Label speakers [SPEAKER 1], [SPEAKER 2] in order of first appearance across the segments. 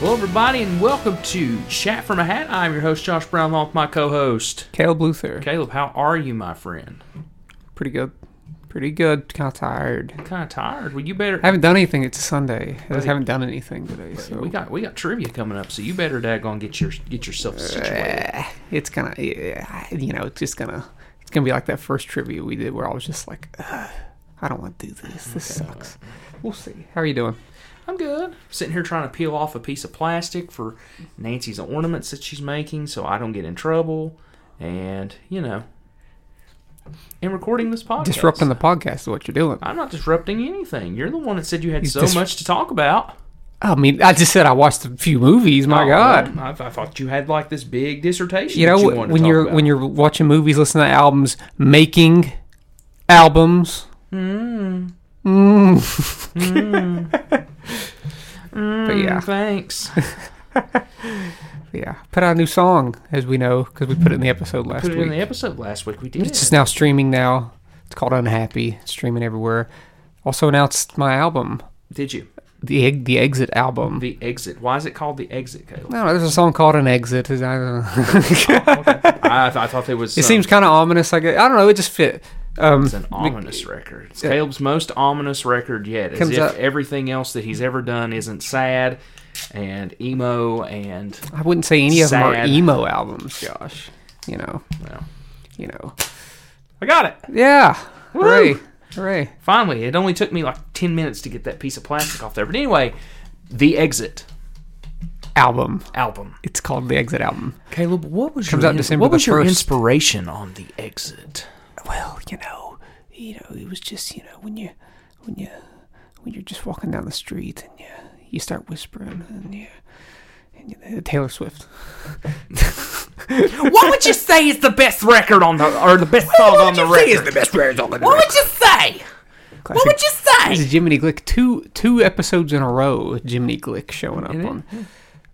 [SPEAKER 1] Hello, everybody, and welcome to Chat from a Hat. I'm your host, Josh Brown, along with my co host,
[SPEAKER 2] Caleb Luther.
[SPEAKER 1] Caleb. How are you, my friend?
[SPEAKER 2] Pretty good. Pretty good. Kind of tired.
[SPEAKER 1] I'm kind of tired. Well, you better.
[SPEAKER 2] I haven't done anything. It's Sunday. I just haven't done anything today. So
[SPEAKER 1] We got we got trivia coming up, so you better daggone get your get yourself situated.
[SPEAKER 2] Eh, it's gonna, yeah, you know, it's just gonna, it's gonna be like that first trivia we did where I was just like, Ugh, I don't want to do this. This sucks. We'll see. How are you doing?
[SPEAKER 1] I'm good. Sitting here trying to peel off a piece of plastic for Nancy's ornaments that she's making, so I don't get in trouble, and you know, and recording this podcast.
[SPEAKER 2] Disrupting the podcast is what you're doing.
[SPEAKER 1] I'm not disrupting anything. You're the one that said you had so
[SPEAKER 2] dis-
[SPEAKER 1] much to talk about.
[SPEAKER 2] I mean, I just said I watched a few movies. My
[SPEAKER 1] Oh,
[SPEAKER 2] God.
[SPEAKER 1] well, I, I thought you had like this big dissertation.
[SPEAKER 2] you know
[SPEAKER 1] that you wanted
[SPEAKER 2] when
[SPEAKER 1] to
[SPEAKER 2] you're
[SPEAKER 1] talk
[SPEAKER 2] when you're watching movies listening to albums making albums
[SPEAKER 1] Hmm.
[SPEAKER 2] mm.
[SPEAKER 1] yeah.
[SPEAKER 2] but yeah
[SPEAKER 1] Hmm, Thanks.
[SPEAKER 2] yeah put out a new song as we know because we put it in the episode last
[SPEAKER 1] Mm-hmm. Put it
[SPEAKER 2] week
[SPEAKER 1] in the episode last week. We did.
[SPEAKER 2] it's just now streaming now it's called unhappy it's streaming everywhere also announced my album
[SPEAKER 1] did you
[SPEAKER 2] the egg the exit album
[SPEAKER 1] the exit? Why is it called the exit, Caleb?
[SPEAKER 2] no, there's a song called "An Exit." Is- I don't know.
[SPEAKER 1] I, th- I thought there was.
[SPEAKER 2] it
[SPEAKER 1] some-
[SPEAKER 2] seems kind of ominous. I guess I don't know. It just fit. Um,
[SPEAKER 1] It's an ominous record. It's Caleb's most ominous record yet. As
[SPEAKER 2] Comes
[SPEAKER 1] if
[SPEAKER 2] up-
[SPEAKER 1] everything else that he's ever done isn't sad and emo and
[SPEAKER 2] I wouldn't say any of them are
[SPEAKER 1] Sad.
[SPEAKER 2] emo albums, Josh. You know,
[SPEAKER 1] well,
[SPEAKER 2] you know.
[SPEAKER 1] I got it.
[SPEAKER 2] Yeah. Hooray. Hooray.
[SPEAKER 1] Finally, it only took me like ten minutes to get that piece of plastic off there. But anyway, the exit
[SPEAKER 2] Album.
[SPEAKER 1] album.
[SPEAKER 2] It's called the Exit Album.
[SPEAKER 1] Caleb, what was
[SPEAKER 2] Comes
[SPEAKER 1] your
[SPEAKER 2] out December
[SPEAKER 1] what
[SPEAKER 2] the
[SPEAKER 1] was your
[SPEAKER 2] 1st.
[SPEAKER 1] inspiration on the exit?
[SPEAKER 2] Well, you know, you know, it was just, you know, when you when you when you're just walking down the street and you you start whispering and you and you, Taylor Swift.
[SPEAKER 1] What would you say is the best record on the or the best song Oh, on the record?
[SPEAKER 2] the best record on the
[SPEAKER 1] what would you say? What would you
[SPEAKER 2] This
[SPEAKER 1] say?
[SPEAKER 2] is Jiminy Glick. Two two episodes in a row, Jiminy Glick showing up
[SPEAKER 1] Isn't it?
[SPEAKER 2] on.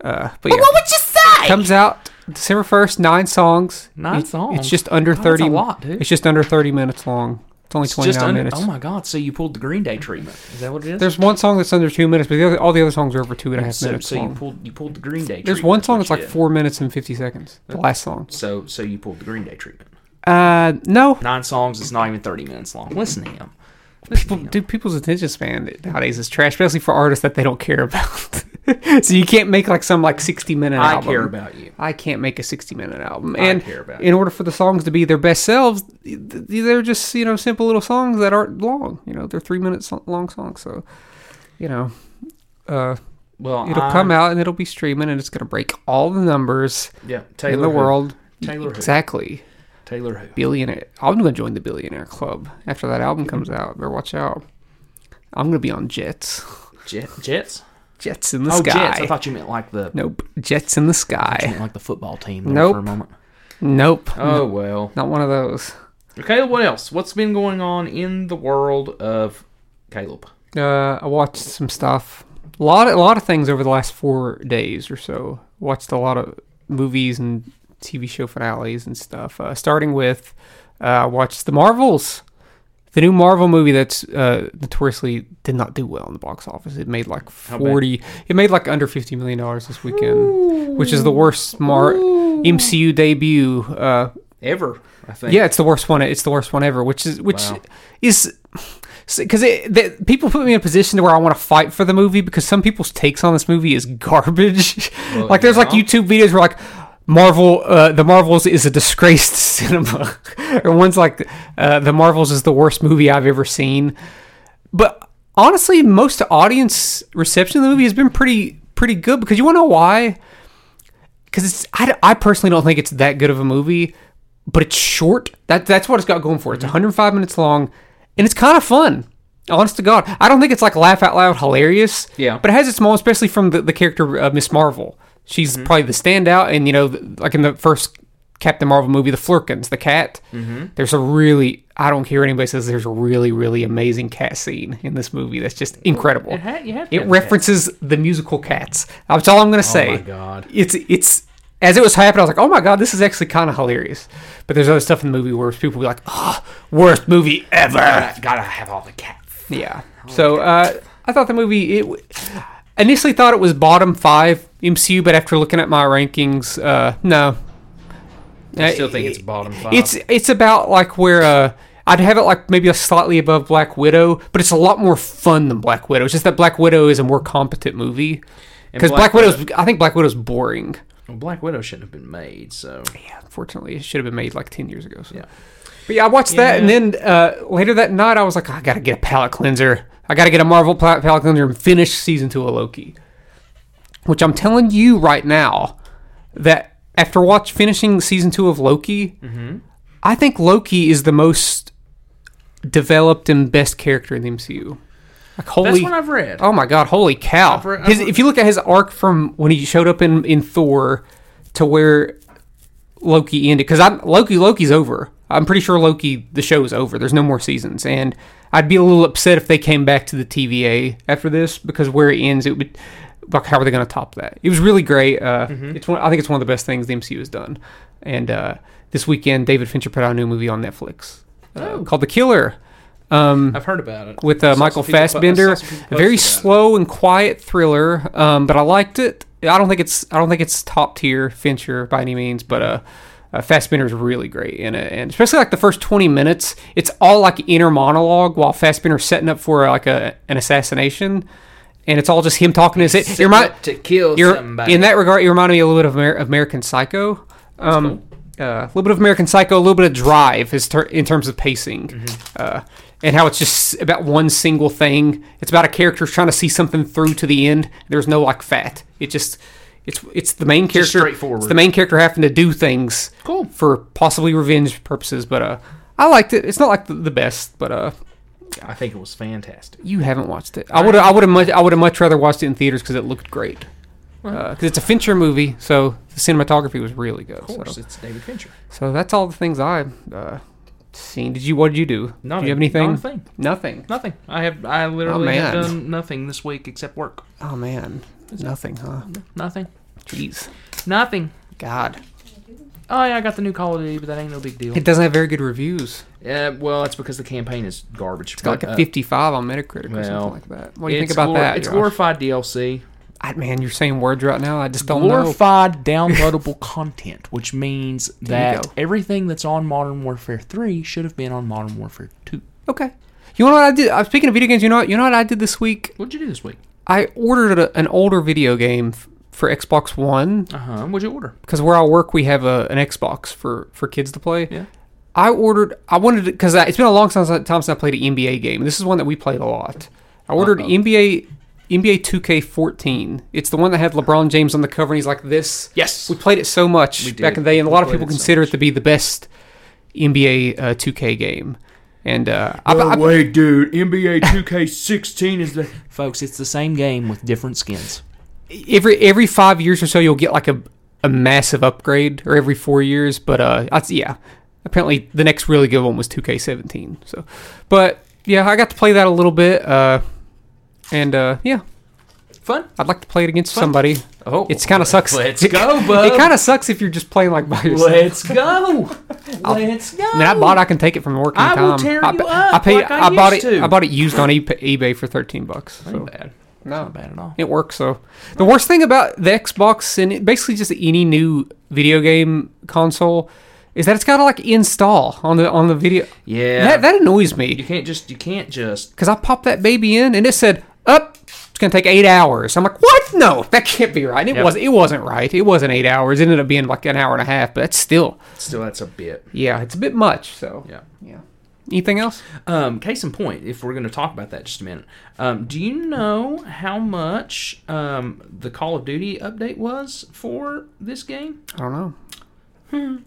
[SPEAKER 2] Uh, but yeah.
[SPEAKER 1] What would you say?
[SPEAKER 2] comes out December first. Nine songs.
[SPEAKER 1] Nine
[SPEAKER 2] It's-
[SPEAKER 1] songs?
[SPEAKER 2] It's just under
[SPEAKER 1] Oh, that's
[SPEAKER 2] thirty.
[SPEAKER 1] a lot, dude.
[SPEAKER 2] It's just under thirty minutes long. It's only
[SPEAKER 1] It's
[SPEAKER 2] twenty nine
[SPEAKER 1] under-
[SPEAKER 2] minutes.
[SPEAKER 1] Oh my god! So you pulled the Green Day treatment? Is that what it is?
[SPEAKER 2] There's one song that's under two minutes, but the other, all the other songs are over two and a half
[SPEAKER 1] so,
[SPEAKER 2] minutes
[SPEAKER 1] so you
[SPEAKER 2] long.
[SPEAKER 1] pulled you pulled the Green Day.
[SPEAKER 2] There's
[SPEAKER 1] treatment,
[SPEAKER 2] one
[SPEAKER 1] is
[SPEAKER 2] song
[SPEAKER 1] what
[SPEAKER 2] that's
[SPEAKER 1] you
[SPEAKER 2] like
[SPEAKER 1] did.
[SPEAKER 2] four minutes and fifty seconds. The last song.
[SPEAKER 1] So so you pulled the Green Day treatment.
[SPEAKER 2] Uh, no.
[SPEAKER 1] Nine songs. It's not even thirty minutes long. Listen to him.
[SPEAKER 2] People, dude, people's attention span nowadays is trash, especially for artists that they don't care about. so you can't make like some like sixty minute.
[SPEAKER 1] I
[SPEAKER 2] album.
[SPEAKER 1] care about you.
[SPEAKER 2] I can't make a 60 minute album. And
[SPEAKER 1] care about
[SPEAKER 2] in order for the songs to be their best selves, th- th- they're just, you know, simple little songs that aren't long. You know, they're three minute so- long songs. So, you know, uh,
[SPEAKER 1] Well,
[SPEAKER 2] it'll
[SPEAKER 1] I-
[SPEAKER 2] come out and it'll be streaming and it's going to break all the numbers
[SPEAKER 1] Yeah, Taylor
[SPEAKER 2] in the
[SPEAKER 1] who?
[SPEAKER 2] world.
[SPEAKER 1] Taylor who?
[SPEAKER 2] Exactly.
[SPEAKER 1] Taylor who?
[SPEAKER 2] Billionaire. I'm going to join the Billionaire Club after that album comes out. Better watch out. I'm going to be on Jets.
[SPEAKER 1] Jet, Jets.
[SPEAKER 2] Jets in the
[SPEAKER 1] Oh,
[SPEAKER 2] sky.
[SPEAKER 1] Jets. I thought you meant like the
[SPEAKER 2] nope. Jets in the sky.
[SPEAKER 1] meant like the football team. There
[SPEAKER 2] Nope.
[SPEAKER 1] For a moment.
[SPEAKER 2] Nope.
[SPEAKER 1] Eh. Oh well.
[SPEAKER 2] Not one of those.
[SPEAKER 1] Caleb, what else? What's been going on in the world of Caleb?
[SPEAKER 2] Uh, I watched some stuff. A lot, a lot of things over the last four days or so. Watched a lot of movies and TV show finales and stuff. Uh, starting with, uh, I watched the Marvels, the new Marvel movie that's uh, notoriously did not do well in the box office. It made like
[SPEAKER 1] How bad?
[SPEAKER 2] forty. It made like under fifty million dollars this weekend, which is the worst Mar- MCU debut uh,
[SPEAKER 1] Ever, I think.
[SPEAKER 2] yeah, it's the worst one. It's the worst one ever, which is which
[SPEAKER 1] Wow.
[SPEAKER 2] is because the, people put me in a position to where I want to fight for the movie because some people's takes on this movie is garbage.
[SPEAKER 1] Well,
[SPEAKER 2] like there's like
[SPEAKER 1] yeah.
[SPEAKER 2] YouTube videos where like Marvel, uh, the Marvels is a disgraced cinema, or one's like uh, the Marvels is the worst movie I've ever seen. But honestly, most audience reception of the movie has been pretty pretty good because you want to know why because it's I, d- I personally don't think it's that good of a movie, but it's short. That that's what it's got going for.
[SPEAKER 1] Mm-hmm.
[SPEAKER 2] it. It's 105 minutes long, and it's kind of fun. Honest to God, I don't think it's like laugh out loud hilarious.
[SPEAKER 1] Yeah.
[SPEAKER 2] but it has its moment, especially from the, the character uh, Miss Marvel. She's
[SPEAKER 1] Mm-hmm.
[SPEAKER 2] probably the standout, and you know, th- like in the first Captain Marvel movie, the Flurkins, the cat. Mm-hmm. There's a really I don't care what anybody says. There's a really really amazing cat scene in this movie that's just incredible.
[SPEAKER 1] It had, you had to
[SPEAKER 2] It
[SPEAKER 1] have Oh
[SPEAKER 2] references the musical Cats. That's all I'm gonna say.
[SPEAKER 1] my God.
[SPEAKER 2] It's it's as it was happening, I was like, oh my god, this is actually kind of hilarious. But there's other stuff in the movie where people be like, oh, worst movie ever.
[SPEAKER 1] that. Gotta have all the cats.
[SPEAKER 2] Yeah. So uh, I thought the movie. It w- initially thought it was bottom five MCU, but after looking at my rankings, uh, no.
[SPEAKER 3] I still think
[SPEAKER 2] Uh,
[SPEAKER 3] it's bottom five.
[SPEAKER 2] it's it's about like where uh, I'd have it like maybe a slightly above Black Widow, but it's a lot more fun than Black Widow. It's just that Black Widow is a more competent movie
[SPEAKER 3] And
[SPEAKER 2] because
[SPEAKER 3] Black
[SPEAKER 2] Black, Widow's I think Black Widow's boring.
[SPEAKER 1] Well, Black Widow shouldn't have been made, so
[SPEAKER 2] Yeah, unfortunately, it should have been made like ten years ago. So.
[SPEAKER 1] Yeah.
[SPEAKER 2] but yeah, I watched that, and then uh, later that night, I was like, I gotta get a palate cleanser. I gotta get a Marvel pal- palate cleanser and finish season two of Loki. Which I'm telling you right now that after watch finishing season two of Loki,
[SPEAKER 1] Mm-hmm.
[SPEAKER 2] I think Loki is the most developed and best character in the MCU. Like holy,
[SPEAKER 1] that's what I've read.
[SPEAKER 2] Oh my god, holy cow.
[SPEAKER 1] I've re- I've
[SPEAKER 2] his,
[SPEAKER 1] re-
[SPEAKER 2] if you look at his arc from when he showed up in, in Thor to where Loki ended, because I'm Loki, Loki's over. I'm pretty sure Loki, the show is over. There's no more seasons. And I'd be a little upset if they came back to the TVA after this because where it ends, it would. Like, how are they going to top that? It was really great. Uh,
[SPEAKER 1] Mm-hmm.
[SPEAKER 2] It's one, I think it's one of the best things the MCU has done. And uh, this weekend, David Fincher put out a new movie on Netflix uh,
[SPEAKER 1] Oh.
[SPEAKER 2] called The Killer. Um,
[SPEAKER 1] I've heard about it.
[SPEAKER 2] with uh,
[SPEAKER 1] Saw
[SPEAKER 2] Michael
[SPEAKER 1] some people- I saw some people
[SPEAKER 2] Fassbender.
[SPEAKER 1] post
[SPEAKER 2] A very
[SPEAKER 1] about it.
[SPEAKER 2] slow and quiet thriller, um, but I liked it. I don't think it's I don't think it's top tier Fincher by any means, but uh, uh Fassbender's really great in it, and especially like the first twenty minutes, it's all like inner monologue while Fassbender's setting up for like a an assassination, and it's all just him talking to his.
[SPEAKER 1] Setting
[SPEAKER 2] You're
[SPEAKER 1] up to kill
[SPEAKER 2] you're-
[SPEAKER 1] somebody.
[SPEAKER 2] In that regard, you reminded me a little bit of Amer- American Psycho. Um, uh, a little bit of American Psycho, a little bit of Drive, is ter- in terms of pacing,
[SPEAKER 1] Mm-hmm.
[SPEAKER 2] uh, and how it's just about one single thing. It's about a character trying to see something through to the end. There's no like fat. It just it's it's the main character.
[SPEAKER 1] straightforward.
[SPEAKER 2] It's the main character having to do things
[SPEAKER 1] Cool.
[SPEAKER 2] for possibly revenge purposes. But uh, I liked it. It's not like the, the best, but uh,
[SPEAKER 1] I think it was fantastic.
[SPEAKER 2] you haven't watched it. I would I would have much I would have much rather watched it in theaters because it looked great. Because it's a Fincher movie, so the cinematography was really good.
[SPEAKER 1] Of course,
[SPEAKER 2] So,
[SPEAKER 1] it's David Fincher.
[SPEAKER 2] so that's all the things I've uh, seen. Did you? What did you do?
[SPEAKER 1] Not
[SPEAKER 2] Did
[SPEAKER 1] a-
[SPEAKER 2] you have anything?
[SPEAKER 1] not a thing.
[SPEAKER 2] Nothing.
[SPEAKER 1] Nothing. I have. I literally have
[SPEAKER 2] man.
[SPEAKER 1] done nothing this week except work.
[SPEAKER 2] Oh man, nothing, huh?
[SPEAKER 1] Nothing.
[SPEAKER 2] Jeez,
[SPEAKER 1] Nothing.
[SPEAKER 2] God,
[SPEAKER 1] Oh yeah, I got the new Call of Duty, but that ain't no big deal.
[SPEAKER 2] it doesn't have very good reviews.
[SPEAKER 1] Yeah, well, that's because the campaign is garbage.
[SPEAKER 2] It's got like
[SPEAKER 1] but,
[SPEAKER 2] a
[SPEAKER 1] uh,
[SPEAKER 2] 55 on Metacritic or
[SPEAKER 1] well,
[SPEAKER 2] something like that. What do you think
[SPEAKER 1] it's
[SPEAKER 2] about
[SPEAKER 1] glor-
[SPEAKER 2] that?
[SPEAKER 1] It's
[SPEAKER 2] Josh?
[SPEAKER 1] glorified DLC.
[SPEAKER 2] I, man, you're saying words right now. I just don't know.
[SPEAKER 1] glorified downloadable content, which means
[SPEAKER 2] There you
[SPEAKER 1] that
[SPEAKER 2] go.
[SPEAKER 1] everything that's on Modern Warfare 3 should have been on Modern Warfare 2.
[SPEAKER 2] Okay. You know what I did? I'm speaking of video games. You know what? You know what I did this week?
[SPEAKER 1] What'd you do this week?
[SPEAKER 2] I ordered a, an older video game f- for Xbox One
[SPEAKER 1] Uh huh. What'd you order?
[SPEAKER 2] because where I work we have a, an Xbox for for kids to play.
[SPEAKER 1] Yeah.
[SPEAKER 2] I ordered. I wanted because it's been a long time, since- time since I played an NBA game. This is one that we played a lot. I ordered
[SPEAKER 1] Uh-oh.
[SPEAKER 2] NBA NBA 2K14. It's the one that had LeBron James on the cover and he's like this.
[SPEAKER 1] Yes.
[SPEAKER 2] We played it so much
[SPEAKER 1] We
[SPEAKER 2] back
[SPEAKER 1] did.
[SPEAKER 2] in the day, and a
[SPEAKER 1] We
[SPEAKER 2] lot of
[SPEAKER 1] played
[SPEAKER 2] people
[SPEAKER 1] it so
[SPEAKER 2] consider it to be the best NBA uh, 2K game. And uh, I, I,
[SPEAKER 1] way, dude. NBA 2K16 is the. Folks, it's the same game with different skins.
[SPEAKER 2] every every five years or so you'll get like a a massive upgrade or every four years but uh that's yeah apparently the next really good one was 2k17 so but yeah i got to play that a little bit uh and uh yeah
[SPEAKER 1] Fun?
[SPEAKER 2] i'd like to play it against
[SPEAKER 1] Fun.
[SPEAKER 2] somebody
[SPEAKER 1] Oh.
[SPEAKER 2] it's kind of sucks
[SPEAKER 1] Let's go, bub.
[SPEAKER 2] it kind of sucks if you're just playing like by yourself
[SPEAKER 1] Let's go. Let's go.
[SPEAKER 2] I mean, I bought. I can take it from work
[SPEAKER 1] I
[SPEAKER 2] anytime.
[SPEAKER 1] will tear you up like I
[SPEAKER 2] bought
[SPEAKER 1] used
[SPEAKER 2] it.
[SPEAKER 1] to.
[SPEAKER 2] I bought it used on eBay eBay for thirteen bucks. So.
[SPEAKER 1] Not bad.
[SPEAKER 2] No,
[SPEAKER 1] Not bad at all.
[SPEAKER 2] It works though. The worst thing about the Xbox and it- basically just any new video game console is that it's got to like install on the on the video.
[SPEAKER 1] Yeah.
[SPEAKER 2] That that annoys
[SPEAKER 1] you
[SPEAKER 2] me
[SPEAKER 1] can't just. You can't just.
[SPEAKER 2] because I popped that baby in and it said up. It's gonna take eight hours. I'm like, what? No, that can't be right. And It
[SPEAKER 1] Yep.
[SPEAKER 2] wasn't. It wasn't right. It wasn't eight hours. It ended up being like an hour and a half. But that's still,
[SPEAKER 1] Still, that's a bit.
[SPEAKER 2] yeah, it's a bit much. So
[SPEAKER 1] Yeah.
[SPEAKER 2] yeah. Anything else?
[SPEAKER 1] Um, case in point, if we're going to talk about that just a minute, um, do you know how much um, the Call of Duty update was for this game?
[SPEAKER 2] I don't know.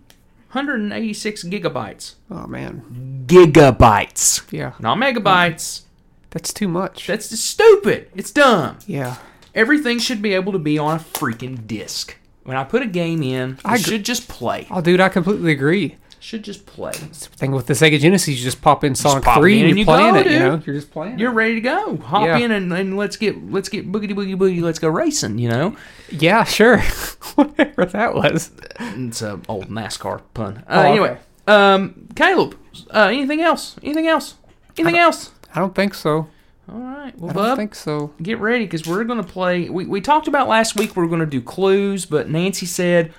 [SPEAKER 1] 186 gigabytes.
[SPEAKER 2] Oh man,
[SPEAKER 1] Gigabytes.
[SPEAKER 2] yeah,
[SPEAKER 1] Not megabytes.
[SPEAKER 2] that's too much.
[SPEAKER 1] That's just stupid. It's dumb.
[SPEAKER 2] Yeah.
[SPEAKER 1] Everything should be able to be on a freaking disc. When I put a game in, it
[SPEAKER 2] I gr-
[SPEAKER 1] should just play.
[SPEAKER 2] Oh, dude, I completely agree.
[SPEAKER 1] Should just play.
[SPEAKER 2] thing with the Sega Genesis, you just pop in Sonic
[SPEAKER 1] pop it
[SPEAKER 2] Three
[SPEAKER 1] in
[SPEAKER 2] and
[SPEAKER 1] and
[SPEAKER 2] you're
[SPEAKER 1] you
[SPEAKER 2] playing
[SPEAKER 1] go,
[SPEAKER 2] it. You
[SPEAKER 1] dude.
[SPEAKER 2] know, you're just playing.
[SPEAKER 1] You're ready to go. Hop
[SPEAKER 2] Yeah.
[SPEAKER 1] in and, and let's get let's get boogity boogie boogie. Let's go racing. You know.
[SPEAKER 2] it. Yeah, sure. Whatever that was.
[SPEAKER 1] It's an old NASCAR pun. Uh,
[SPEAKER 2] Oh, okay.
[SPEAKER 1] Anyway, um, Caleb, uh, anything else? Anything else? Anything else?
[SPEAKER 2] I don't think so.
[SPEAKER 1] All right. Well,
[SPEAKER 2] I don't
[SPEAKER 1] Bub,
[SPEAKER 2] think so.
[SPEAKER 1] get ready because we're going to play. We, we talked about last week we were going to do clues, but Nancy said,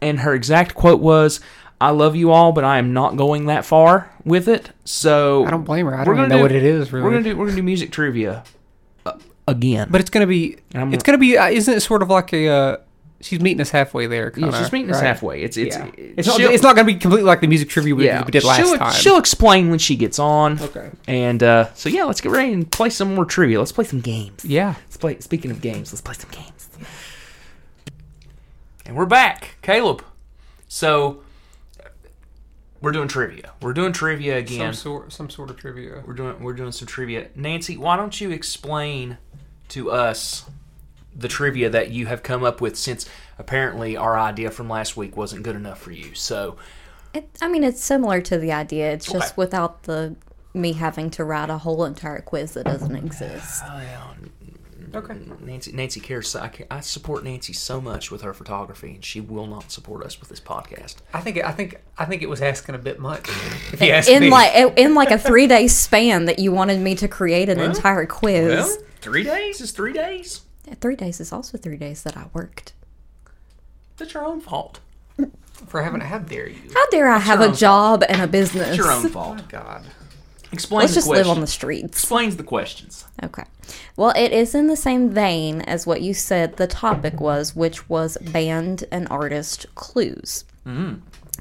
[SPEAKER 1] and her exact quote was, I love you all, but I am not going that far with it. So
[SPEAKER 2] I don't blame her. I
[SPEAKER 1] we're
[SPEAKER 2] don't
[SPEAKER 1] gonna
[SPEAKER 2] even know
[SPEAKER 1] do-
[SPEAKER 2] what it is
[SPEAKER 1] We're
[SPEAKER 2] really.
[SPEAKER 1] gonna do we're gonna do music trivia uh, again.
[SPEAKER 2] but it's gonna be.
[SPEAKER 1] I'm-
[SPEAKER 2] it's gonna be. Uh, isn't it sort of like a? Uh, she's meeting us halfway there.
[SPEAKER 1] yeah,
[SPEAKER 2] Kinda,
[SPEAKER 1] she's meeting us
[SPEAKER 2] right?
[SPEAKER 1] halfway. It's it's
[SPEAKER 2] yeah. It's not.
[SPEAKER 1] she'll-
[SPEAKER 2] It's not gonna be completely like the music trivia we,
[SPEAKER 1] yeah.
[SPEAKER 2] we did last
[SPEAKER 1] she'll,
[SPEAKER 2] time.
[SPEAKER 1] She'll explain when she gets on.
[SPEAKER 2] Okay.
[SPEAKER 1] And uh, so yeah, let's get ready and play some more trivia. Let's play some games.
[SPEAKER 2] yeah.
[SPEAKER 1] Let's play. Speaking of games, let's play some games. And we're back, Caleb. So we're doing trivia. We're doing trivia again.
[SPEAKER 2] sort. Some sort of trivia.
[SPEAKER 1] We're doing we're doing some trivia. Nancy, why don't you explain to us the trivia that you have come up with since apparently our idea from last week wasn't good enough for you. So
[SPEAKER 4] It, I mean, it's similar to the idea. It's just
[SPEAKER 1] Okay.
[SPEAKER 4] without the me having to write a whole entire quiz that doesn't exist.
[SPEAKER 1] okay. Nancy Nancy cares. so- I, ca- I support Nancy so much with her photography, and she will not support us with this podcast.
[SPEAKER 2] I think. I think. I think it was asking a bit much. If
[SPEAKER 4] In like in like a three day span that you wanted me to create an entire quiz.
[SPEAKER 1] Well, three days is three days.
[SPEAKER 4] Three days is also three days that I worked.
[SPEAKER 1] That's your own fault.
[SPEAKER 2] for having had there, you.
[SPEAKER 4] How dare I have
[SPEAKER 1] your
[SPEAKER 4] a
[SPEAKER 1] own
[SPEAKER 4] job and a business?
[SPEAKER 1] It's your own fault.
[SPEAKER 2] God.
[SPEAKER 1] Explain
[SPEAKER 4] Let's
[SPEAKER 1] the
[SPEAKER 4] just
[SPEAKER 1] question.
[SPEAKER 4] live on the streets.
[SPEAKER 1] Explains the questions.
[SPEAKER 4] Okay. Well, it is in the same vein as what you said the topic was, which was band and artist clues.
[SPEAKER 2] Mm-hmm.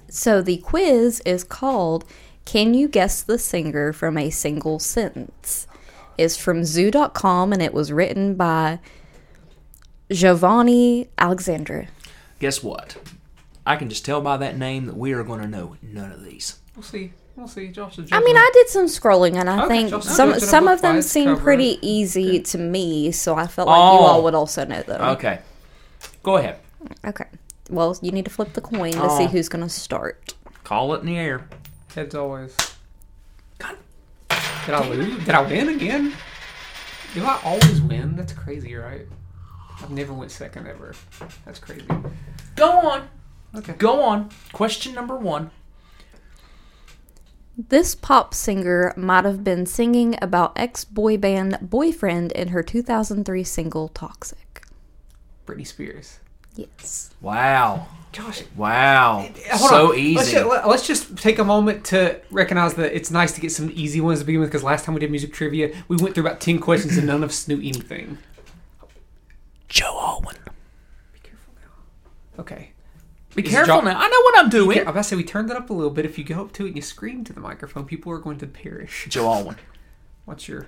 [SPEAKER 4] So the quiz is called Can You Guess the Singer from a Single Sentence? It's from zoo.com and it was written by Giovanni Alexandra.
[SPEAKER 1] Guess what? I can just tell by that name that we are going to know none of these.
[SPEAKER 2] We'll see. We'll see. Josh.
[SPEAKER 4] I mean, I did some scrolling and I
[SPEAKER 2] Okay, so
[SPEAKER 4] think
[SPEAKER 2] some
[SPEAKER 4] some
[SPEAKER 2] of it's in a
[SPEAKER 4] some
[SPEAKER 2] book
[SPEAKER 4] of them
[SPEAKER 2] by its
[SPEAKER 4] seem
[SPEAKER 2] cover.
[SPEAKER 4] pretty easy to me, so I felt like you
[SPEAKER 1] Oh.
[SPEAKER 4] all would also know them.
[SPEAKER 1] Okay, go ahead.
[SPEAKER 4] Okay. Well, you need to flip the coin to
[SPEAKER 1] Oh.
[SPEAKER 4] see who's going to start.
[SPEAKER 1] Call it in the air.
[SPEAKER 2] Heads always.
[SPEAKER 1] God.
[SPEAKER 2] Did I lose? Did I win again? Do I always win? That's crazy, right? I've never went second ever. That's crazy.
[SPEAKER 1] Go on.
[SPEAKER 2] Okay.
[SPEAKER 1] Go on. Question number one.
[SPEAKER 4] This pop singer might have been singing about ex boy band boyfriend in her 2003 single Toxic.
[SPEAKER 2] Britney Spears.
[SPEAKER 4] Yes.
[SPEAKER 1] Wow.
[SPEAKER 2] Josh.
[SPEAKER 1] Wow.
[SPEAKER 2] Hold
[SPEAKER 1] so
[SPEAKER 2] on. Let's
[SPEAKER 1] easy.
[SPEAKER 2] just, let- let's just take a moment to recognize that it's nice to get some easy ones to begin with because last time we did music trivia, we went through about 10 questions and none of us knew anything.
[SPEAKER 1] Joe Alwyn.
[SPEAKER 2] Be careful now. Okay.
[SPEAKER 1] Be
[SPEAKER 2] Is
[SPEAKER 1] careful
[SPEAKER 2] Jo-
[SPEAKER 1] now. I know what I'm doing.
[SPEAKER 2] I'm about to say we turned that up a little bit. If you go up to it and you scream to the microphone, people are going to perish.
[SPEAKER 1] Joe Alwyn.
[SPEAKER 2] What's your?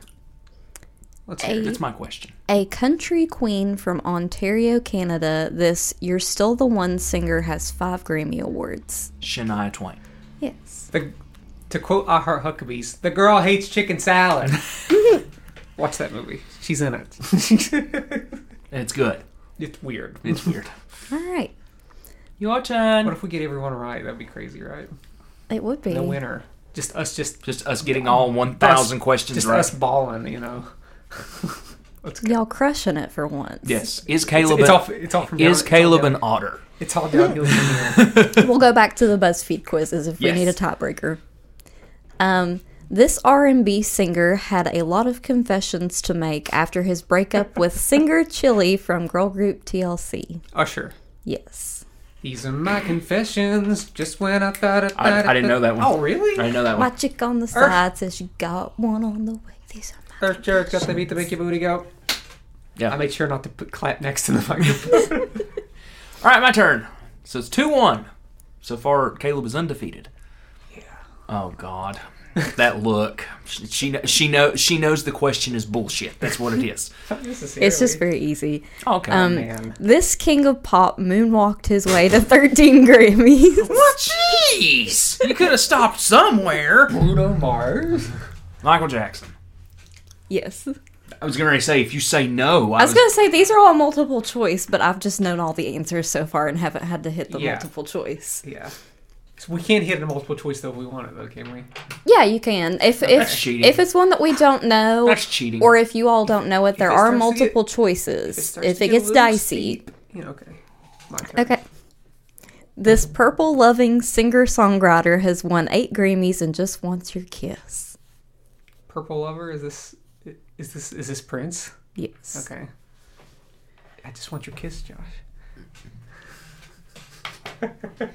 [SPEAKER 2] Let's
[SPEAKER 4] Hey.
[SPEAKER 2] hear it.
[SPEAKER 1] That's my question.
[SPEAKER 4] A country queen from Ontario, Canada, this You're Still the One singer has five Grammy Awards.
[SPEAKER 1] Shania Twain.
[SPEAKER 4] Yes.
[SPEAKER 2] The, to quote I Heart Huckabees, "The girl hates chicken salad." Watch that movie. She's in it.
[SPEAKER 1] And it's good.
[SPEAKER 2] it's weird.
[SPEAKER 1] It's weird.
[SPEAKER 4] All right.
[SPEAKER 1] Your turn.
[SPEAKER 2] What if we get everyone right? That'd be crazy, right?
[SPEAKER 4] It would be.
[SPEAKER 2] The winner, just us, just
[SPEAKER 1] just us getting all 1,000 questions
[SPEAKER 2] just
[SPEAKER 1] right.
[SPEAKER 2] us balling, you know.
[SPEAKER 4] Y'all crushing it for once.
[SPEAKER 1] Yes. Is Caleb
[SPEAKER 2] it's
[SPEAKER 1] an-
[SPEAKER 2] all it's all from down-
[SPEAKER 1] is
[SPEAKER 2] it's all
[SPEAKER 1] Caleb
[SPEAKER 2] down-
[SPEAKER 1] an otter?
[SPEAKER 2] It's all downhill from here.
[SPEAKER 4] we'll go back to the BuzzFeed quizzes if
[SPEAKER 1] Yes.
[SPEAKER 4] we need a tiebreaker. Um, this R&B singer had a lot of confessions to make after his breakup with singer Chili from girl group TLC.
[SPEAKER 2] Usher.
[SPEAKER 4] Yes.
[SPEAKER 2] These are my confessions. Just when I thought I,
[SPEAKER 1] I didn't know that one.
[SPEAKER 2] Oh, really?
[SPEAKER 1] I didn't know that
[SPEAKER 4] My
[SPEAKER 1] one.
[SPEAKER 4] chick on the side says you got one on the way. These are my
[SPEAKER 2] Earth jerk got the beat to make your booty go.
[SPEAKER 1] Yeah.
[SPEAKER 2] I made sure not to put clap next to the microphone.
[SPEAKER 1] All right, my turn. So it's 2 1. So far, Caleb is undefeated. Yeah. Oh, God. That look. She, she, kn- she, know, she knows the question is bullshit. That's what it is.
[SPEAKER 4] It's just very easy.
[SPEAKER 1] Okay.
[SPEAKER 4] Um,
[SPEAKER 2] Oh, man.
[SPEAKER 4] This king of pop moonwalked his way to 13 Grammys.
[SPEAKER 1] Well, jeez! You could have stopped somewhere.
[SPEAKER 2] Bruno Mars.
[SPEAKER 1] Michael Jackson.
[SPEAKER 4] yes.
[SPEAKER 1] I was going to say, if you say no, I,
[SPEAKER 4] I was going to say these are all multiple choice, but I've just known all the answers so far and haven't had to hit the
[SPEAKER 2] Yeah.
[SPEAKER 4] multiple choice.
[SPEAKER 2] Yeah. So we can't hit a multiple choice though if we want it though, can we?
[SPEAKER 4] Yeah, you can. If if
[SPEAKER 1] that's cheating.
[SPEAKER 4] if it's one that we don't know,
[SPEAKER 1] That's cheating.
[SPEAKER 4] Or if you all don't know it, there
[SPEAKER 2] it
[SPEAKER 4] are
[SPEAKER 2] starts to get-
[SPEAKER 4] multiple choices.
[SPEAKER 2] starts
[SPEAKER 4] If
[SPEAKER 2] to
[SPEAKER 4] it
[SPEAKER 2] get a
[SPEAKER 4] gets
[SPEAKER 2] little
[SPEAKER 4] dicey,
[SPEAKER 2] steep, You know, okay. My turn.
[SPEAKER 4] okay. This purple loving singer songwriter has won eight Grammys and just wants your kiss.
[SPEAKER 2] Purple Lover is this Is this is this Prince?
[SPEAKER 4] Yes.
[SPEAKER 2] Okay. I just want your kiss, Josh.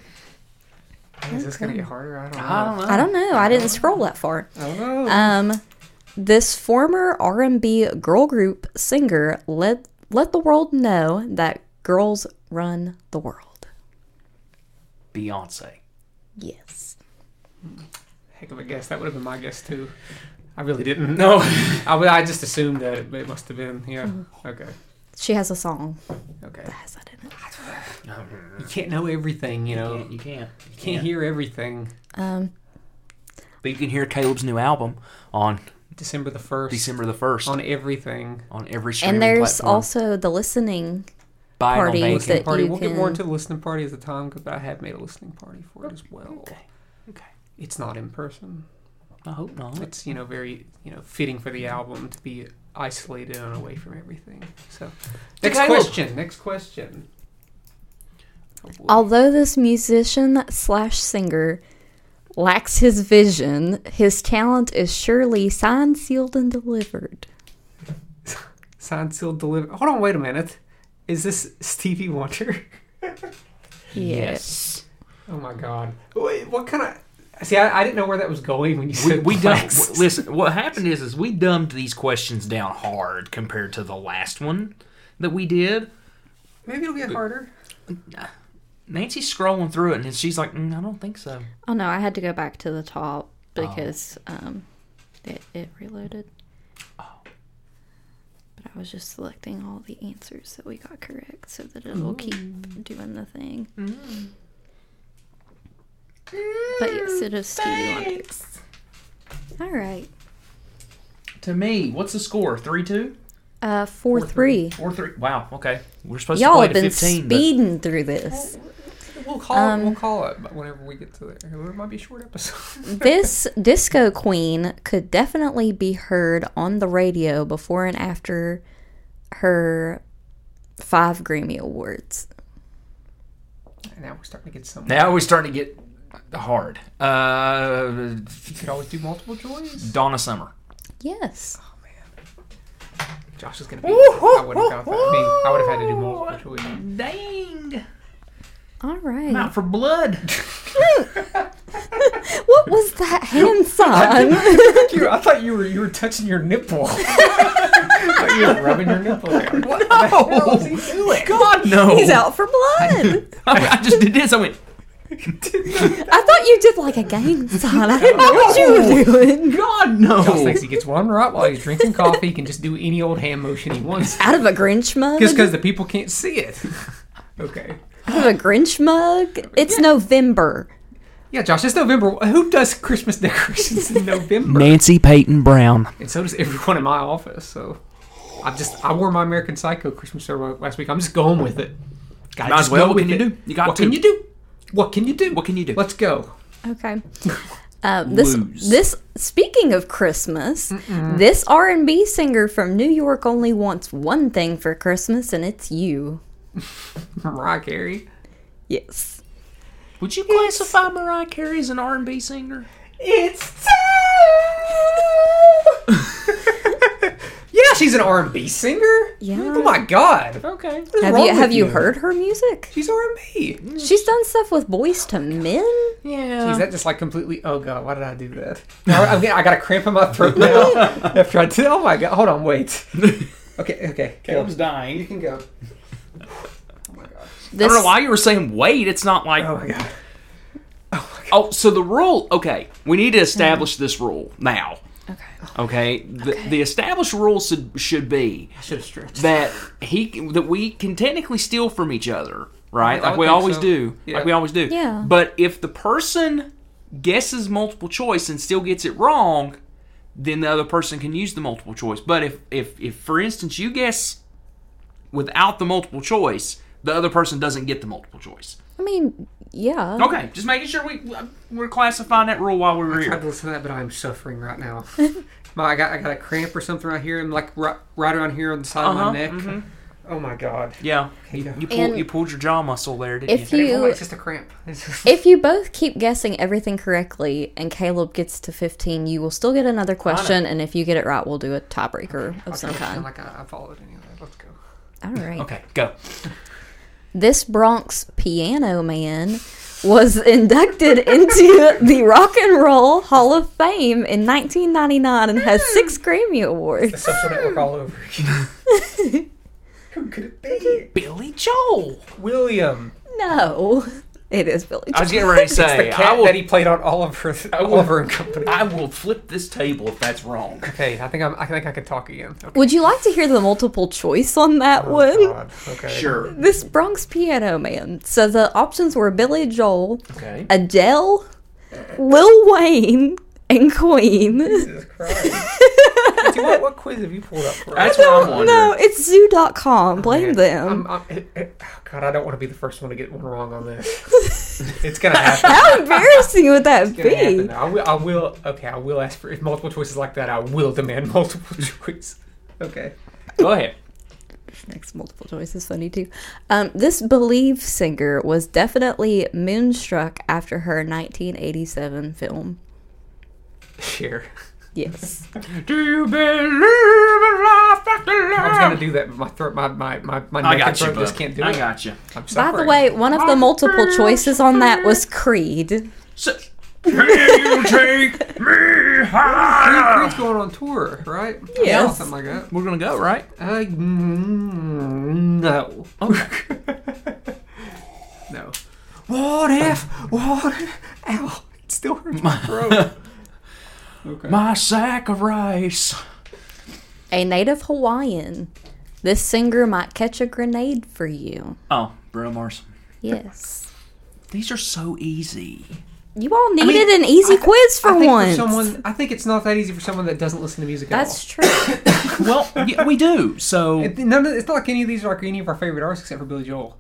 [SPEAKER 2] Hey, is this gonna get harder? I don't know.
[SPEAKER 1] I don't know.
[SPEAKER 4] I don't know. I didn't scroll that far.
[SPEAKER 2] I don't know.
[SPEAKER 4] Um, this former R&B girl group singer let let the world know that girls run the world.
[SPEAKER 1] Beyonce.
[SPEAKER 4] Yes.
[SPEAKER 2] Heck of a guess. That would have been my guess too. I really didn't.
[SPEAKER 1] No.
[SPEAKER 2] I, would- I just assumed that it, it must have been. Yeah. Okay.
[SPEAKER 4] She has a song
[SPEAKER 2] Okay.
[SPEAKER 4] that has that in it.
[SPEAKER 2] You can't know everything, you know.
[SPEAKER 1] you can't. You
[SPEAKER 2] Can't hear everything.
[SPEAKER 4] Um,
[SPEAKER 1] But you can hear Caleb's new album on
[SPEAKER 2] December the first.
[SPEAKER 1] December the first on,
[SPEAKER 2] on everything.
[SPEAKER 1] every streaming
[SPEAKER 4] and there's
[SPEAKER 1] platform.
[SPEAKER 4] also the listening.
[SPEAKER 1] Buy it on
[SPEAKER 4] party
[SPEAKER 1] Bandcamp.
[SPEAKER 4] that-
[SPEAKER 2] Party.
[SPEAKER 4] You
[SPEAKER 2] We'll get
[SPEAKER 4] can-
[SPEAKER 2] more into the listening party as the time because I have made a listening party for it as well.
[SPEAKER 1] Okay. Okay.
[SPEAKER 2] It's not in person.
[SPEAKER 1] I hope not.
[SPEAKER 2] It's you know very you know fitting for the album to be isolated and away from everything. So next
[SPEAKER 1] Caleb.
[SPEAKER 2] question. Next question. Oh, boy.
[SPEAKER 4] Although this musician slash singer lacks his vision, his talent is surely signed, sealed, and delivered.
[SPEAKER 2] Signed, sealed, delivered. Hold on, wait a minute. Is this Stevie Wonder?
[SPEAKER 4] Yes.
[SPEAKER 2] Oh my God. Wait, what kind of? See, I, I didn't know where that was going when
[SPEAKER 1] We,
[SPEAKER 2] you said
[SPEAKER 1] we done,
[SPEAKER 2] Black
[SPEAKER 1] w- listen. What happened is, is we dumbed these questions down hard compared to the last one that we did.
[SPEAKER 2] Maybe it'll get harder.
[SPEAKER 1] Nancy's scrolling through it and she's like, mm, "I don't think so."
[SPEAKER 4] Oh no, I had to go back to the top
[SPEAKER 1] Oh.
[SPEAKER 4] because um, it, it reloaded.
[SPEAKER 1] Oh.
[SPEAKER 4] But I was just selecting all the answers that we got correct so that it'll keep doing the thing. But yes, it is Stevie Wonder. All right.
[SPEAKER 1] To me, what's the score? Three two
[SPEAKER 4] Uh, 4 3.
[SPEAKER 1] or three? Wow. Okay, we're supposed
[SPEAKER 4] Y'all
[SPEAKER 1] to play
[SPEAKER 4] have been
[SPEAKER 1] to fifteen. but-
[SPEAKER 4] speeding through this.
[SPEAKER 2] We'll call it. We'll call it but whenever we get to there. It might be a short episode.
[SPEAKER 4] this disco queen could definitely be heard on the radio before and after her five Grammy Awards.
[SPEAKER 2] And now we're starting to get some.
[SPEAKER 1] now we're starting to get hard. Uh,
[SPEAKER 2] You could always do multiple choice.
[SPEAKER 1] Donna Summer.
[SPEAKER 4] Yes.
[SPEAKER 2] Josh is gonna be. I would have got that. I mean, I would have had to do multiple choice.
[SPEAKER 1] Dang!
[SPEAKER 4] All right.
[SPEAKER 1] Out for blood.
[SPEAKER 4] What was that hand sign?
[SPEAKER 2] You, I thought you were you were touching your nipple. you were rubbing your nipple. There. What the hell is he doing?
[SPEAKER 1] Oh, God no!
[SPEAKER 4] He's out for blood.
[SPEAKER 1] I, I just did this. I went.
[SPEAKER 4] I thought you did like a gang sign. I didn't know what you were doing.
[SPEAKER 1] God no!
[SPEAKER 2] Josh thinks he gets one right while he's drinking coffee. He can just do any old hand motion he wants.
[SPEAKER 4] Out of a Grinch mug.
[SPEAKER 2] Just because the people can't see it. Okay.
[SPEAKER 4] Out of a Grinch mug. It's November.
[SPEAKER 2] Yeah, Josh, it's November. Who does Christmas decorations in November?
[SPEAKER 1] Nancy Peyton Brown.
[SPEAKER 2] And so does everyone in my office. So I just I wore my American Psycho Christmas sweater last week. I'm just going with it. Gotta
[SPEAKER 1] Might as
[SPEAKER 2] just
[SPEAKER 1] well.
[SPEAKER 2] go
[SPEAKER 1] What can
[SPEAKER 2] with
[SPEAKER 1] you
[SPEAKER 2] it.
[SPEAKER 1] do? You got
[SPEAKER 2] what
[SPEAKER 1] to.
[SPEAKER 2] can you do? What can you do?
[SPEAKER 1] What can you do?
[SPEAKER 2] Let's go.
[SPEAKER 4] Okay. Um, this
[SPEAKER 1] Lose.
[SPEAKER 4] this speaking of Christmas, this R and B singer from New York only wants one thing for Christmas, and it's you.
[SPEAKER 2] Mariah Carey.
[SPEAKER 4] Yes.
[SPEAKER 1] Would you classify Mariah Carey as an R and B singer?
[SPEAKER 2] It's time. yeah, she's an R and B singer.
[SPEAKER 4] Yeah.
[SPEAKER 2] Oh my god.
[SPEAKER 1] Okay.
[SPEAKER 2] What is
[SPEAKER 4] Have
[SPEAKER 2] wrong
[SPEAKER 4] you
[SPEAKER 2] with
[SPEAKER 4] have you heard her music?
[SPEAKER 2] She's R and B.
[SPEAKER 4] She's done stuff with Boys to Men.
[SPEAKER 1] Yeah.
[SPEAKER 2] Is that just like completely? Oh god, why did I do that? Now, I'm getting, I got a cramp in my throat now. after I did. Oh my god. Hold on. Wait. Okay. Okay. Caleb, you
[SPEAKER 1] dying.
[SPEAKER 2] can go.
[SPEAKER 1] I
[SPEAKER 4] This
[SPEAKER 1] don't know why you were saying wait. It's not like
[SPEAKER 2] Oh
[SPEAKER 1] oh.
[SPEAKER 2] my god.
[SPEAKER 1] so the rule. Okay, we need to establish this rule now.
[SPEAKER 4] Okay.
[SPEAKER 1] Okay. The, the established rule should should be
[SPEAKER 2] I should have stretched.
[SPEAKER 1] that he can- that we can technically steal from each other, right? Like
[SPEAKER 2] I would
[SPEAKER 1] we
[SPEAKER 2] think
[SPEAKER 1] always
[SPEAKER 2] so.
[SPEAKER 1] do.
[SPEAKER 2] Yeah.
[SPEAKER 1] Like we always do.
[SPEAKER 4] Yeah.
[SPEAKER 1] But if the person guesses multiple choice and still gets it wrong, then the other person can use the multiple choice. But if if if for instance you guess without the multiple choice, the other person doesn't get the multiple choice.
[SPEAKER 4] I mean, yeah.
[SPEAKER 1] Okay, just making sure we we're classifying that rule while we were
[SPEAKER 2] I've
[SPEAKER 1] here.
[SPEAKER 2] listened to that, but I'm suffering right now.
[SPEAKER 1] Uh-huh, mm-hmm.
[SPEAKER 2] My, I got I got a cramp or something right here. I'm like right, right around here on the side of my neck. Oh my god.
[SPEAKER 1] Yeah, you, you, pulled,
[SPEAKER 4] And
[SPEAKER 1] you pulled your jaw muscle there, didn't
[SPEAKER 4] If
[SPEAKER 1] you?
[SPEAKER 4] you
[SPEAKER 2] It's just a cramp. It's just-
[SPEAKER 4] if you both keep guessing everything correctly and Caleb gets to 15, you will still get another question. And if you get it right, we'll do a tiebreaker of some
[SPEAKER 2] I feel
[SPEAKER 4] kind.
[SPEAKER 2] like I, I followed anyway. Let's go.
[SPEAKER 4] All right.
[SPEAKER 1] Okay, go.
[SPEAKER 4] This Bronx piano man was inducted into the Rock and Roll Hall of Fame in 1999 and has six
[SPEAKER 2] Hmm.
[SPEAKER 4] Grammy Awards.
[SPEAKER 2] Social network all over again. Who could it be?
[SPEAKER 1] Billy Joel.
[SPEAKER 2] William.
[SPEAKER 4] No, it is Billy
[SPEAKER 1] I
[SPEAKER 4] Joel.
[SPEAKER 1] was getting ready to
[SPEAKER 2] The
[SPEAKER 1] say,
[SPEAKER 2] cat
[SPEAKER 1] I will,
[SPEAKER 2] that he played on Oliver, Oliver and Company.
[SPEAKER 1] I will flip this table if that's wrong.
[SPEAKER 2] Okay, I think I'm, I think I could talk again. Okay.
[SPEAKER 4] Would you like to hear the multiple choice on that one?
[SPEAKER 2] Oh, God. Okay.
[SPEAKER 1] Sure.
[SPEAKER 4] This Bronx piano man. So the options were Billy Joel,
[SPEAKER 1] Okay.
[SPEAKER 4] Adele, Lil Wayne, and Queen.
[SPEAKER 2] Jesus Christ. Dude, what, what quiz have you pulled up for?
[SPEAKER 1] That's
[SPEAKER 2] us?
[SPEAKER 1] what I'm wondering.
[SPEAKER 4] No, it's zoo.com. Blame
[SPEAKER 2] I'm,
[SPEAKER 4] them.
[SPEAKER 2] I'm, it, it, oh, God, I don't want to be the first one to get one wrong on this. it's gonna happen.
[SPEAKER 4] How embarrassing would that
[SPEAKER 2] It's gonna happen.
[SPEAKER 4] be?
[SPEAKER 2] I will, I will. Okay, I will ask for if multiple choices like that. I will demand multiple choice. Okay.
[SPEAKER 1] Go ahead.
[SPEAKER 4] Next multiple choice is funny too. Um, this Believe singer was definitely moonstruck after her 1987 film.
[SPEAKER 2] Sure.
[SPEAKER 4] Yes.
[SPEAKER 1] Do you believe in life after
[SPEAKER 2] I was gonna do that, but my throat, my my my, my neck
[SPEAKER 1] I
[SPEAKER 2] and
[SPEAKER 1] got you,
[SPEAKER 2] throat just
[SPEAKER 1] bud.
[SPEAKER 2] can't do
[SPEAKER 1] I
[SPEAKER 2] it.
[SPEAKER 1] got you.
[SPEAKER 2] I'm
[SPEAKER 4] By the
[SPEAKER 2] suffering.
[SPEAKER 4] way, one of the multiple choices on that was Creed.
[SPEAKER 1] So, can you take me
[SPEAKER 2] Ah!
[SPEAKER 1] higher?
[SPEAKER 2] Creed's going on tour, right?
[SPEAKER 4] Yes.
[SPEAKER 2] Yeah, something like that.
[SPEAKER 1] We're gonna go, right?
[SPEAKER 2] Uh, mm, no.
[SPEAKER 1] Okay.
[SPEAKER 2] No. What if? What? If, ow! It still hurts my throat. okay.
[SPEAKER 1] My sack of rice.
[SPEAKER 4] A native Hawaiian. This singer might catch a grenade for you.
[SPEAKER 1] Oh, Bruno Mars.
[SPEAKER 4] Yes.
[SPEAKER 1] These are so easy.
[SPEAKER 4] You all needed an easy quiz for
[SPEAKER 2] I think
[SPEAKER 4] once.
[SPEAKER 2] someone, I think it's not that easy for someone that doesn't listen to music
[SPEAKER 4] That's true.
[SPEAKER 1] Well, yeah, we do. So
[SPEAKER 2] at all. It, none of, it's not like any of these are like any of our favorite artists except for Billy Joel,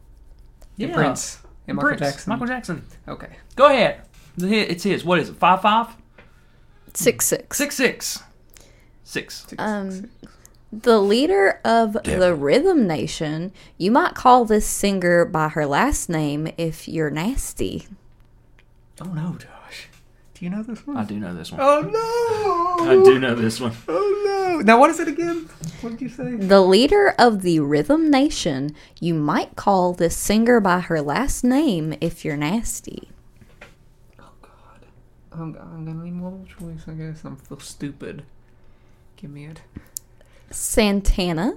[SPEAKER 1] yeah.
[SPEAKER 2] and Prince, and Michael
[SPEAKER 1] Prince,
[SPEAKER 2] Jackson.
[SPEAKER 1] Michael Jackson.
[SPEAKER 2] Okay.
[SPEAKER 1] Go ahead. It's his. What is it? Five five
[SPEAKER 4] six six.
[SPEAKER 1] six six six.
[SPEAKER 4] Um, the leader of the Rhythm Nation. You might call this singer by her last name if you're nasty.
[SPEAKER 2] Oh no, Josh. Do you know this one?
[SPEAKER 1] I do know this one.
[SPEAKER 2] oh no.
[SPEAKER 1] I do know this one.
[SPEAKER 2] Oh no. Now what is it again? What did you say?
[SPEAKER 4] The leader of the Rhythm Nation. You might call this singer by her last name if you're nasty.
[SPEAKER 2] I'm, I'm gonna need multiple choice. I guess I'm feel stupid. Give me it.
[SPEAKER 4] Santana.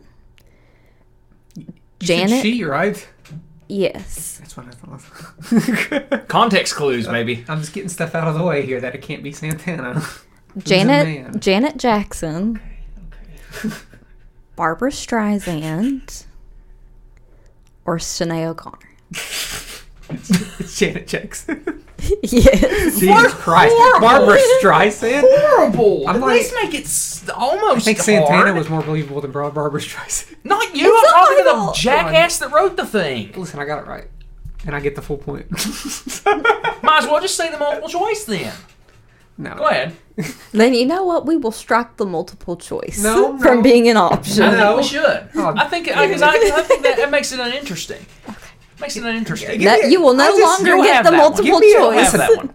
[SPEAKER 2] You said
[SPEAKER 4] Janet?
[SPEAKER 2] She right?
[SPEAKER 4] Yes.
[SPEAKER 2] That's what I thought.
[SPEAKER 1] Context clues, maybe.
[SPEAKER 2] I'm just getting stuff out of the way here that it can't be Santana. man?
[SPEAKER 4] Janet Janet Jackson.
[SPEAKER 2] Okay.
[SPEAKER 4] Barbara Streisand or Sinead O'Connor?
[SPEAKER 2] it's Janet Jackson.
[SPEAKER 4] yes.
[SPEAKER 2] Jesus Christ.
[SPEAKER 1] horrible.
[SPEAKER 2] Barbara Streisand?
[SPEAKER 1] Horrible.
[SPEAKER 2] I'm
[SPEAKER 1] At
[SPEAKER 2] like-
[SPEAKER 1] least make it s- almost.
[SPEAKER 2] I think Santana was more believable than Bra- Barbara Streisand.
[SPEAKER 1] Not you. I'm talking to the
[SPEAKER 4] awful.
[SPEAKER 1] jackass that wrote the thing.
[SPEAKER 2] Listen, I got it right. And I get the full point.
[SPEAKER 1] Might as well just say the multiple choice then.
[SPEAKER 2] no.
[SPEAKER 1] Go ahead.
[SPEAKER 4] Then you know what? We will strike the multiple choice
[SPEAKER 2] No,
[SPEAKER 4] from
[SPEAKER 2] no.
[SPEAKER 4] being an option.
[SPEAKER 1] I think
[SPEAKER 2] No.
[SPEAKER 1] we should.
[SPEAKER 2] Oh,
[SPEAKER 1] I think I, 'cause I, I think that, that makes it uninteresting. Makes it uninteresting.
[SPEAKER 2] Give
[SPEAKER 4] That
[SPEAKER 2] me-
[SPEAKER 4] you will no
[SPEAKER 2] I just-
[SPEAKER 4] longer
[SPEAKER 1] You'll
[SPEAKER 4] get
[SPEAKER 1] have
[SPEAKER 4] the
[SPEAKER 1] that one.
[SPEAKER 4] multiple
[SPEAKER 2] Give me a-
[SPEAKER 1] You'll have
[SPEAKER 4] choice.
[SPEAKER 1] that one.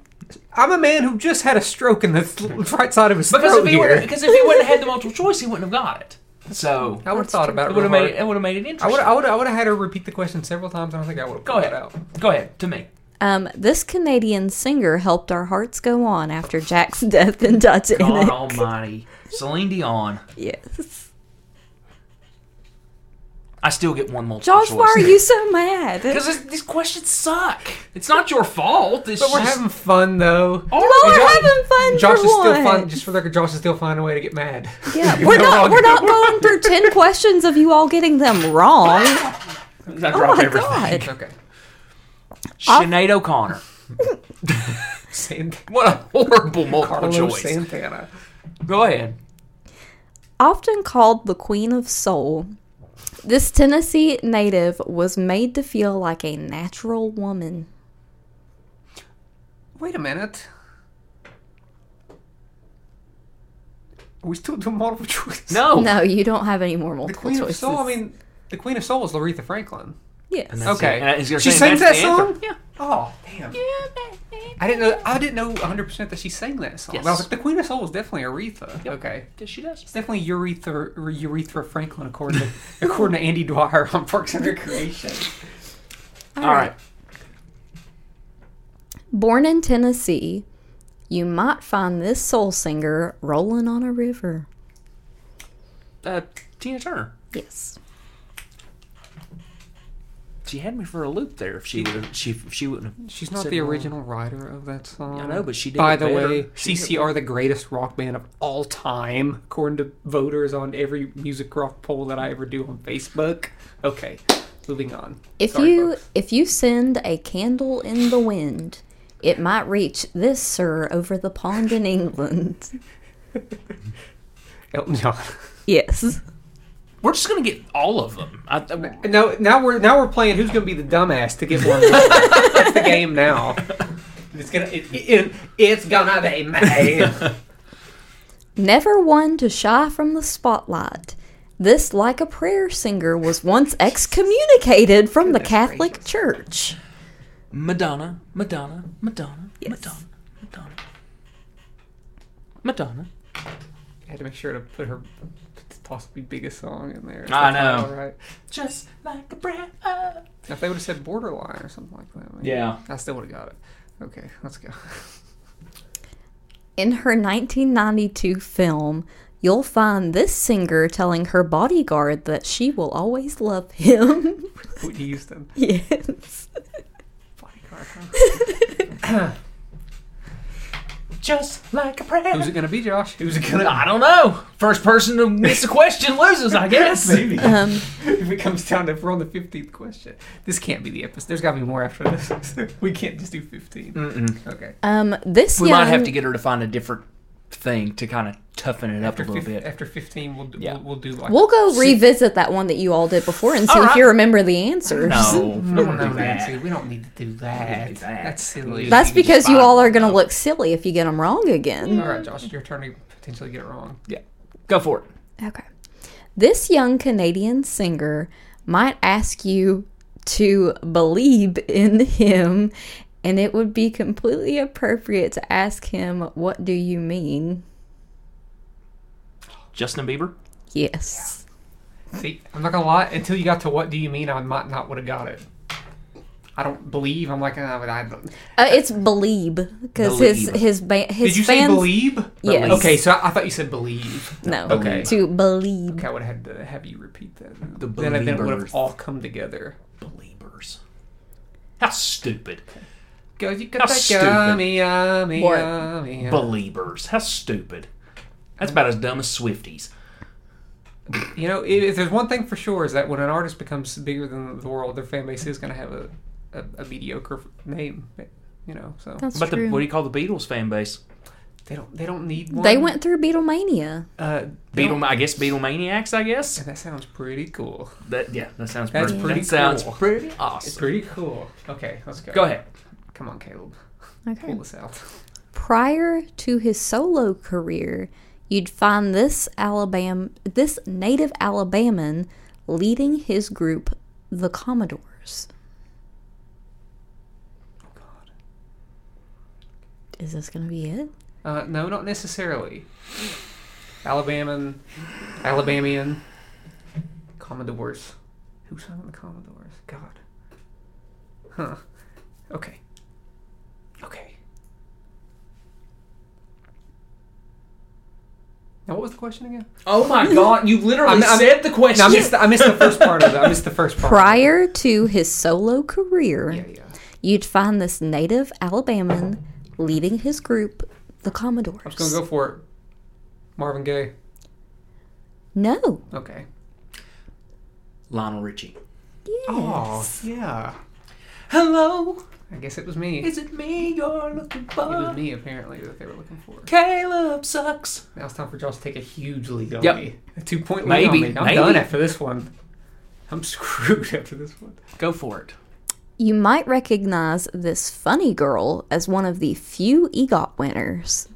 [SPEAKER 2] I'm a man who just had a stroke in the th- right side of his
[SPEAKER 1] Because
[SPEAKER 2] throat
[SPEAKER 1] if he would,
[SPEAKER 2] here.
[SPEAKER 1] because if he wouldn't have had the multiple choice, he wouldn't have got it. So
[SPEAKER 2] I would have thought about
[SPEAKER 1] it
[SPEAKER 2] it.
[SPEAKER 1] would
[SPEAKER 2] Real
[SPEAKER 1] have made it,
[SPEAKER 2] hard.
[SPEAKER 1] it would have made it
[SPEAKER 2] I would
[SPEAKER 1] interesting.
[SPEAKER 2] I would I would have had her repeat the question several times and I think I would have
[SPEAKER 1] Go
[SPEAKER 2] pulled
[SPEAKER 1] ahead.
[SPEAKER 2] it out.
[SPEAKER 1] Go ahead to me.
[SPEAKER 4] Um, this Canadian singer helped our hearts go on after Jack's death in Titanic.
[SPEAKER 1] God Almighty, Celine Dion.
[SPEAKER 4] Yes.
[SPEAKER 1] I still get one multiple
[SPEAKER 4] Josh,
[SPEAKER 1] choice.
[SPEAKER 4] why are you so mad?
[SPEAKER 1] Because these questions suck. It's not your fault. It's
[SPEAKER 2] But we're
[SPEAKER 1] just-
[SPEAKER 2] having fun though.
[SPEAKER 1] All
[SPEAKER 4] Well,
[SPEAKER 1] right,
[SPEAKER 4] we're
[SPEAKER 1] Josh-
[SPEAKER 4] having fun
[SPEAKER 2] Josh
[SPEAKER 4] for
[SPEAKER 2] is still
[SPEAKER 4] once.
[SPEAKER 2] fine. Just for the record, Josh is still finding a way to get mad.
[SPEAKER 4] Yeah, we're
[SPEAKER 2] You're
[SPEAKER 4] not
[SPEAKER 2] wrong.
[SPEAKER 4] we're not going through ten questions of you all getting them wrong.
[SPEAKER 1] I
[SPEAKER 4] Oh
[SPEAKER 1] drop
[SPEAKER 4] my
[SPEAKER 1] everything.
[SPEAKER 4] god.
[SPEAKER 2] okay.
[SPEAKER 1] Sinead O'Connor.
[SPEAKER 2] Sand-
[SPEAKER 1] What a horrible multiple
[SPEAKER 2] Carlos
[SPEAKER 1] choice.
[SPEAKER 2] Santana.
[SPEAKER 1] Go ahead.
[SPEAKER 4] Often called the Queen of Soul, this Tennessee native was made to feel like a natural woman.
[SPEAKER 2] Wait a minute. Are we still doing multiple choice?
[SPEAKER 1] No.
[SPEAKER 4] No, you don't have any more
[SPEAKER 2] The
[SPEAKER 4] multiple
[SPEAKER 2] Oh. Queen of
[SPEAKER 4] choices.
[SPEAKER 2] Soul, I mean, The Queen of Soul is Aretha Franklin.
[SPEAKER 4] Yes.
[SPEAKER 1] That's
[SPEAKER 2] Okay.
[SPEAKER 1] it. And he's gonna
[SPEAKER 2] She
[SPEAKER 1] sing,
[SPEAKER 2] sings that
[SPEAKER 1] "That's the
[SPEAKER 2] song.
[SPEAKER 1] anthem."
[SPEAKER 2] Yeah. Oh damn. I didn't know. I didn't know 100 percent that she sang that song.
[SPEAKER 1] Yes.
[SPEAKER 2] But I was like, the Queen of Soul is definitely Aretha. Okay.
[SPEAKER 1] Yes, she does.
[SPEAKER 2] It's definitely Urethra Urethra Franklin according to according to Andy Dwyer on Parks and Recreation.
[SPEAKER 1] All right.
[SPEAKER 4] Born in Tennessee, you might find this soul singer rolling on a river.
[SPEAKER 1] Uh, Tina Turner.
[SPEAKER 4] Yes.
[SPEAKER 1] She had me for a loop there. If she would, have she if she wouldn't. Have
[SPEAKER 2] She's not
[SPEAKER 1] said
[SPEAKER 2] the
[SPEAKER 1] no.
[SPEAKER 2] original writer of that song.
[SPEAKER 1] I know, but she did
[SPEAKER 2] By
[SPEAKER 1] it
[SPEAKER 2] the way,
[SPEAKER 1] better. She did it
[SPEAKER 2] CCR, the greatest rock band of all time, according to voters on every music rock poll that I ever do on Facebook. Okay, moving on.
[SPEAKER 4] If
[SPEAKER 2] Sorry,
[SPEAKER 4] you
[SPEAKER 2] folks.
[SPEAKER 4] if you send a candle in the wind, it might reach this sir over the pond in England.
[SPEAKER 2] Elton John.
[SPEAKER 4] Yes.
[SPEAKER 1] We're just gonna get all of them. I, I,
[SPEAKER 2] No, now we're now we're playing who's gonna be the dumbass to get one. That's the game now. It's gonna it, it, it's gonna be me.
[SPEAKER 4] Never one to shy from the spotlight. This like a prayer singer was once excommunicated from the Catholic Church.
[SPEAKER 1] Madonna, Madonna, Madonna,
[SPEAKER 4] Yes.
[SPEAKER 1] Madonna, Madonna, Madonna.
[SPEAKER 2] I had to make sure to put her possibly biggest song in there.
[SPEAKER 1] I
[SPEAKER 2] That's
[SPEAKER 1] know.
[SPEAKER 2] All right.
[SPEAKER 1] Just like a breath. Of...
[SPEAKER 2] Now, if they would have said borderline or something like that, maybe.
[SPEAKER 1] Yeah.
[SPEAKER 2] I still would have got it. Okay, let's go.
[SPEAKER 4] In her 1992 film, you'll find this singer telling her bodyguard that she will always love him.
[SPEAKER 2] Whitney Houston.
[SPEAKER 4] yes.
[SPEAKER 2] Bodyguard. Huh?
[SPEAKER 1] Just like a breath.
[SPEAKER 2] Who's it gonna be, Josh? Who's it gonna?
[SPEAKER 1] I don't know. First person to miss a question loses, I guess.
[SPEAKER 2] Maybe.
[SPEAKER 4] Um,
[SPEAKER 2] if it comes down to if we're on the fifteenth question, this can't be the episode. There's got to be more after this. we can't just do 15 Okay.
[SPEAKER 4] um, this
[SPEAKER 1] We
[SPEAKER 4] young,
[SPEAKER 1] might have to get her to find a different thing to kind of toughen it up
[SPEAKER 2] After,
[SPEAKER 1] a little
[SPEAKER 2] fif-
[SPEAKER 1] bit.
[SPEAKER 2] after fifteen, we'll do,
[SPEAKER 1] Yeah.
[SPEAKER 2] we'll, we'll do like.
[SPEAKER 4] We'll go revisit that one that you all did before and see
[SPEAKER 1] All
[SPEAKER 4] if you
[SPEAKER 1] right.
[SPEAKER 4] remember the answers.
[SPEAKER 1] No,
[SPEAKER 2] no, no,
[SPEAKER 1] don't do
[SPEAKER 2] Nancy,
[SPEAKER 1] that.
[SPEAKER 2] we don't need to do that.
[SPEAKER 1] do that.
[SPEAKER 2] That's silly.
[SPEAKER 4] That's
[SPEAKER 1] You can just
[SPEAKER 4] because you
[SPEAKER 1] find
[SPEAKER 4] all are
[SPEAKER 1] one,
[SPEAKER 4] going to
[SPEAKER 1] though.
[SPEAKER 4] look silly if you get them wrong again.
[SPEAKER 2] all right, Josh. Your turn to potentially get it wrong.
[SPEAKER 1] Yeah, go for it.
[SPEAKER 4] Okay. This young Canadian singer might ask you to believe in him, and it would be completely appropriate to ask him, What do you mean?
[SPEAKER 1] Justin Bieber.
[SPEAKER 4] Yes.
[SPEAKER 2] See, I'm not gonna lie. Until you got to what do you mean, I might not would have got it. I don't believe. I'm like, nah, but I don't.
[SPEAKER 4] Uh, it's believe because his
[SPEAKER 1] Believe.
[SPEAKER 4] his ba- his
[SPEAKER 2] Did you say
[SPEAKER 4] fans.
[SPEAKER 2] believe?
[SPEAKER 4] Yes.
[SPEAKER 2] Okay, so I, I thought you said believe.
[SPEAKER 4] No.
[SPEAKER 2] Okay.
[SPEAKER 4] To believe.
[SPEAKER 2] Okay, I would have had to have you repeat that.
[SPEAKER 1] The
[SPEAKER 2] then, then it would
[SPEAKER 1] believers.
[SPEAKER 2] have all come together.
[SPEAKER 1] Beliebers. How stupid.
[SPEAKER 2] Go, you go, ah,
[SPEAKER 1] How
[SPEAKER 2] back,
[SPEAKER 1] stupid.
[SPEAKER 2] yummy, yummy,
[SPEAKER 4] What?
[SPEAKER 2] yummy, yummy.
[SPEAKER 1] Beliebers. How stupid. That's about as dumb as Swifties.
[SPEAKER 2] You know, if, if there's one thing for sure is that when an artist becomes bigger than the world, their fan base is going to have a, a, a mediocre name. You know, so
[SPEAKER 4] That's
[SPEAKER 1] But the,
[SPEAKER 4] true.
[SPEAKER 1] what do you call the Beatles fan base?
[SPEAKER 2] they don't they don't need one.
[SPEAKER 4] they went through Beatlemania.
[SPEAKER 2] Uh, they
[SPEAKER 1] Beatle,
[SPEAKER 2] don't-
[SPEAKER 1] I guess Beatlemaniacs. I guess
[SPEAKER 2] That sounds pretty cool.
[SPEAKER 1] that. Yeah, that sounds
[SPEAKER 2] That's
[SPEAKER 1] pretty.
[SPEAKER 2] pretty
[SPEAKER 1] that sounds
[SPEAKER 2] cool.
[SPEAKER 1] pretty
[SPEAKER 2] It's
[SPEAKER 1] awesome.
[SPEAKER 2] pretty cool. Okay, let's go.
[SPEAKER 1] Go ahead.
[SPEAKER 2] Come on, Caleb.
[SPEAKER 4] Okay.
[SPEAKER 2] Pull this out.
[SPEAKER 4] prior to his solo career, you'd find this Alabama, this native Alabaman, leading his group, the Commodores.
[SPEAKER 2] Oh,
[SPEAKER 4] Is this gonna be it?
[SPEAKER 2] Uh, no, not necessarily. Alabaman, Alabamian, Commodores. Who sung the Commodores? God. Huh. Okay. Okay. Now, what was the question again?
[SPEAKER 1] Oh my God! You literally
[SPEAKER 2] I'm- I'm-
[SPEAKER 1] said the question.
[SPEAKER 2] No, I missed, the, I missed the first part of it. I missed the first part.
[SPEAKER 4] Prior to his solo career,
[SPEAKER 2] Yeah, yeah.
[SPEAKER 4] you'd find this native Alabaman leading his group, the Commodores.
[SPEAKER 2] I was going to go for it. Marvin Gaye.
[SPEAKER 4] No.
[SPEAKER 2] Okay.
[SPEAKER 1] Lionel Richie.
[SPEAKER 2] Oh, yeah.
[SPEAKER 1] Hello,
[SPEAKER 2] I guess it was me. It
[SPEAKER 1] is it me you're looking
[SPEAKER 2] was
[SPEAKER 1] for?
[SPEAKER 2] me, apparently, that they were looking for.
[SPEAKER 1] Caleb sucks.
[SPEAKER 2] Now it's time for Josh to take a huge lead on
[SPEAKER 1] Yep.
[SPEAKER 2] me. A two point lead
[SPEAKER 1] Maybe,
[SPEAKER 2] on me. I'm
[SPEAKER 1] maybe.
[SPEAKER 2] done after this one. I'm screwed after this one.
[SPEAKER 1] Go for it.
[SPEAKER 4] You might recognize this funny girl as one of the few EGOT winners.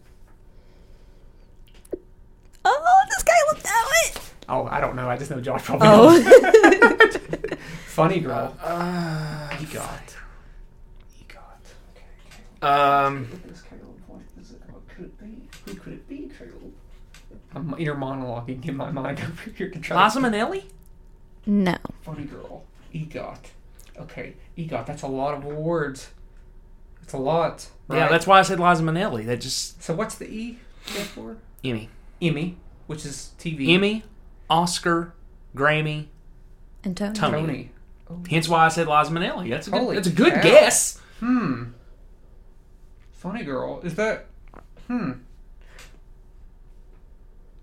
[SPEAKER 4] Oh, does Caleb know it?
[SPEAKER 2] Oh, I don't know. I just know Josh probably. knows.
[SPEAKER 4] Oh,
[SPEAKER 2] Funny girl.
[SPEAKER 1] Uh,
[SPEAKER 2] you got. You got.
[SPEAKER 1] Um,
[SPEAKER 2] This Caleb point is it? What could it be? Who could it be, Caleb? I'm inner monologuing in my mind over here to try.
[SPEAKER 1] Liza Minnelli?
[SPEAKER 4] no.
[SPEAKER 2] Funny girl. Egot. Okay, Egot. That's a lot of words. It's a lot. Right?
[SPEAKER 1] Yeah, that's why I said Liza Minnelli. That just
[SPEAKER 2] So what's the E stand for?
[SPEAKER 1] Emmy,
[SPEAKER 2] Emmy, which is TV.
[SPEAKER 1] Emmy, Oscar, Grammy.
[SPEAKER 4] And Tony.
[SPEAKER 1] Tony.
[SPEAKER 2] Tony.
[SPEAKER 1] Hence why I said Liza Minnelli. That's a good,
[SPEAKER 2] Holy
[SPEAKER 1] that's a good
[SPEAKER 2] cow.
[SPEAKER 1] guess.
[SPEAKER 2] Hmm. Funny girl. Is that? Hmm.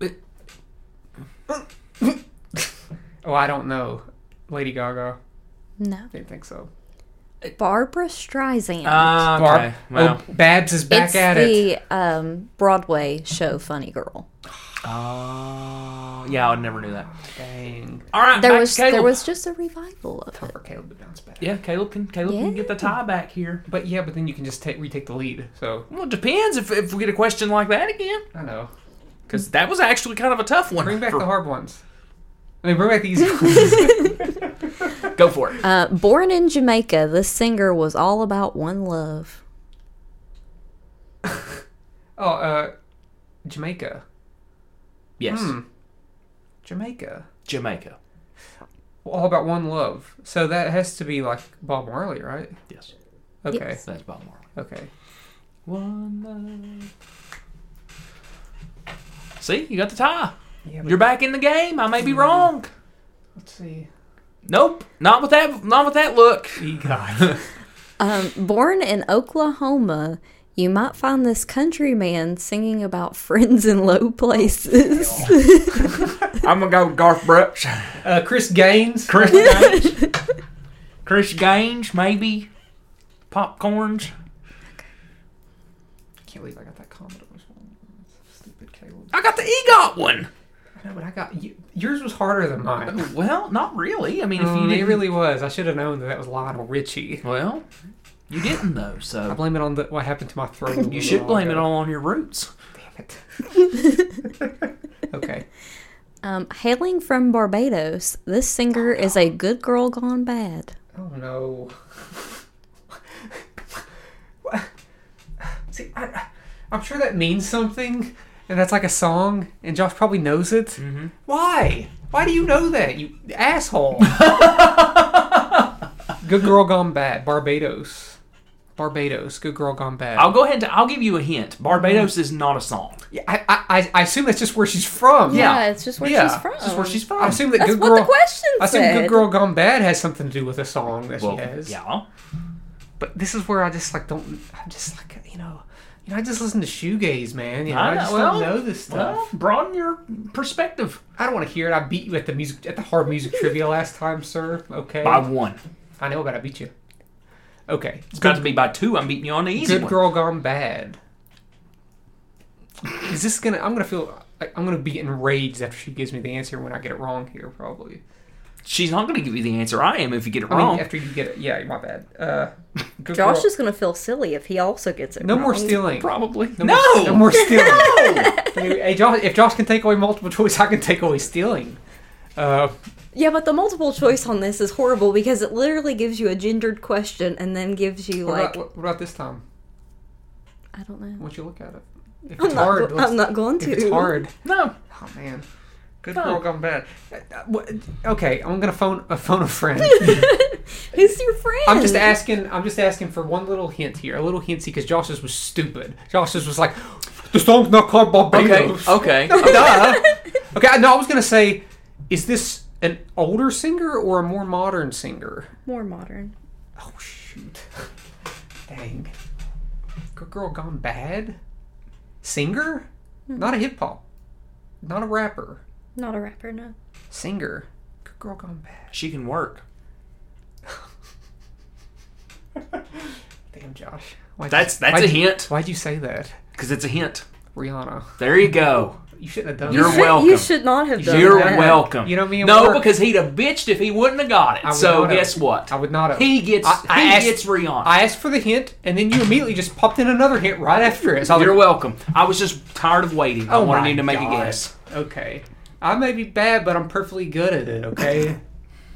[SPEAKER 1] It-
[SPEAKER 2] oh, I don't know. Lady Gaga.
[SPEAKER 4] No.
[SPEAKER 2] Didn't think so.
[SPEAKER 4] Barbara Streisand.
[SPEAKER 1] Uh, okay. Well,
[SPEAKER 2] Oh, Babs is back
[SPEAKER 4] it's
[SPEAKER 2] at it.
[SPEAKER 4] the um, Broadway show Funny Girl.
[SPEAKER 1] Oh, yeah, I never knew that.
[SPEAKER 2] Dang.
[SPEAKER 1] All right,
[SPEAKER 4] There
[SPEAKER 1] back
[SPEAKER 4] was
[SPEAKER 1] to Caleb.
[SPEAKER 4] there was just a revival of it.
[SPEAKER 2] For Caleb to bounce back.
[SPEAKER 1] yeah, Caleb can Caleb can get the tie back here.
[SPEAKER 2] But yeah, but then you can just take, retake the lead. So
[SPEAKER 1] Well, it depends if, if we get a question like that again,
[SPEAKER 2] I know.
[SPEAKER 1] because that was actually kind of a tough one.
[SPEAKER 2] Bring back
[SPEAKER 1] for-
[SPEAKER 2] the hard ones. I mean, bring back the easy ones.
[SPEAKER 1] Go for it.
[SPEAKER 4] Uh, born in Jamaica, this singer was all about one love.
[SPEAKER 2] oh, uh, Jamaica.
[SPEAKER 1] Yes,
[SPEAKER 2] Hmm. Jamaica.
[SPEAKER 1] Jamaica.
[SPEAKER 2] All about one love. So that has to be like Bob Marley, right?
[SPEAKER 1] Yes,
[SPEAKER 2] Okay.
[SPEAKER 4] Yes.
[SPEAKER 1] that's Bob Marley.
[SPEAKER 2] Okay.
[SPEAKER 1] One love. See, you got the tie.
[SPEAKER 2] Yeah,
[SPEAKER 1] You're back in the game. I may be wrong.
[SPEAKER 2] Let's see.
[SPEAKER 1] Nope, not with that. Not with that look.
[SPEAKER 2] Egot.
[SPEAKER 4] Um, born in Oklahoma, you might find this countryman singing about friends in low places.
[SPEAKER 1] I'm gonna go with Garth Brooks.
[SPEAKER 2] uh, Chris Gaines.
[SPEAKER 1] Chris Gaines. Chris Gaines, maybe. Popcorns.
[SPEAKER 2] Can't believe I got that Commodore's one. Stupid Caleb.
[SPEAKER 1] I got the EGOT one.
[SPEAKER 2] I know, but I got you, yours was harder than mine.
[SPEAKER 1] Well, not really. I mean, if you
[SPEAKER 2] Um, Mm, it
[SPEAKER 1] didn't
[SPEAKER 2] really was. I should have known that that was Lionel Richie.
[SPEAKER 1] well, you didn't though.
[SPEAKER 2] I
[SPEAKER 1] So
[SPEAKER 2] blame it on the, what happened to my throat. a
[SPEAKER 1] you
[SPEAKER 2] little
[SPEAKER 1] should
[SPEAKER 2] while
[SPEAKER 1] blame it
[SPEAKER 2] ago.
[SPEAKER 1] all on your roots.
[SPEAKER 2] Damn it. okay.
[SPEAKER 4] Um, hailing from Barbados, this singer is a good girl gone bad.
[SPEAKER 2] Oh no. See, I, I'm sure that means something, and that's like a song, and Josh probably knows it.
[SPEAKER 1] Mm-hmm.
[SPEAKER 2] Why? Why do you know that, you asshole? Good Girl Gone Bad, Barbados. Barbados, Good Girl Gone Bad.
[SPEAKER 1] I'll go ahead and I'll give you a hint. Barbados is not a song.
[SPEAKER 2] Yeah, I, I, I- I assume that's just where she's from.
[SPEAKER 1] Yeah.
[SPEAKER 4] it's just where
[SPEAKER 2] Yeah,
[SPEAKER 4] she's from.
[SPEAKER 1] This is where she's from.
[SPEAKER 2] Oh. I assume that
[SPEAKER 4] That's
[SPEAKER 2] Good
[SPEAKER 4] what
[SPEAKER 2] Girl.
[SPEAKER 4] the question
[SPEAKER 2] I assume
[SPEAKER 4] said.
[SPEAKER 2] Good Girl Gone Bad has something to do with a song that
[SPEAKER 1] Well,
[SPEAKER 2] she has.
[SPEAKER 1] yeah.
[SPEAKER 2] but this is where I just like don't. I'm just like you know, you know. I just listen to shoegaze, man. You know, I,
[SPEAKER 1] I know-
[SPEAKER 2] just
[SPEAKER 1] well,
[SPEAKER 2] don't know this stuff.
[SPEAKER 1] Well, broaden your perspective.
[SPEAKER 2] I don't want to hear it. I beat you at the music at the hard music trivia last time, sir. Okay,
[SPEAKER 1] By one.
[SPEAKER 2] I know, but I beat you. Okay,
[SPEAKER 1] It's got to be by two. I'm beating you on the easy
[SPEAKER 2] good
[SPEAKER 1] one.
[SPEAKER 2] girl gone bad. Is this gonna? I'm gonna feel. Like, I'm gonna be enraged after she gives me the answer when I get it wrong here, probably.
[SPEAKER 1] She's not going to give you the answer I am if you get it
[SPEAKER 2] I mean,
[SPEAKER 1] wrong.
[SPEAKER 2] after you get it, yeah, my bad. Uh, good
[SPEAKER 4] Josh
[SPEAKER 2] girl-
[SPEAKER 4] is going to feel silly if he also gets it.
[SPEAKER 2] no
[SPEAKER 4] wrong.
[SPEAKER 2] more stealing.
[SPEAKER 1] Probably. No.
[SPEAKER 2] More, no more stealing. Hey, Josh, if Josh can take away multiple choice, I can take away stealing. Uh,
[SPEAKER 4] Yeah, but the multiple choice on this is horrible because it literally gives you a gendered question and then gives you
[SPEAKER 2] what,
[SPEAKER 4] like
[SPEAKER 2] about, what, what about this time?
[SPEAKER 4] I don't know.
[SPEAKER 2] Why don't you look at it? If it's
[SPEAKER 4] I'm not,
[SPEAKER 2] hard,
[SPEAKER 4] go-
[SPEAKER 2] let's-
[SPEAKER 4] I'm not going
[SPEAKER 2] if
[SPEAKER 4] to.
[SPEAKER 2] it's hard.
[SPEAKER 1] No.
[SPEAKER 2] Oh man, good
[SPEAKER 1] No.
[SPEAKER 2] girl gone bad. Uh, uh, what- Okay, I'm gonna phone a phone a friend.
[SPEAKER 4] Who's your friend?
[SPEAKER 2] I'm just asking. I'm just asking for one little hint here, a little hintsy, because Josh's was stupid. Josh's was like, the song's not called
[SPEAKER 1] Okay.
[SPEAKER 2] Barbados.
[SPEAKER 4] oh.
[SPEAKER 1] Okay.
[SPEAKER 2] Duh. okay, I- no, I was gonna say, is this an older singer or a more modern singer?
[SPEAKER 4] More modern.
[SPEAKER 2] Oh shoot! Dang. Good girl gone bad. Singer, not a hip hop, not a rapper.
[SPEAKER 4] Not a rapper, no.
[SPEAKER 2] Singer. Good girl gone bad.
[SPEAKER 1] She can work.
[SPEAKER 2] Damn, Josh. Why'd
[SPEAKER 1] That's that's a
[SPEAKER 2] why'd you-
[SPEAKER 1] hint
[SPEAKER 2] Why'd you say that,
[SPEAKER 1] because it's a hint.
[SPEAKER 2] Rihanna?
[SPEAKER 1] There you go.
[SPEAKER 2] You shouldn't have done
[SPEAKER 1] You're
[SPEAKER 2] that.
[SPEAKER 1] You welcome.
[SPEAKER 4] You should not have done
[SPEAKER 1] You're
[SPEAKER 4] that.
[SPEAKER 1] welcome.
[SPEAKER 2] You know me and
[SPEAKER 1] No,
[SPEAKER 2] work.
[SPEAKER 1] because he'd have bitched if he wouldn't have got it.
[SPEAKER 2] would
[SPEAKER 1] So
[SPEAKER 2] not have.
[SPEAKER 1] guess what?
[SPEAKER 2] I would not have.
[SPEAKER 1] He gets
[SPEAKER 2] I- I
[SPEAKER 1] he
[SPEAKER 2] asked-
[SPEAKER 1] gets Rihanna.
[SPEAKER 2] I asked for the hint, and then you immediately just popped in another hint right after it. So I was
[SPEAKER 1] You're
[SPEAKER 2] like,
[SPEAKER 1] welcome. I was just tired of waiting. I
[SPEAKER 2] Oh
[SPEAKER 1] wanted
[SPEAKER 2] my
[SPEAKER 1] him to make
[SPEAKER 2] God.
[SPEAKER 1] a guess.
[SPEAKER 2] okay. I may be bad, but I'm perfectly good at it. Okay,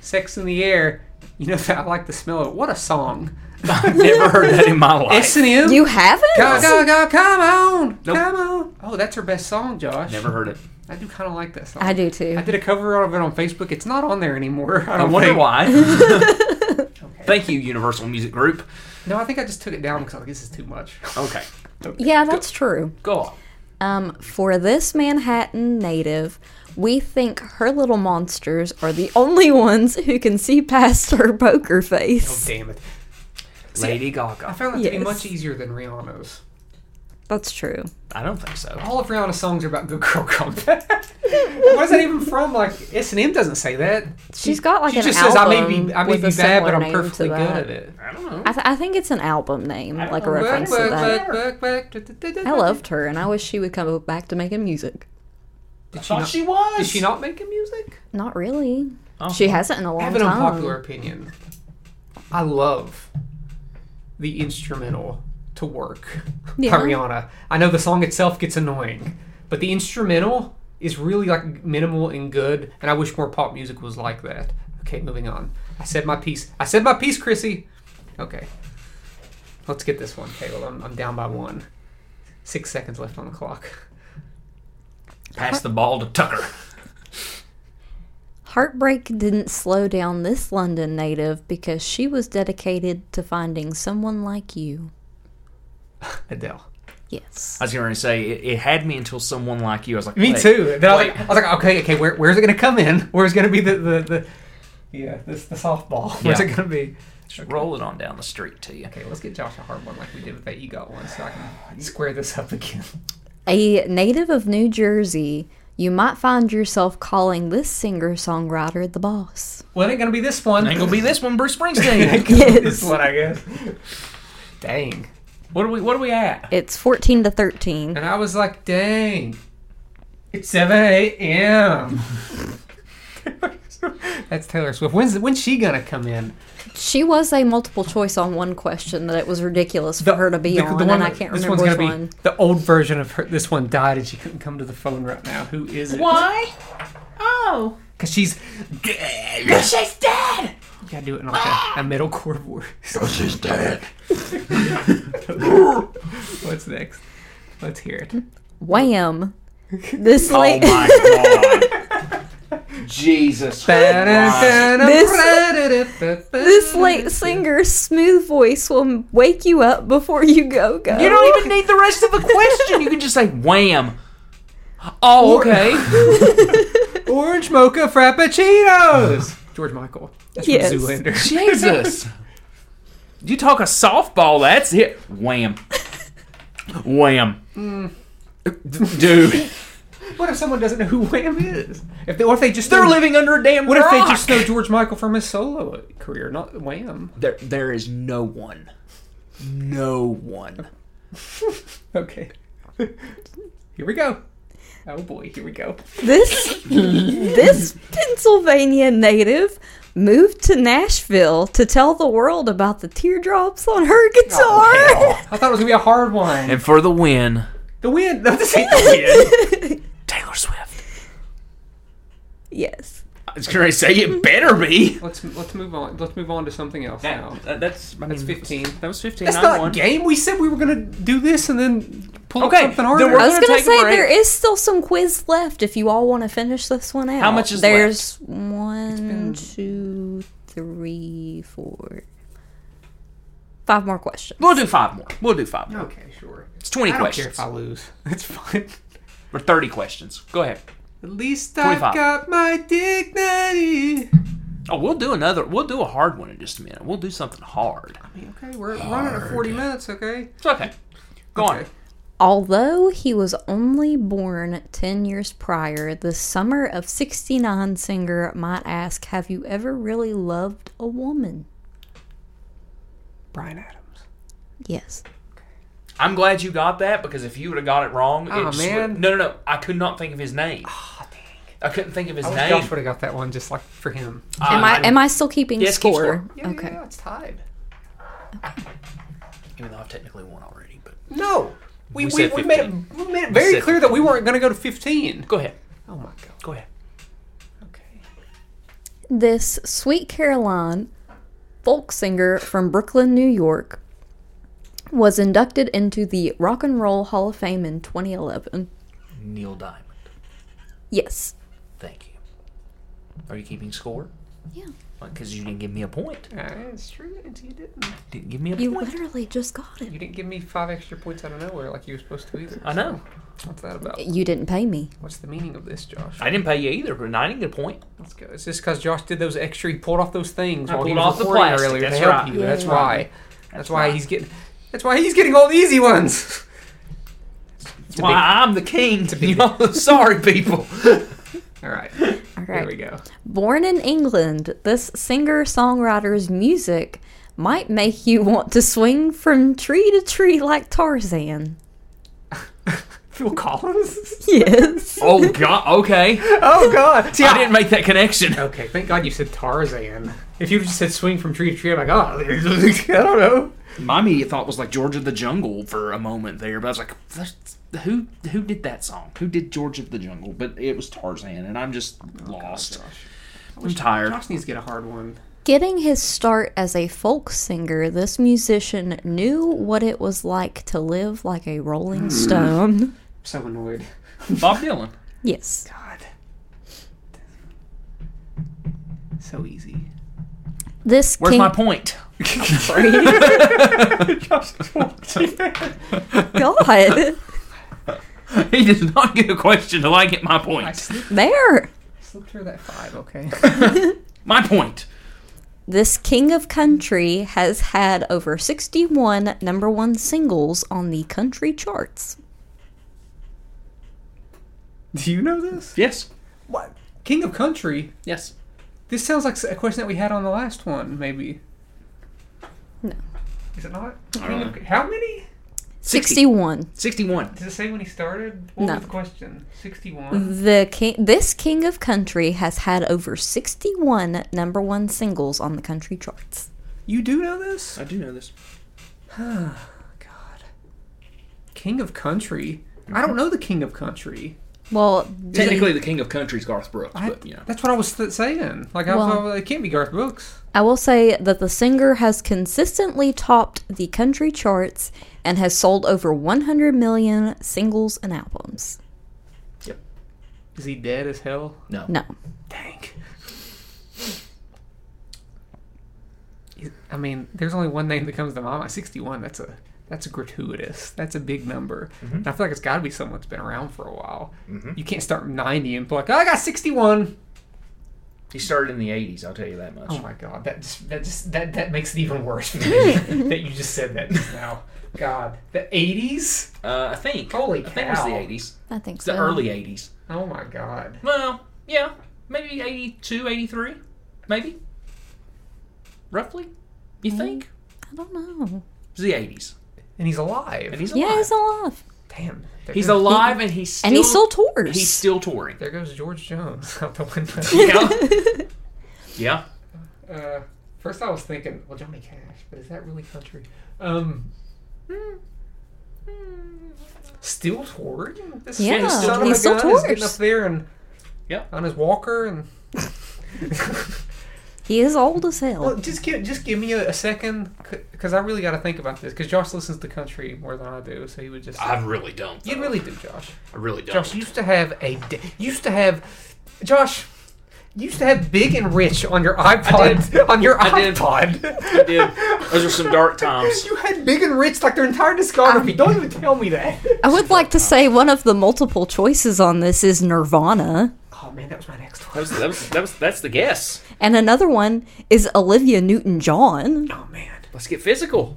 [SPEAKER 2] Sex in the Air. You know I like the smell of it. What a song.
[SPEAKER 1] I've never heard that in my life.
[SPEAKER 2] S and M.
[SPEAKER 4] You haven't?
[SPEAKER 2] Go go go! Come on,
[SPEAKER 1] Nope.
[SPEAKER 2] come on. Oh, that's her best song, Josh.
[SPEAKER 1] Never heard it.
[SPEAKER 2] I do kind of like that song.
[SPEAKER 4] I do too.
[SPEAKER 2] I did a cover of it on Facebook. It's not on there anymore.
[SPEAKER 1] I
[SPEAKER 2] I don't
[SPEAKER 1] wonder
[SPEAKER 2] think.
[SPEAKER 1] why. Thank you, Universal Music Group.
[SPEAKER 2] No, I think I just took it down because I was like, this is too much.
[SPEAKER 1] Okay,
[SPEAKER 4] yeah, that's true.
[SPEAKER 1] go on.
[SPEAKER 4] Um, for this Manhattan native, we think her little monsters are the only ones who can see past her poker face.
[SPEAKER 2] Oh, Damn it!
[SPEAKER 1] Lady
[SPEAKER 2] I
[SPEAKER 1] Gaga.
[SPEAKER 2] found that to be
[SPEAKER 4] Yes.
[SPEAKER 2] much easier than Rihanna's.
[SPEAKER 4] That's true.
[SPEAKER 1] I don't think so.
[SPEAKER 2] All of Rihanna's songs are about good girl combat. Where's that even from? Like S and M doesn't say that.
[SPEAKER 4] She's got like
[SPEAKER 2] she
[SPEAKER 4] an
[SPEAKER 2] just
[SPEAKER 4] album.
[SPEAKER 2] says, "I may be, I may
[SPEAKER 4] with
[SPEAKER 2] be
[SPEAKER 4] a
[SPEAKER 2] bad, but
[SPEAKER 4] similar
[SPEAKER 2] I'm
[SPEAKER 4] name to
[SPEAKER 2] perfectly good
[SPEAKER 4] that.
[SPEAKER 2] at it."
[SPEAKER 1] I don't know.
[SPEAKER 4] I, th- I think it's an album name,
[SPEAKER 1] don't
[SPEAKER 4] like a
[SPEAKER 1] know.
[SPEAKER 4] reference to
[SPEAKER 1] Work,
[SPEAKER 4] that.
[SPEAKER 1] work,
[SPEAKER 4] I loved her, and I wish she would come back to making music.
[SPEAKER 2] Did she
[SPEAKER 1] Thought
[SPEAKER 2] not,
[SPEAKER 1] she was.
[SPEAKER 2] Is she not making music?
[SPEAKER 4] Not really.
[SPEAKER 1] Oh.
[SPEAKER 4] She hasn't in a long
[SPEAKER 2] I have an
[SPEAKER 4] time.
[SPEAKER 2] unpopular opinion. I love the instrumental to work
[SPEAKER 4] Yeah.
[SPEAKER 2] by Rihanna. I know the song itself gets annoying, but the instrumental is really like minimal and good, and I wish more pop music was like that. Okay, moving on. I said my piece. I said my piece, Chrissy. Okay. Let's get this one, Caleb. I'm, I'm down by one. Six seconds left on the clock.
[SPEAKER 1] Pass the ball to Tucker.
[SPEAKER 4] Heartbreak didn't slow down this London native because she was dedicated to finding someone like you.
[SPEAKER 2] Adele.
[SPEAKER 4] Yes.
[SPEAKER 1] I was going to say it, it had me until someone like you. I was like,
[SPEAKER 2] Me
[SPEAKER 1] wait,
[SPEAKER 2] too. Then I was,
[SPEAKER 1] wait.
[SPEAKER 2] like, I was like, okay, okay, where, where's it gonna come in? Where's it gonna be the the, the yeah, this the softball? Where's
[SPEAKER 1] Yeah.
[SPEAKER 2] it gonna be?
[SPEAKER 1] Just roll it on down the street to you.
[SPEAKER 2] Okay, let's get Josh a hard one like we did with that ego one, so I can square this up again.
[SPEAKER 4] A native of New Jersey, you might find yourself calling this singer songwriter the boss.
[SPEAKER 2] Well, it ain't gonna be this one.
[SPEAKER 1] Ain't gonna be this one, Bruce Springsteen.
[SPEAKER 2] Yes. this one, I guess. Dang.
[SPEAKER 1] what are we? What are we at?
[SPEAKER 4] It's 14 to 13.
[SPEAKER 2] And I was like, dang. It's seven a.m. That's Taylor Swift. When's when's she gonna come in?
[SPEAKER 4] She was a multiple choice on one question that it was ridiculous for her to be on, and I
[SPEAKER 2] that-
[SPEAKER 4] can't
[SPEAKER 2] this one's
[SPEAKER 4] remember which
[SPEAKER 2] gonna
[SPEAKER 4] one.
[SPEAKER 2] Be, the old version of her. This one died, and she couldn't come to the phone right now. Who is it?
[SPEAKER 1] Why? Oh,
[SPEAKER 2] Because she's.
[SPEAKER 1] she's dead. Ah.
[SPEAKER 2] You gotta do it in like a, a middle core voice.
[SPEAKER 5] Oh, she's dead.
[SPEAKER 2] What's next? Let's hear it.
[SPEAKER 4] Wham! This,
[SPEAKER 1] Oh
[SPEAKER 4] la-
[SPEAKER 1] my god. Jesus. Christ.
[SPEAKER 4] this late singer's smooth voice will wake you up before you go go.
[SPEAKER 1] You don't even need the rest of the question. You can just say wham. Oh, okay.
[SPEAKER 2] Orange mocha frappuccinos. George Michael. That's
[SPEAKER 4] Yes.
[SPEAKER 2] from Zoolander.
[SPEAKER 1] Jesus. You talk a softball, that's it. Wham. Wham. Dude.
[SPEAKER 2] What if someone doesn't know who Wham is? If they, or if they just
[SPEAKER 1] They're
[SPEAKER 2] know,
[SPEAKER 1] living under a damn
[SPEAKER 2] What if they just
[SPEAKER 1] rock.
[SPEAKER 2] know George Michael from his solo career, not Wham?
[SPEAKER 1] There, there is no one. No one.
[SPEAKER 2] Okay. here we go. Oh boy, here we go.
[SPEAKER 4] This this Pennsylvania native moved to Nashville to tell the world about the teardrops on her guitar.
[SPEAKER 1] Oh,
[SPEAKER 2] I thought it was gonna be a hard one.
[SPEAKER 1] And for the win,
[SPEAKER 2] The wind. No, this ain't the wind.
[SPEAKER 1] Taylor Swift.
[SPEAKER 4] yes.
[SPEAKER 1] I was gonna say it better be.
[SPEAKER 2] let's let's move on. Let's move on to something else now.
[SPEAKER 1] that's
[SPEAKER 2] That's fifteen.
[SPEAKER 1] That was fifteen.
[SPEAKER 2] That's not game. We said we were gonna do this and then pull
[SPEAKER 1] Okay,
[SPEAKER 2] up something
[SPEAKER 1] then
[SPEAKER 2] harder.
[SPEAKER 1] we're
[SPEAKER 4] I was
[SPEAKER 1] gonna
[SPEAKER 4] gonna
[SPEAKER 1] take a
[SPEAKER 4] say
[SPEAKER 1] break.
[SPEAKER 4] there is still some quiz left if you all want to finish this one out.
[SPEAKER 1] much is
[SPEAKER 4] There's one, two, three, four, five more questions.
[SPEAKER 1] We'll do five more. We'll do five more.
[SPEAKER 2] okay, sure.
[SPEAKER 1] It's twenty
[SPEAKER 2] I don't care
[SPEAKER 1] questions
[SPEAKER 2] if I lose. It's fine.
[SPEAKER 1] or thirty questions. Go ahead.
[SPEAKER 2] At least
[SPEAKER 1] 25.
[SPEAKER 2] I've got my dignity.
[SPEAKER 1] Oh, we'll do another. We'll do a hard one in just a minute. We'll do something hard.
[SPEAKER 2] Okay, we're running at forty minutes. Okay.
[SPEAKER 1] It's okay. Go on.
[SPEAKER 2] Okay.
[SPEAKER 4] Although he was only born 10 years prior, the summer of 69 singer might ask, Have you ever really loved a woman?
[SPEAKER 2] Brian Adams.
[SPEAKER 4] Yes.
[SPEAKER 1] I'm glad you got that because if you would have got it wrong,
[SPEAKER 2] Aw,
[SPEAKER 1] it just
[SPEAKER 2] man.
[SPEAKER 1] would- no, no, no. I could not think of his name. Ah, I couldn't think of his
[SPEAKER 2] I wish
[SPEAKER 1] name.
[SPEAKER 2] Josh would have got that one just like for him.
[SPEAKER 1] Ah,
[SPEAKER 4] Am I, am I still keeping
[SPEAKER 1] Yes, keep
[SPEAKER 4] score?
[SPEAKER 2] Yeah,
[SPEAKER 4] okay.
[SPEAKER 2] yeah, it's tied.
[SPEAKER 1] Even though I've technically won already, but
[SPEAKER 2] No.
[SPEAKER 1] We
[SPEAKER 2] We, we,
[SPEAKER 1] said
[SPEAKER 2] we, made it,
[SPEAKER 1] 15.
[SPEAKER 2] we made it very
[SPEAKER 1] said
[SPEAKER 2] clear that we weren't going to go to 15.
[SPEAKER 1] go ahead.
[SPEAKER 2] Oh my god.
[SPEAKER 1] Go ahead.
[SPEAKER 4] this Sweet Caroline folk singer from Brooklyn, New York, was inducted into the Rock and Roll Hall of Fame in 2011.
[SPEAKER 1] Neil Diamond.
[SPEAKER 4] Yes.
[SPEAKER 1] Thank you. Are you keeping score?
[SPEAKER 4] Yeah.
[SPEAKER 1] Because you didn't give me a point.
[SPEAKER 2] it's true. You didn't.
[SPEAKER 1] Didn't give me a
[SPEAKER 4] You
[SPEAKER 1] point.
[SPEAKER 4] literally just got it.
[SPEAKER 2] You didn't give me five extra points out of nowhere like you were supposed to either.
[SPEAKER 1] I know.
[SPEAKER 2] What's that about?
[SPEAKER 4] You didn't pay me.
[SPEAKER 2] What's the meaning of this, Josh?
[SPEAKER 1] I didn't pay you either, but I didn't get a point.
[SPEAKER 2] Let's go. It's just because Josh did those extra. He pulled off those things
[SPEAKER 1] I
[SPEAKER 2] while he
[SPEAKER 1] pulled
[SPEAKER 2] was
[SPEAKER 1] off the
[SPEAKER 2] recording
[SPEAKER 1] plastic,
[SPEAKER 2] earlier
[SPEAKER 1] that's
[SPEAKER 2] to help
[SPEAKER 1] right.
[SPEAKER 2] you.
[SPEAKER 4] Yeah.
[SPEAKER 2] That's
[SPEAKER 4] That's
[SPEAKER 2] why.
[SPEAKER 1] right.
[SPEAKER 2] That's why he's getting. That's why he's getting all the easy ones.
[SPEAKER 1] That's why I'm the king. You know, sorry, people.
[SPEAKER 2] All right.
[SPEAKER 4] All
[SPEAKER 2] There
[SPEAKER 4] right.
[SPEAKER 2] we go.
[SPEAKER 4] Born in England, this singer songwriter's music might make you want to swing from tree to tree like Tarzan.
[SPEAKER 2] Phil Collins.
[SPEAKER 4] Yes.
[SPEAKER 1] Oh God. Okay.
[SPEAKER 2] oh God. See,
[SPEAKER 1] I didn't make that connection.
[SPEAKER 2] Okay. Thank God you said Tarzan. If you just said swing from tree to tree, I'm like, oh, I don't know.
[SPEAKER 1] My immediate thought was like George of the Jungle for a moment there, but I was like, "That's- who who did that song? Who did George of the Jungle? But it was Tarzan, and I'm just lost. I'm tired.
[SPEAKER 2] Josh needs to get a hard one.
[SPEAKER 4] Getting his start as a folk singer, this musician knew what it was like to live like a rolling stone.
[SPEAKER 2] I'm so annoyed.
[SPEAKER 1] Bob Dylan.
[SPEAKER 4] Yes.
[SPEAKER 2] God. So easy.
[SPEAKER 4] This
[SPEAKER 1] Where's
[SPEAKER 4] king-
[SPEAKER 1] my point?
[SPEAKER 4] God.
[SPEAKER 1] he does not get a question till I get my
[SPEAKER 2] I
[SPEAKER 1] point.
[SPEAKER 2] slipped,
[SPEAKER 4] there.
[SPEAKER 2] slipped through that five. Okay.
[SPEAKER 1] My point.
[SPEAKER 4] This king of country has had over 61 number one singles on the country charts.
[SPEAKER 2] Do you know this?
[SPEAKER 1] Yes.
[SPEAKER 2] What? King of Country.
[SPEAKER 1] Yes.
[SPEAKER 2] This sounds like a question that we had on the last one, maybe.
[SPEAKER 4] No.
[SPEAKER 2] Is it not?
[SPEAKER 1] don't know.
[SPEAKER 2] How many?
[SPEAKER 4] 61.
[SPEAKER 1] 61.
[SPEAKER 2] Does it say when he started? What
[SPEAKER 4] No. Mm-hmm.
[SPEAKER 2] was the question? 61?
[SPEAKER 4] The king, this king of country has had over 61 number one singles on the country charts.
[SPEAKER 2] You do know this?
[SPEAKER 1] I do know this.
[SPEAKER 2] God. King of Country? I don't know the King of Country.
[SPEAKER 4] Well,
[SPEAKER 1] Technically, the king of country is Garth Brooks,
[SPEAKER 2] I,
[SPEAKER 1] but you know.
[SPEAKER 2] That's what I was th- saying. Like, I
[SPEAKER 4] Well-
[SPEAKER 2] was, like, it can't be Garth Brooks.
[SPEAKER 4] I will say that the singer has consistently topped the country charts and has sold over 100 million singles and albums.
[SPEAKER 2] Is he dead as hell?
[SPEAKER 1] No.
[SPEAKER 4] No.
[SPEAKER 2] Dang. I mean, there's only one name that comes to my mind. 61. That's a that's gratuitous. That's a big number. And I feel like it's got to be someone that's been around for a while. You can't start 90 and be like, oh, I got 61.
[SPEAKER 1] He started in the 80s, I'll tell you that much.
[SPEAKER 2] Oh my god, that just that just that that makes it even worse for me that you just said that just now. God, the 80s.
[SPEAKER 1] Uh, I think.
[SPEAKER 2] Holy
[SPEAKER 1] I think it was the
[SPEAKER 2] cow.
[SPEAKER 1] 80s.
[SPEAKER 4] I think
[SPEAKER 1] It's the
[SPEAKER 4] so.
[SPEAKER 1] early 80s.
[SPEAKER 2] Oh my god.
[SPEAKER 1] Well, yeah. Maybe 82, 83. Maybe. Roughly. You think?
[SPEAKER 4] I don't know.
[SPEAKER 1] It's the 80s.
[SPEAKER 2] And he's alive.
[SPEAKER 1] And he's alive.
[SPEAKER 4] Yeah, he's alive.
[SPEAKER 2] Damn. There
[SPEAKER 1] He's
[SPEAKER 2] goes,
[SPEAKER 1] alive and he's still,
[SPEAKER 4] and he still tours.
[SPEAKER 1] he's still touring.
[SPEAKER 2] There goes George Jones out the window.
[SPEAKER 1] Yeah. yeah.
[SPEAKER 2] Uh, first I was thinking, well, Johnny Cash, but is that really country? Um, mm, mm, still touring? This
[SPEAKER 4] Yeah,
[SPEAKER 2] this
[SPEAKER 1] still
[SPEAKER 2] son of a
[SPEAKER 4] he's still
[SPEAKER 2] gun is getting
[SPEAKER 4] tours.
[SPEAKER 2] up there and
[SPEAKER 1] Yeah.
[SPEAKER 2] on his walker and.
[SPEAKER 4] he is old as hell.
[SPEAKER 1] Oh,
[SPEAKER 2] well, just give just give me a, a second, because I really got to think about this. Because Josh listens to country more than I do, so he would just.
[SPEAKER 1] I really don't.
[SPEAKER 2] you
[SPEAKER 1] though.
[SPEAKER 2] really do, Josh.
[SPEAKER 1] I really don't.
[SPEAKER 2] Josh used to have a d- used to have Josh used to have big and rich on your iPod
[SPEAKER 1] did.
[SPEAKER 2] on your
[SPEAKER 1] I did.
[SPEAKER 2] iPod.
[SPEAKER 1] I did. Those are some dark times.
[SPEAKER 2] You had Big and Rich like their entire discography. Don't even tell me that.
[SPEAKER 4] I would like to say one of the multiple choices on this is Nirvana,
[SPEAKER 2] Oh man, that was my next
[SPEAKER 1] That
[SPEAKER 2] one.
[SPEAKER 1] was, that was, that was, that's the guess.
[SPEAKER 4] and another one is Olivia Newton John.
[SPEAKER 2] Oh man,
[SPEAKER 1] Let's get physical.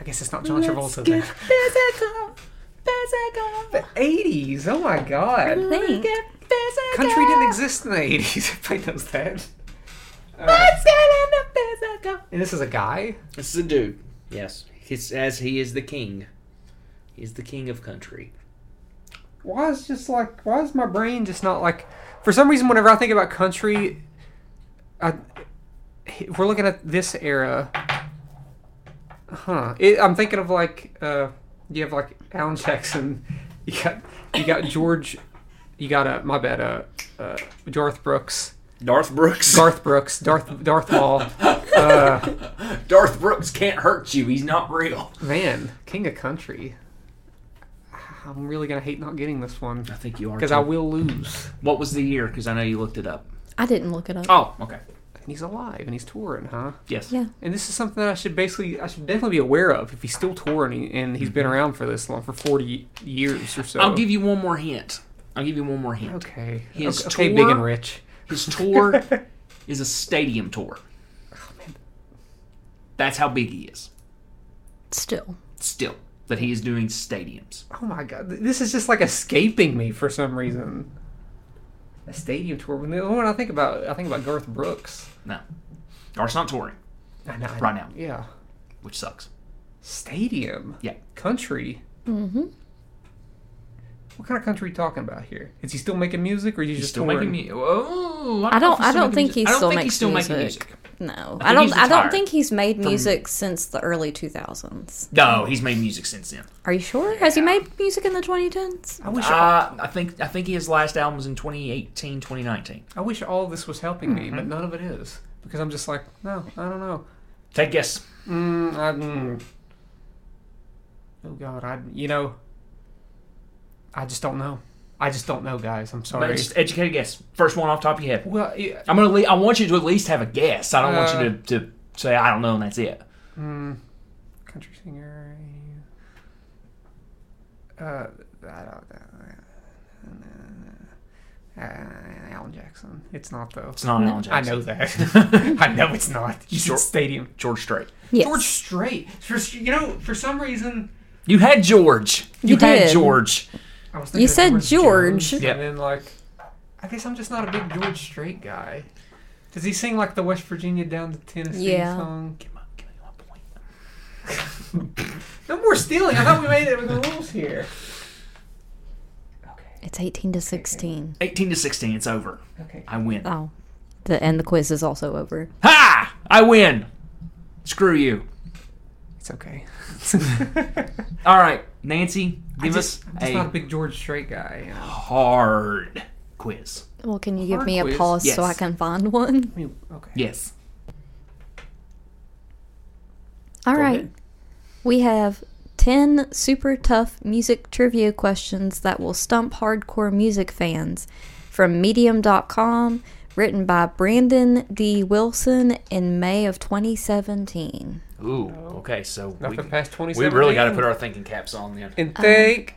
[SPEAKER 2] I guess it's not John Travolta. then. The eighties. Oh my god. Country didn't exist in the eighties. Everybody knows that. And this is a guy.
[SPEAKER 1] This is a dude. Yes. He's, as he is the king. He's the king of country.
[SPEAKER 2] Why is just like why is my brain just not like? For some reason, whenever I think about country, I, if we're looking at this era. Huh. It, I'm thinking of like uh, you have like Alan Jackson, you got you got George, you got uh, my bad uh, uh, Garth Brooks,
[SPEAKER 1] Darth Brooks.
[SPEAKER 2] Garth Brooks, Darth Darth Maul, Uh,
[SPEAKER 1] Darth Brooks can't hurt you. He's not real.
[SPEAKER 2] man, King of Country. I'm really gonna hate not getting this one
[SPEAKER 1] I think you are.
[SPEAKER 2] because
[SPEAKER 1] too.
[SPEAKER 2] I will lose.
[SPEAKER 1] What was the year? Because I know you looked it up.
[SPEAKER 4] I didn't look it up.
[SPEAKER 1] Oh, okay.
[SPEAKER 2] And he's alive and he's touring, huh?
[SPEAKER 1] Yes.
[SPEAKER 4] Yeah.
[SPEAKER 2] And this is something that I should basically, I should definitely be aware of if he's still touring and he- and he's been around for this long, for 40 years or so.
[SPEAKER 1] Mm-hmm. I'll give you one more hint. I'll give you one more hint.
[SPEAKER 2] Okay.
[SPEAKER 1] His
[SPEAKER 2] okay, okay, big
[SPEAKER 1] tour-
[SPEAKER 2] and rich.
[SPEAKER 1] His tour is a stadium tour. Oh, That's how big he is.
[SPEAKER 4] Still.
[SPEAKER 1] Still, that he is doing stadiums.
[SPEAKER 2] Oh my god, th- this is just like escaping me for some reason. A stadium tour. When, the- when I think about, I think about Garth Brooks.
[SPEAKER 1] No, Garth's not touring,
[SPEAKER 2] I know, I-
[SPEAKER 1] Right now.
[SPEAKER 2] Yeah.
[SPEAKER 1] which sucks.
[SPEAKER 2] Stadium.
[SPEAKER 1] Yeah.
[SPEAKER 2] Country. Mm-hmm. What kind of country are you talking about here? Is he still making music, or is he
[SPEAKER 1] He's
[SPEAKER 2] just
[SPEAKER 1] still
[SPEAKER 2] touring?
[SPEAKER 1] making music. Oh,
[SPEAKER 4] I
[SPEAKER 1] know if
[SPEAKER 4] don't. I
[SPEAKER 1] still making
[SPEAKER 4] don't
[SPEAKER 1] music.
[SPEAKER 4] think he
[SPEAKER 1] I don't
[SPEAKER 4] still
[SPEAKER 1] think
[SPEAKER 4] makes
[SPEAKER 1] he's still
[SPEAKER 4] music.
[SPEAKER 1] making music.
[SPEAKER 4] No,
[SPEAKER 1] I
[SPEAKER 4] I,
[SPEAKER 1] think he's
[SPEAKER 4] don't. I don't
[SPEAKER 1] retired
[SPEAKER 4] think he's made music since the early 2000s.
[SPEAKER 1] No, he's made music since then.
[SPEAKER 4] Are you sure? Has he made music in the 2010s?
[SPEAKER 2] I wish.
[SPEAKER 1] Uh, I think I think his last album was in 2018, 2019.
[SPEAKER 2] I wish all of this was helping me,
[SPEAKER 1] Mm-hmm.
[SPEAKER 2] but none of it is because I'm just like, no, I don't know.
[SPEAKER 1] Take a guess.
[SPEAKER 2] Mm, I, mm. Oh God, I you know, I just don't know. I just don't know, guys. I'm sorry.
[SPEAKER 1] Just educated guess. First one off the top of your head.
[SPEAKER 2] well, yeah,
[SPEAKER 1] I'm gonna. Le- I want you to at least have a guess. I don't want
[SPEAKER 2] Uh,
[SPEAKER 1] you to, to say I don't know and that's it.
[SPEAKER 2] country singer. Uh, I don't know. Uh, Alan Jackson. It's not though.
[SPEAKER 1] It's not Alan
[SPEAKER 2] I
[SPEAKER 1] Jackson.
[SPEAKER 2] know that. I know it's not. You
[SPEAKER 1] Sure.
[SPEAKER 2] said stadium.
[SPEAKER 1] George Strait.
[SPEAKER 4] Yes.
[SPEAKER 2] George Strait. For, you know, for some reason,
[SPEAKER 1] You had George. You,
[SPEAKER 4] You
[SPEAKER 1] had
[SPEAKER 4] did.
[SPEAKER 1] George.
[SPEAKER 2] I was
[SPEAKER 4] You
[SPEAKER 2] thinking of
[SPEAKER 4] said
[SPEAKER 2] Jones,
[SPEAKER 4] George.
[SPEAKER 1] Yeah.
[SPEAKER 2] And then, like, I guess I'm just not a big George Strait guy. Does he sing, like, the West Virginia down to Tennessee
[SPEAKER 4] Yeah.
[SPEAKER 2] song?
[SPEAKER 1] Give me- give me one point.
[SPEAKER 2] No more stealing. I thought we made it with the rules here. Okay.
[SPEAKER 4] It's 18 to 16.
[SPEAKER 1] 18 to 16. It's over.
[SPEAKER 2] Okay.
[SPEAKER 1] I win.
[SPEAKER 4] Oh, the and the quiz is also over.
[SPEAKER 1] Ha! I win. Screw you.
[SPEAKER 2] It's okay.
[SPEAKER 1] All right, Nancy,
[SPEAKER 2] I'm
[SPEAKER 1] give
[SPEAKER 2] just, I'm
[SPEAKER 1] us
[SPEAKER 2] just
[SPEAKER 1] a
[SPEAKER 2] not a big George Strait guy. you know.
[SPEAKER 1] hard quiz.
[SPEAKER 4] Well, can you give
[SPEAKER 2] Hard
[SPEAKER 4] me a
[SPEAKER 2] quiz.
[SPEAKER 4] pause so I
[SPEAKER 1] Yes.
[SPEAKER 4] can find one?
[SPEAKER 2] I mean, okay.
[SPEAKER 1] Yes.
[SPEAKER 4] All right.
[SPEAKER 1] ahead.
[SPEAKER 4] We have 10 super tough music trivia questions that will stump hardcore music fans from medium.com, written by Brandon D. Wilson in May of 2017.
[SPEAKER 1] Ooh. Okay, so
[SPEAKER 2] Not
[SPEAKER 1] we,
[SPEAKER 2] the past 20
[SPEAKER 1] we really got to put our thinking caps on then.
[SPEAKER 2] And
[SPEAKER 4] Um,
[SPEAKER 2] think.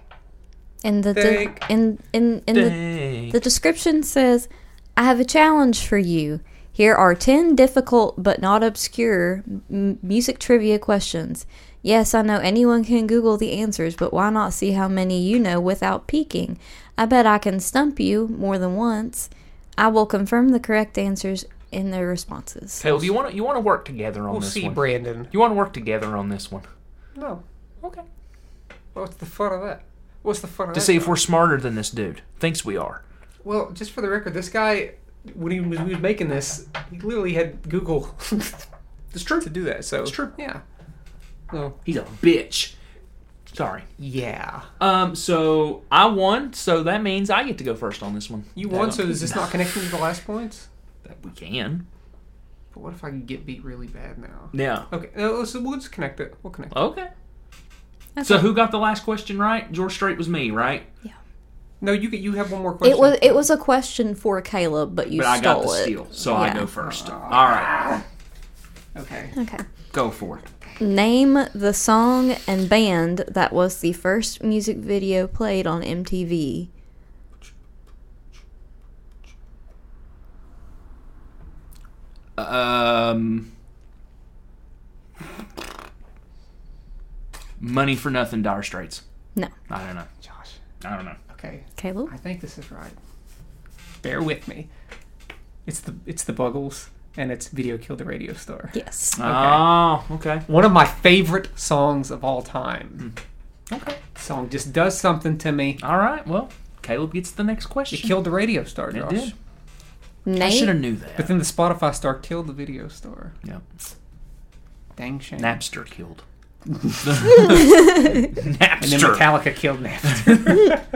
[SPEAKER 4] And the de-
[SPEAKER 2] Thank-
[SPEAKER 4] in in in the
[SPEAKER 1] Dang.
[SPEAKER 4] The description says, I have a challenge for you. Here are 10 difficult but not obscure m- music trivia questions. Yes, I know anyone can Google the answers, but why not see how many you know without peeking? I bet I can stump you more than once. I will confirm the correct answers in their responses.
[SPEAKER 1] Caleb, you want to you want to work together on
[SPEAKER 2] We'll
[SPEAKER 1] this
[SPEAKER 2] oh, see,
[SPEAKER 1] one.
[SPEAKER 2] Brandon.
[SPEAKER 1] You want to work together on this one
[SPEAKER 2] No.
[SPEAKER 1] Okay.
[SPEAKER 2] What's the fun of that? What's the fun of
[SPEAKER 1] to
[SPEAKER 2] that?
[SPEAKER 1] see if we're smarter than this dude thinks we are.
[SPEAKER 2] Well, just for the record, this guy, when he was, when he was making this, he literally had Google. it's true to do that. So it's
[SPEAKER 1] true.
[SPEAKER 2] Yeah. Well,
[SPEAKER 1] He's a bitch. Sorry.
[SPEAKER 2] yeah.
[SPEAKER 1] Um. So I won. So that means I get to go first on this one.
[SPEAKER 2] You won, so is this not connecting to the last points?
[SPEAKER 1] That we can.
[SPEAKER 2] But what if I can get beat really bad now?
[SPEAKER 1] Yeah.
[SPEAKER 2] Okay, no, let's, we'll just connect it. We'll connect. it.
[SPEAKER 1] Okay. So who got the last question right? George Strait was me, right?
[SPEAKER 2] No, you get. You have one more question.
[SPEAKER 4] It was it was a question for Caleb, but you
[SPEAKER 1] But I got
[SPEAKER 4] stole
[SPEAKER 1] the
[SPEAKER 4] it.
[SPEAKER 1] steal, so I
[SPEAKER 4] Yeah.
[SPEAKER 1] go first. All right,
[SPEAKER 2] okay.
[SPEAKER 4] Okay.
[SPEAKER 1] go for it.
[SPEAKER 4] Name the song and band that was the first music video played on MTV.
[SPEAKER 1] Um, money for nothing, Dire Straits.
[SPEAKER 4] No.
[SPEAKER 1] I don't know.
[SPEAKER 2] Josh.
[SPEAKER 1] I don't know.
[SPEAKER 2] Okay,
[SPEAKER 4] Caleb?
[SPEAKER 2] I think this is right. Bear with me. It's the it's the Buggles, and it's "Video Killed the Radio Star."
[SPEAKER 4] Yes.
[SPEAKER 1] Oh, okay.
[SPEAKER 2] One of my favorite songs of all time.
[SPEAKER 1] Okay.
[SPEAKER 2] Song just does something to me.
[SPEAKER 1] All right. Well, Caleb gets the next
[SPEAKER 2] It
[SPEAKER 1] question.
[SPEAKER 2] killed the radio star,
[SPEAKER 1] It
[SPEAKER 2] Josh.
[SPEAKER 1] did. I should have
[SPEAKER 4] Name
[SPEAKER 1] knew
[SPEAKER 2] But
[SPEAKER 1] that.
[SPEAKER 2] then the Spotify star killed the video star.
[SPEAKER 1] Yep.
[SPEAKER 2] Dang shame.
[SPEAKER 1] Napster killed.
[SPEAKER 2] and then
[SPEAKER 1] Napster.
[SPEAKER 2] Metallica killed Napster.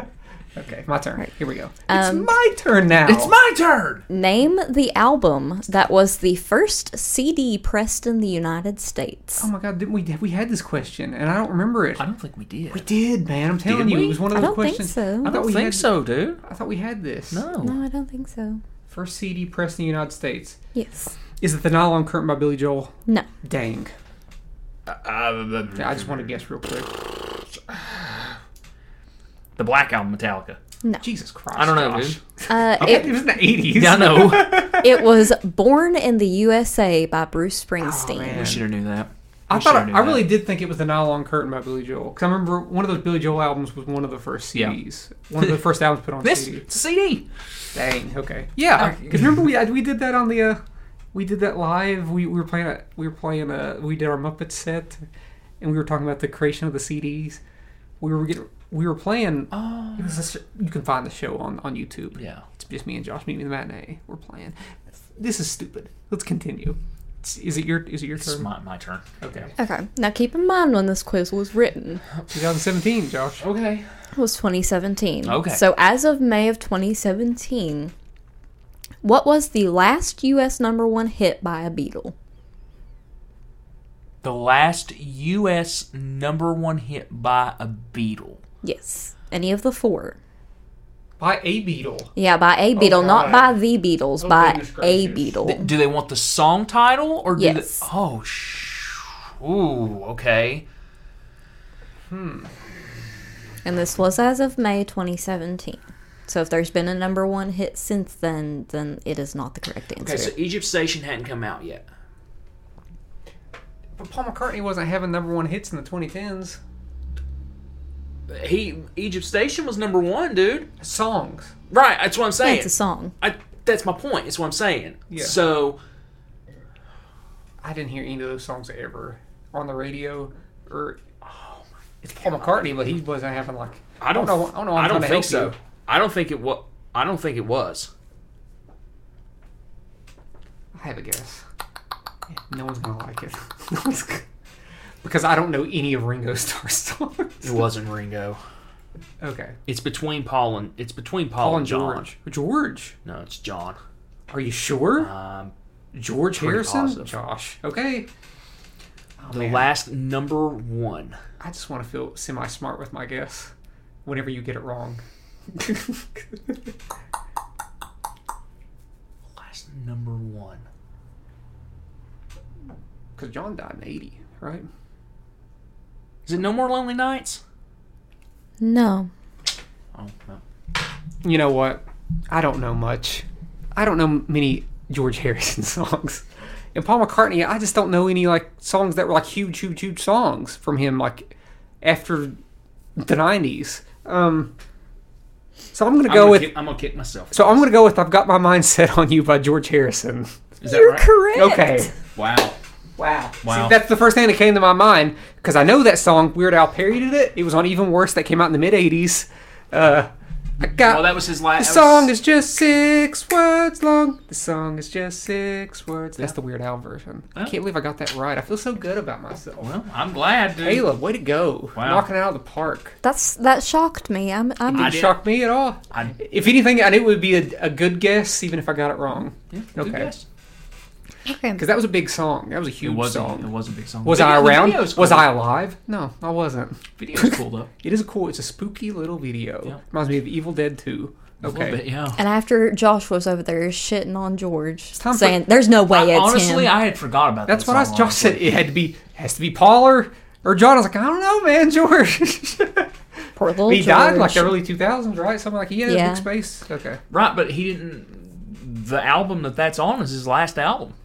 [SPEAKER 2] Okay, my turn. Here we go.
[SPEAKER 4] Um,
[SPEAKER 2] it's my turn now.
[SPEAKER 1] It's my turn.
[SPEAKER 4] Name the album that was the first CD pressed in the United States.
[SPEAKER 2] Oh my god, didn't we we had this question and I don't remember it.
[SPEAKER 1] I don't think we did.
[SPEAKER 2] We did, man. I'm telling
[SPEAKER 1] Did
[SPEAKER 2] you,
[SPEAKER 1] we?
[SPEAKER 2] it was one of
[SPEAKER 4] I
[SPEAKER 2] those
[SPEAKER 4] don't think
[SPEAKER 2] questions.
[SPEAKER 4] so. I
[SPEAKER 2] thought
[SPEAKER 1] I don't
[SPEAKER 2] we
[SPEAKER 1] think
[SPEAKER 2] had,
[SPEAKER 1] so, dude.
[SPEAKER 2] I thought we had this.
[SPEAKER 1] No.
[SPEAKER 4] No, I don't think so.
[SPEAKER 2] First CD pressed in the United States.
[SPEAKER 4] Yes.
[SPEAKER 2] Is it the Nylon Curtain by Billy Joel?
[SPEAKER 4] No.
[SPEAKER 2] Dang.
[SPEAKER 1] Uh,
[SPEAKER 2] Yeah, I just want to guess real quick.
[SPEAKER 1] the Black Album, Metallica.
[SPEAKER 2] Jesus Christ.
[SPEAKER 1] I don't know,
[SPEAKER 2] Josh.
[SPEAKER 1] dude.
[SPEAKER 4] Uh,
[SPEAKER 2] It,
[SPEAKER 4] it,
[SPEAKER 2] was in the 80s.
[SPEAKER 1] Yeah, I know.
[SPEAKER 4] it was Born in the USA by Bruce Springsteen.
[SPEAKER 1] we should have knew that.
[SPEAKER 2] I
[SPEAKER 1] We
[SPEAKER 2] thought
[SPEAKER 1] shoulda
[SPEAKER 2] I,
[SPEAKER 1] knew
[SPEAKER 2] I
[SPEAKER 1] that.
[SPEAKER 2] really did think it was the Nylon Curtain by Billy Joel because I remember one of those Billy Joel albums was one of the first
[SPEAKER 1] Yeah.
[SPEAKER 2] CDs, one of the first albums put on
[SPEAKER 1] This
[SPEAKER 2] CD.
[SPEAKER 1] it's a CD.
[SPEAKER 2] Dang. Okay. Yeah.
[SPEAKER 1] Alright.
[SPEAKER 2] Because remember we I, we did that on the uh, we did that live. We, we were playing a, we were playing a, we did our Muppet set, and we were talking about the creation of the CDs. We were getting we were playing.
[SPEAKER 1] Oh.
[SPEAKER 2] it was a sh- you can find the show on on YouTube.
[SPEAKER 1] Yeah.
[SPEAKER 2] It's just me and Josh meeting the matinee. We're playing. This is stupid. Let's continue. It's- Is it your is it your
[SPEAKER 1] It's
[SPEAKER 2] turn?
[SPEAKER 1] my, my turn.
[SPEAKER 2] Okay.
[SPEAKER 4] Okay. Now keep in mind when this quiz was written,
[SPEAKER 2] 2017, Josh.
[SPEAKER 1] Okay.
[SPEAKER 4] it was 2017.
[SPEAKER 1] Okay.
[SPEAKER 4] So as of May of 2017, what was the last U.S. number one hit by a Beatle?
[SPEAKER 1] The last U.S. number one hit by a Beatle.
[SPEAKER 4] Yes. Any of the four?
[SPEAKER 2] By a Beatle.
[SPEAKER 4] Yeah, by a Beatle, not by
[SPEAKER 2] God.
[SPEAKER 4] the Beatles,
[SPEAKER 2] Oh,
[SPEAKER 4] by
[SPEAKER 2] goodness
[SPEAKER 4] a
[SPEAKER 2] gracious.
[SPEAKER 1] Th-
[SPEAKER 4] Beatle.
[SPEAKER 1] Do they want the song title or do
[SPEAKER 4] Yes.
[SPEAKER 1] They, oh, sh- ooh, okay.
[SPEAKER 4] And this was as of May 2017. So if there's been a number one hit since then, then it is not the correct answer.
[SPEAKER 1] Okay, so Egypt Station hadn't come out yet.
[SPEAKER 2] But Paul McCartney wasn't having number one hits in the 2010s.
[SPEAKER 1] He Egypt Station was number one, dude.
[SPEAKER 2] Songs.
[SPEAKER 1] Right, that's what I'm
[SPEAKER 4] Yeah,
[SPEAKER 1] saying.
[SPEAKER 4] it's a song.
[SPEAKER 1] I, that's my point. It's what I'm saying.
[SPEAKER 2] Yeah.
[SPEAKER 1] So
[SPEAKER 2] I didn't hear any of those songs ever on the radio or. oh, It's Paul McCartney, but he wasn't having like.
[SPEAKER 1] I don't.
[SPEAKER 2] I don't know- I don't know how I'm
[SPEAKER 1] don't
[SPEAKER 2] trying to
[SPEAKER 1] think so.
[SPEAKER 2] help you.
[SPEAKER 1] I don't think it was. I don't think it was.
[SPEAKER 2] I have a guess. No one's gonna like it. No one's gonna- because I don't know any of Ringo Starr's songs.
[SPEAKER 1] It wasn't Ringo.
[SPEAKER 2] Okay.
[SPEAKER 1] It's between Paul and it's between Paul,
[SPEAKER 2] Paul
[SPEAKER 1] and
[SPEAKER 2] and
[SPEAKER 1] John.
[SPEAKER 2] George. George.
[SPEAKER 1] No, it's John.
[SPEAKER 2] Are you sure?
[SPEAKER 1] Um,
[SPEAKER 2] George
[SPEAKER 1] pretty
[SPEAKER 2] Harrison?
[SPEAKER 1] positive.
[SPEAKER 2] Josh. Okay. Oh,
[SPEAKER 1] the
[SPEAKER 2] man.
[SPEAKER 1] last number one.
[SPEAKER 2] I just want to feel semi smart with my guess whenever you get it wrong.
[SPEAKER 1] Last number one.
[SPEAKER 2] Because John died in 80, right?
[SPEAKER 1] Is it No More Lonely Nights?
[SPEAKER 4] No.
[SPEAKER 1] Oh no.
[SPEAKER 2] You know what? I don't know much. I don't know many George Harrison songs. And Paul McCartney, I just don't know any like songs that were like huge, huge, huge songs from him like after the 90s. Um, so I'm gonna
[SPEAKER 1] I'm
[SPEAKER 2] go
[SPEAKER 1] gonna
[SPEAKER 2] with.
[SPEAKER 1] kick- I'm gonna kick myself.
[SPEAKER 2] so I'm gonna go with "I've Got My Mind Set on You" by George Harrison.
[SPEAKER 1] Is that
[SPEAKER 4] You're
[SPEAKER 1] right?
[SPEAKER 4] correct.
[SPEAKER 2] Okay.
[SPEAKER 1] Wow.
[SPEAKER 2] Wow.
[SPEAKER 1] Wow.
[SPEAKER 2] See, that's the first thing that came to my mind because I know that song. Weird Al parodied it. It was on Even Worse that came out in the mid 80s. Uh, I got.
[SPEAKER 1] Well, that was his last.
[SPEAKER 2] the song is just six words long. The song is just six words. That's the Weird Al version. I
[SPEAKER 1] Yeah.
[SPEAKER 2] can't believe I got that right. I feel so good about myself.
[SPEAKER 1] Well, I'm glad, dude.
[SPEAKER 2] Caleb, way to go!
[SPEAKER 1] Wow.
[SPEAKER 2] Knocking it out of the park.
[SPEAKER 4] That's that shocked me. I'm, I'm
[SPEAKER 1] I
[SPEAKER 2] Didn't
[SPEAKER 1] did-
[SPEAKER 2] shock me at all.
[SPEAKER 1] I,
[SPEAKER 2] If anything, I knew it would be a, a good guess, even if I got it wrong.
[SPEAKER 1] yeah,
[SPEAKER 2] Okay.
[SPEAKER 1] Good guess.
[SPEAKER 4] okay.
[SPEAKER 2] Because that was a big song. That was a
[SPEAKER 1] It
[SPEAKER 2] huge
[SPEAKER 1] was. A,
[SPEAKER 2] song.
[SPEAKER 1] it was a big song.
[SPEAKER 2] Was
[SPEAKER 1] Video-
[SPEAKER 2] I
[SPEAKER 1] the
[SPEAKER 2] around?
[SPEAKER 1] video's
[SPEAKER 2] Was
[SPEAKER 1] cool.
[SPEAKER 2] I alive? No, I wasn't.
[SPEAKER 1] Video's cool though.
[SPEAKER 2] It is a cool. It's a spooky little video.
[SPEAKER 1] Yeah.
[SPEAKER 2] Reminds me of Evil Dead 2.
[SPEAKER 1] A little bit,
[SPEAKER 2] Okay.
[SPEAKER 1] yeah.
[SPEAKER 4] And after Josh was over there shitting on George,
[SPEAKER 2] time for-
[SPEAKER 4] saying there's no way
[SPEAKER 1] I-
[SPEAKER 4] it's
[SPEAKER 1] honestly,
[SPEAKER 4] him.
[SPEAKER 1] I had forgot about
[SPEAKER 2] That's
[SPEAKER 1] that
[SPEAKER 2] what I
[SPEAKER 1] song,
[SPEAKER 2] Josh said.
[SPEAKER 1] honestly.
[SPEAKER 2] It had to be has to be Paul or, or John. I was like, I don't know, man, George.
[SPEAKER 4] Poor little
[SPEAKER 2] he
[SPEAKER 4] George.
[SPEAKER 2] died in like the early 2000s, right? Something like he had a
[SPEAKER 4] Yeah.
[SPEAKER 2] big space. Okay.
[SPEAKER 1] Right, but he didn't. The album that that's on is his last album.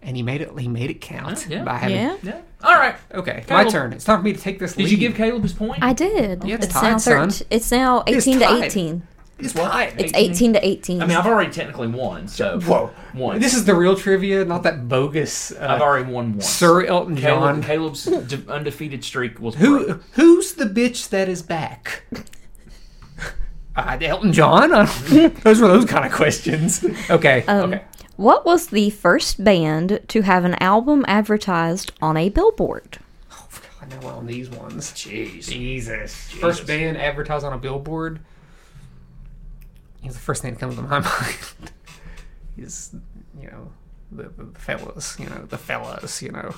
[SPEAKER 2] And he made it. He made it count.
[SPEAKER 1] Yeah, yeah.
[SPEAKER 2] By having,
[SPEAKER 4] yeah,
[SPEAKER 1] Yeah. All right.
[SPEAKER 2] Okay. My
[SPEAKER 1] Caleb.
[SPEAKER 2] turn. It's time for me to take this.
[SPEAKER 1] Did
[SPEAKER 2] lead.
[SPEAKER 1] you give Caleb his point?
[SPEAKER 4] I did.
[SPEAKER 2] Yeah, it's
[SPEAKER 4] now
[SPEAKER 2] tied, son.
[SPEAKER 4] It's now
[SPEAKER 2] It's
[SPEAKER 4] eighteen to
[SPEAKER 2] tied.
[SPEAKER 4] eighteen.
[SPEAKER 2] It's tied.
[SPEAKER 4] It's eighteen to eighteen.
[SPEAKER 1] I mean, I've already technically won, so
[SPEAKER 2] Whoa.
[SPEAKER 1] Once.
[SPEAKER 2] This is the real trivia, not that bogus.
[SPEAKER 1] I've
[SPEAKER 2] Uh,
[SPEAKER 1] already won once.
[SPEAKER 2] Sir Elton
[SPEAKER 1] Caleb,
[SPEAKER 2] John.
[SPEAKER 1] Caleb's de- undefeated streak was
[SPEAKER 2] Who
[SPEAKER 1] broke.
[SPEAKER 2] who's the bitch that is back? Uh, Elton John. I don't- those were those kind of questions. Okay.
[SPEAKER 4] Um,
[SPEAKER 2] okay.
[SPEAKER 4] what was the first band to have an album advertised on a billboard?
[SPEAKER 2] I know we're on these ones.
[SPEAKER 1] Jeez.
[SPEAKER 2] Jesus. First band advertised on a billboard. he's the first thing that comes to my mind. he's, you know, the, the, the fellas, you know, the fellas, you know,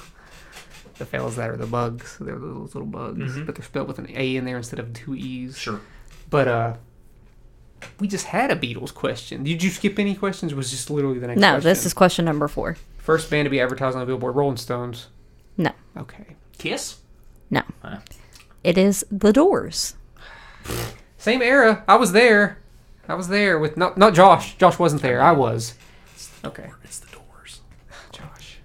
[SPEAKER 2] the fellas that are the bugs. They're those little bugs, but they're spelled with an A in there instead of two E's.
[SPEAKER 1] Sure.
[SPEAKER 2] But uh, we just had a Beatles question. Did you skip any questions? Was just literally the next.
[SPEAKER 4] No,
[SPEAKER 2] question.
[SPEAKER 4] this is question number four.
[SPEAKER 2] first band to be advertised on the Billboard Rolling Stones.
[SPEAKER 4] No,
[SPEAKER 2] Okay.
[SPEAKER 1] Kiss?
[SPEAKER 4] no.
[SPEAKER 1] Ah.
[SPEAKER 4] It is The Doors.
[SPEAKER 2] Same era. I was there. I was there with not not Josh. Josh wasn't there. I was. Okay.
[SPEAKER 1] It's the doors.
[SPEAKER 2] Josh.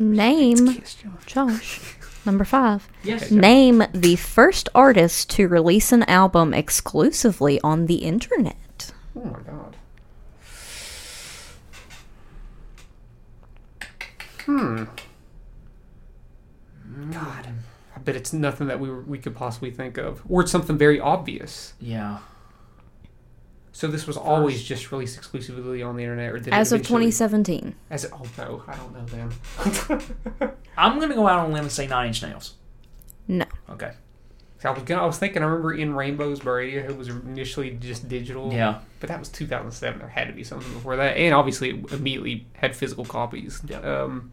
[SPEAKER 4] Name
[SPEAKER 2] Yes, Josh.
[SPEAKER 4] Josh. Number five.
[SPEAKER 1] Yes.
[SPEAKER 4] Name the first artist to release an album exclusively on the internet.
[SPEAKER 2] Oh my god. Hmm. God. I bet it's nothing that we were, we could possibly think of, or it's something very obvious.
[SPEAKER 1] Yeah.
[SPEAKER 2] So this was always just released exclusively on the internet, or did
[SPEAKER 4] As
[SPEAKER 2] it
[SPEAKER 4] of
[SPEAKER 2] eventually-
[SPEAKER 4] 2017.
[SPEAKER 2] As it, oh no, I don't know them.
[SPEAKER 1] I'm gonna go out on a limb and say nine inch nails.
[SPEAKER 4] No.
[SPEAKER 1] Okay.
[SPEAKER 2] I was gonna, I was thinking. I remember in Rainbows by Radiohead was initially just digital.
[SPEAKER 1] Yeah.
[SPEAKER 2] But that was 2007. There had to be something before that, and obviously it immediately had physical copies.
[SPEAKER 1] Yeah.
[SPEAKER 2] Um,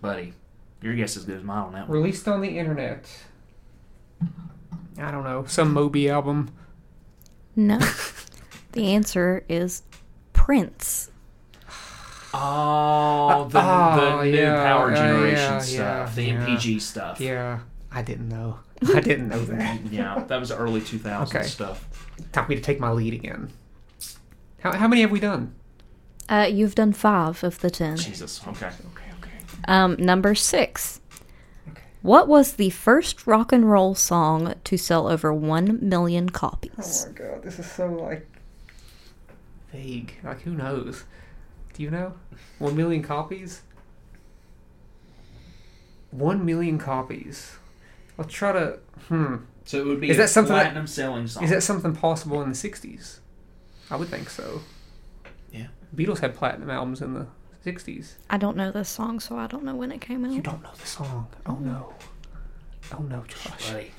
[SPEAKER 1] Buddy. Your guess is as good as mine on that one.
[SPEAKER 2] released on the internet. I don't know some Moby album.
[SPEAKER 4] No. the answer is Prince.
[SPEAKER 1] Oh, the,
[SPEAKER 2] oh,
[SPEAKER 1] the new
[SPEAKER 2] yeah,
[SPEAKER 1] power
[SPEAKER 2] yeah,
[SPEAKER 1] generation
[SPEAKER 2] yeah,
[SPEAKER 1] stuff.
[SPEAKER 2] yeah.
[SPEAKER 1] the MPG stuff.
[SPEAKER 2] Yeah, I didn't know. I didn't know that.
[SPEAKER 1] Yeah, that was the early 2000s
[SPEAKER 2] Okay.
[SPEAKER 1] stuff.
[SPEAKER 2] Time for me to take my lead again. How, how many have we done?
[SPEAKER 4] Uh, you've done five of the ten.
[SPEAKER 1] Jesus. Okay.
[SPEAKER 2] Okay, okay.
[SPEAKER 4] Um, number six.
[SPEAKER 2] Okay.
[SPEAKER 4] What was the first rock and roll song to sell over 1 million copies?
[SPEAKER 2] Oh my god, this is so like vague. Like who knows? Do you know? One million copies. One million copies. I'll try to. Hmm.
[SPEAKER 1] So it would be
[SPEAKER 2] Is that something that-
[SPEAKER 1] platinum selling song.
[SPEAKER 2] Is that something possible in the '60s? I would think so.
[SPEAKER 1] Yeah.
[SPEAKER 2] Beatles had platinum albums in the '60s.
[SPEAKER 4] I don't know this song, so I don't know when it came
[SPEAKER 2] You
[SPEAKER 4] out.
[SPEAKER 2] don't know the song. Oh no. Oh no, Josh.
[SPEAKER 1] Buddy.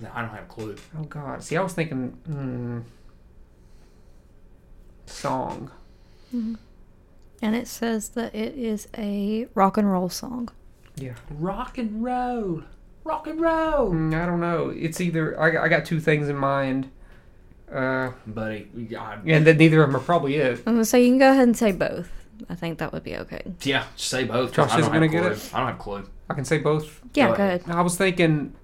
[SPEAKER 1] No, I don't have a clue.
[SPEAKER 2] Oh god. See, I was thinking. Hmm. Song.
[SPEAKER 4] And it says that it is a rock and roll song.
[SPEAKER 2] Yeah.
[SPEAKER 1] Rock and roll. Rock and roll.
[SPEAKER 2] Mm, I don't know. It's either I, I got two things in mind, uh,
[SPEAKER 1] Buddy. I,
[SPEAKER 2] and that neither of them are probably it.
[SPEAKER 4] I'm going to say you can go ahead and say both. I think that would be okay.
[SPEAKER 1] yeah, just say both. 'cause I
[SPEAKER 2] Josh
[SPEAKER 1] don't
[SPEAKER 2] isn't
[SPEAKER 1] have a
[SPEAKER 2] gonna get
[SPEAKER 1] clue. I don't have a clue.
[SPEAKER 2] I can say both.
[SPEAKER 4] Yeah,
[SPEAKER 1] Go
[SPEAKER 4] go
[SPEAKER 1] ahead.
[SPEAKER 4] ahead.
[SPEAKER 2] I was thinking,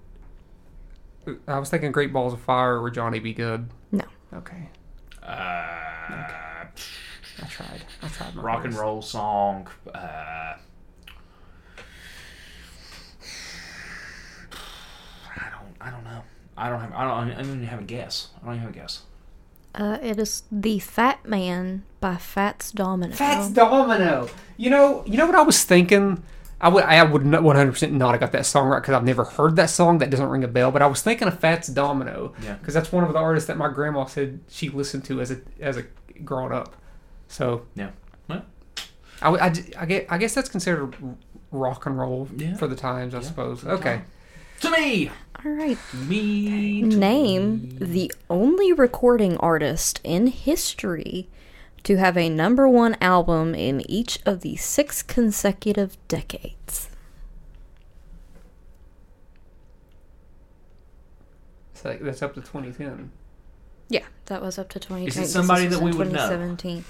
[SPEAKER 2] I was thinking Great Balls of Fire or Johnny Be Good.
[SPEAKER 4] No.
[SPEAKER 2] Okay,
[SPEAKER 1] Uh,
[SPEAKER 2] I tried. I tried. My
[SPEAKER 1] Rock and
[SPEAKER 2] best.
[SPEAKER 1] roll song. Uh, I don't. I don't know. I don't have. I don't. I don't even have a guess. I don't even have a guess.
[SPEAKER 4] Uh, it is The Fat Man by Fats Domino.
[SPEAKER 2] Fats Domino. You know, you know what I was thinking. I would, I would not 100% not have got that song right because I've never heard that song. That doesn't ring a bell. But I was thinking of Fats Domino
[SPEAKER 1] Yeah.
[SPEAKER 2] because that's one of the artists that my grandma said she listened to as a as a growing up. So
[SPEAKER 1] Yeah. Well,
[SPEAKER 2] I, would- I, d- I get, I guess that's considered r- rock and roll
[SPEAKER 1] Yeah.
[SPEAKER 2] for the times, I suppose. Okay.
[SPEAKER 1] to me.
[SPEAKER 4] All right.
[SPEAKER 1] Me. to
[SPEAKER 4] Name the only recording artist in history to have a number one album in each of the six consecutive decades.
[SPEAKER 2] So like, that's up to 2010.
[SPEAKER 4] Yeah, that was up to 2010.
[SPEAKER 1] Is it
[SPEAKER 4] 'cause this
[SPEAKER 1] somebody
[SPEAKER 4] was
[SPEAKER 1] that we
[SPEAKER 4] in
[SPEAKER 1] would know?
[SPEAKER 4] 2017.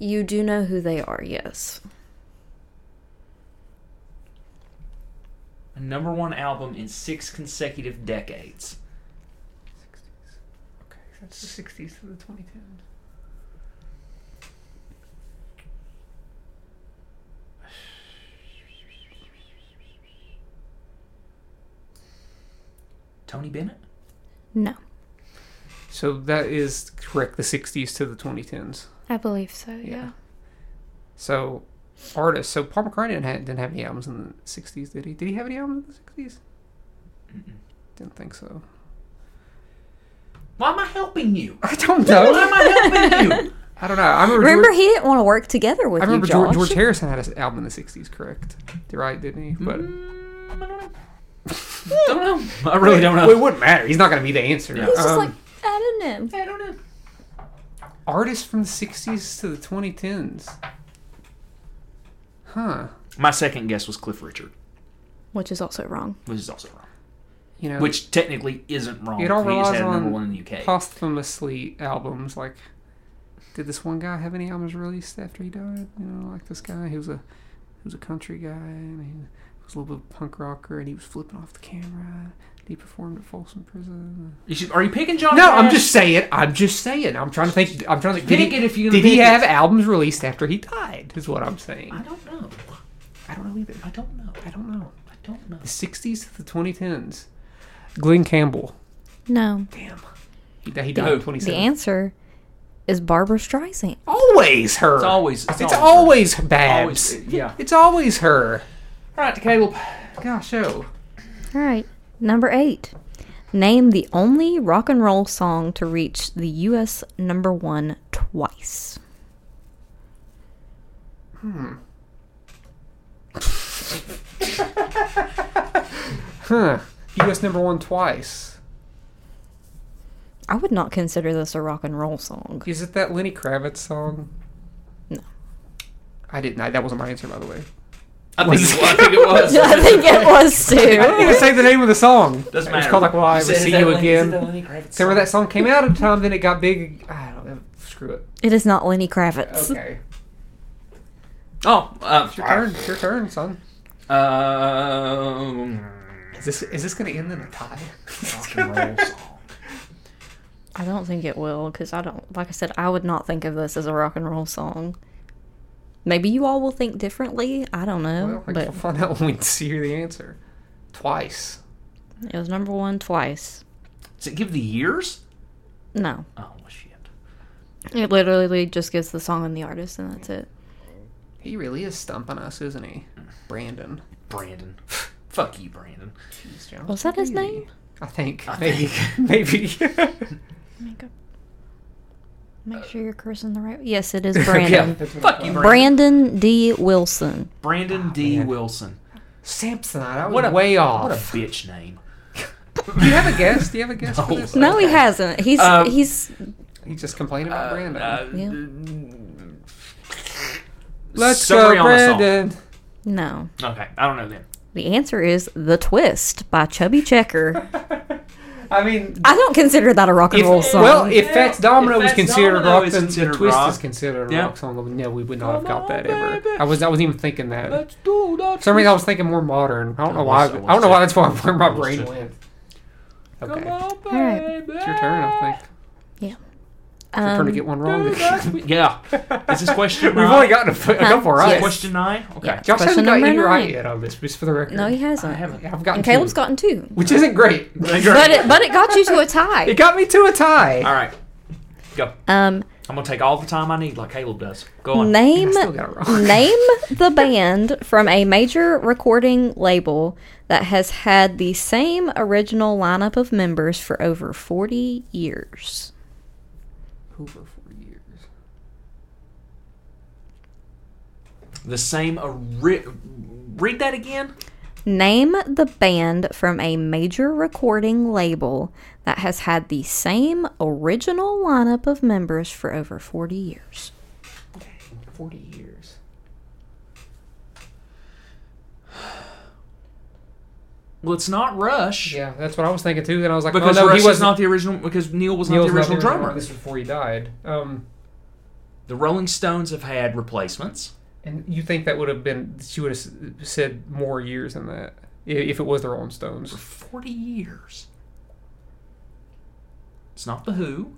[SPEAKER 4] You do know who they are, yes.
[SPEAKER 1] a number one album in six consecutive decades.
[SPEAKER 2] 60s. Okay, that's the 60s to the 2010s.
[SPEAKER 1] Tony Bennett.
[SPEAKER 4] No,
[SPEAKER 2] So that is correct, the 60s to the 2010s.
[SPEAKER 4] I believe so. Yeah.
[SPEAKER 2] So artists. So Paul McCartney didn't have, didn't have any albums in the 60s, did he? Did he have any albums in the 60s? Didn't think so.
[SPEAKER 1] Why am I helping you?
[SPEAKER 2] I don't
[SPEAKER 1] Why
[SPEAKER 2] know.
[SPEAKER 1] am I helping you?
[SPEAKER 2] I don't know. I remember.
[SPEAKER 4] Remember,
[SPEAKER 2] George,
[SPEAKER 4] he didn't want to work together with
[SPEAKER 2] I remember
[SPEAKER 4] you,
[SPEAKER 2] George,
[SPEAKER 4] Josh.
[SPEAKER 2] George Harrison had an album in the 60s, correct? Right, didn't he? But.
[SPEAKER 1] don't know. I really don't know.
[SPEAKER 2] Um, Well, it wouldn't matter. He's not going to be the answer.
[SPEAKER 1] Yeah.
[SPEAKER 4] He's just
[SPEAKER 2] Um,
[SPEAKER 4] like, I don't know.
[SPEAKER 1] I don't know.
[SPEAKER 2] artists from the 60s to the 2010s. Huh.
[SPEAKER 1] My second guess was Cliff Richard,
[SPEAKER 4] which is also wrong.
[SPEAKER 1] which is also wrong.
[SPEAKER 2] You know,
[SPEAKER 1] Which technically isn't wrong.
[SPEAKER 2] it all
[SPEAKER 1] because he just
[SPEAKER 2] relies
[SPEAKER 1] had a number
[SPEAKER 2] on
[SPEAKER 1] one in the UK.
[SPEAKER 2] posthumously albums. Like, did this one guy have any albums released after he died? You know, like this guy who was a who was a country guy and he was a little bit of a punk rocker and he was flipping off the camera. He performed at Folsom Prison.
[SPEAKER 1] You should- are you picking John?
[SPEAKER 2] No, I'm
[SPEAKER 1] Nash?
[SPEAKER 2] just saying. I'm just saying. I'm trying to think. I'm trying to think. Did
[SPEAKER 1] Pick
[SPEAKER 2] he,
[SPEAKER 1] it if you're
[SPEAKER 2] did
[SPEAKER 1] gonna
[SPEAKER 2] he
[SPEAKER 1] pick it.
[SPEAKER 2] have albums released after he died? Is what I'm saying.
[SPEAKER 1] I don't know.
[SPEAKER 2] I don't know either.
[SPEAKER 1] I don't know.
[SPEAKER 2] I don't know.
[SPEAKER 1] I don't know.
[SPEAKER 2] The 60s to the 2010s. Glenn Campbell.
[SPEAKER 4] No.
[SPEAKER 2] Damn. He, di- he died in
[SPEAKER 1] Who?
[SPEAKER 2] 27.
[SPEAKER 4] The answer is Barbara Streisand.
[SPEAKER 2] always her.
[SPEAKER 1] It's always. It's,
[SPEAKER 2] It's
[SPEAKER 1] always.
[SPEAKER 2] always Babs.
[SPEAKER 1] Always, yeah.
[SPEAKER 2] It's always her.
[SPEAKER 1] All right, Caleb.
[SPEAKER 2] Gosh, oh.
[SPEAKER 4] All right. Number eight. Name the only rock and roll song to reach the U.S. number one twice.
[SPEAKER 2] Huh. U.S. number one twice.
[SPEAKER 4] I would not consider this a rock and roll song.
[SPEAKER 2] Is it that Lenny Kravitz song?
[SPEAKER 4] No.
[SPEAKER 2] I didn't. I, that wasn't my answer, by the way.
[SPEAKER 1] I think, it was, I think it was.
[SPEAKER 4] I think it was
[SPEAKER 2] I didn't
[SPEAKER 4] too.
[SPEAKER 2] even say the name of the song.
[SPEAKER 1] Doesn't
[SPEAKER 2] It's
[SPEAKER 1] matter.
[SPEAKER 2] called like "Will I
[SPEAKER 1] Is
[SPEAKER 2] Ever
[SPEAKER 1] that- is
[SPEAKER 2] See
[SPEAKER 1] that
[SPEAKER 2] You
[SPEAKER 1] Lenny- is
[SPEAKER 2] Again"?
[SPEAKER 1] that Lenny Kravitz
[SPEAKER 2] Remember
[SPEAKER 1] song?
[SPEAKER 2] that song came out at a time, then it got big. I don't know. Screw it.
[SPEAKER 4] It is not Lenny Kravitz.
[SPEAKER 2] Okay.
[SPEAKER 1] Oh, uh,
[SPEAKER 2] It's your turn. It's your turn, son.
[SPEAKER 1] Um,
[SPEAKER 2] Is this is this gonna end in a tie?
[SPEAKER 1] rock and roll song.
[SPEAKER 4] I don't think it will because I don't. Like I said, I would not think of this as a rock and roll song. Maybe you all will think differently. I don't know,
[SPEAKER 2] Well, I guess
[SPEAKER 4] but
[SPEAKER 2] we'll find out when we see the answer. Twice.
[SPEAKER 4] it was number one twice.
[SPEAKER 1] Does it give the years?
[SPEAKER 4] No,
[SPEAKER 1] Oh shit.
[SPEAKER 4] it literally just gives the song and the artist, and that's it.
[SPEAKER 2] He really is stumping us, isn't he? Brandon.
[SPEAKER 1] Brandon. Fuck you, Brandon.
[SPEAKER 2] Jeez, John.
[SPEAKER 4] Was that his name?
[SPEAKER 2] I think.
[SPEAKER 1] I
[SPEAKER 2] maybe. Maybe.
[SPEAKER 4] Make,
[SPEAKER 2] Uh,
[SPEAKER 4] make sure you're cursing the right. Yes, it is Brandon.
[SPEAKER 2] that's what I
[SPEAKER 1] Fuck you,
[SPEAKER 2] thought.
[SPEAKER 1] Brandon.
[SPEAKER 4] Brandon D. Wilson.
[SPEAKER 1] Brandon D. Wilson.
[SPEAKER 2] Samsonite. I Ah, was
[SPEAKER 1] What a
[SPEAKER 2] way
[SPEAKER 1] What a
[SPEAKER 2] off.
[SPEAKER 1] bitch name.
[SPEAKER 2] Do you have a guess? Do you have a guess for
[SPEAKER 1] No.
[SPEAKER 2] this?
[SPEAKER 4] No, he hasn't. He's
[SPEAKER 2] Um,
[SPEAKER 4] he's
[SPEAKER 2] He just complained
[SPEAKER 1] Uh,
[SPEAKER 2] about Brandon.
[SPEAKER 1] Let's go, Brandon.
[SPEAKER 4] no.
[SPEAKER 1] Okay, I don't know then.
[SPEAKER 4] The answer is "The Twist" by Chubby Checker.
[SPEAKER 2] I mean,
[SPEAKER 4] I don't consider that a rock and
[SPEAKER 2] if,
[SPEAKER 4] roll song.
[SPEAKER 2] well, if
[SPEAKER 1] Yeah,
[SPEAKER 2] Fats Domino
[SPEAKER 1] if
[SPEAKER 2] was
[SPEAKER 1] Fats
[SPEAKER 2] considered
[SPEAKER 1] Domino
[SPEAKER 2] rock,
[SPEAKER 1] is
[SPEAKER 2] then
[SPEAKER 1] considered
[SPEAKER 2] the twist
[SPEAKER 1] rock.
[SPEAKER 2] is considered a
[SPEAKER 1] Yeah.
[SPEAKER 2] rock song. No, we would not have
[SPEAKER 1] Come
[SPEAKER 2] got that
[SPEAKER 1] on,
[SPEAKER 2] ever.
[SPEAKER 1] baby.
[SPEAKER 2] I was. I wasn't even thinking that.
[SPEAKER 1] Let's do that.
[SPEAKER 2] For some reason, I was thinking more modern. I don't know
[SPEAKER 1] I
[SPEAKER 2] why. I
[SPEAKER 1] was- I was
[SPEAKER 2] don't know why. That's why where my
[SPEAKER 1] was
[SPEAKER 2] brain
[SPEAKER 1] too.
[SPEAKER 2] went.
[SPEAKER 1] Come
[SPEAKER 2] Okay,
[SPEAKER 1] on,
[SPEAKER 4] right.
[SPEAKER 1] baby.
[SPEAKER 2] it's your turn. I think. Your turn to
[SPEAKER 4] Um,
[SPEAKER 2] get one wrong.
[SPEAKER 1] Do that with- yeah. Is this question
[SPEAKER 2] We've
[SPEAKER 1] nine?
[SPEAKER 2] only gotten a, f- a couple
[SPEAKER 4] Huh?
[SPEAKER 2] right.
[SPEAKER 4] Yes.
[SPEAKER 1] Question nine? Okay.
[SPEAKER 4] Yeah.
[SPEAKER 2] Josh hasn't
[SPEAKER 4] Question
[SPEAKER 2] got
[SPEAKER 4] number
[SPEAKER 2] any right
[SPEAKER 4] nine.
[SPEAKER 2] yet on this, just for the record.
[SPEAKER 4] no, he hasn't.
[SPEAKER 1] I haven't.
[SPEAKER 2] I've gotten
[SPEAKER 4] And Caleb's
[SPEAKER 2] two,
[SPEAKER 4] gotten two.
[SPEAKER 2] which isn't great.
[SPEAKER 4] But it, but it got you to a tie.
[SPEAKER 2] It got me to a tie.
[SPEAKER 1] All right. Go.
[SPEAKER 4] Um,
[SPEAKER 1] I'm going to take all the time I need, like Caleb does. Go on.
[SPEAKER 2] I
[SPEAKER 4] name
[SPEAKER 2] still got it wrong.
[SPEAKER 4] name the band from a major recording label that has had the same original lineup of members for over forty years.
[SPEAKER 2] Over four years.
[SPEAKER 1] The same. Ori- read that again.
[SPEAKER 4] Name the band from a major recording label that has had the same original lineup of members for over forty years.
[SPEAKER 2] Forty years.
[SPEAKER 1] Well, it's not Rush.
[SPEAKER 2] Yeah, that's what I was thinking too. Then I was like,
[SPEAKER 1] Because
[SPEAKER 2] oh, no,
[SPEAKER 1] Rush
[SPEAKER 2] he was
[SPEAKER 1] was not the original. Because Neil was not the original drummer.
[SPEAKER 2] This was before he died. Um,
[SPEAKER 1] The Rolling Stones have had replacements.
[SPEAKER 2] and you think that would have been? She would have s- said more years than that i- if it was the Rolling Stones.
[SPEAKER 1] Forty years. It's not the Who.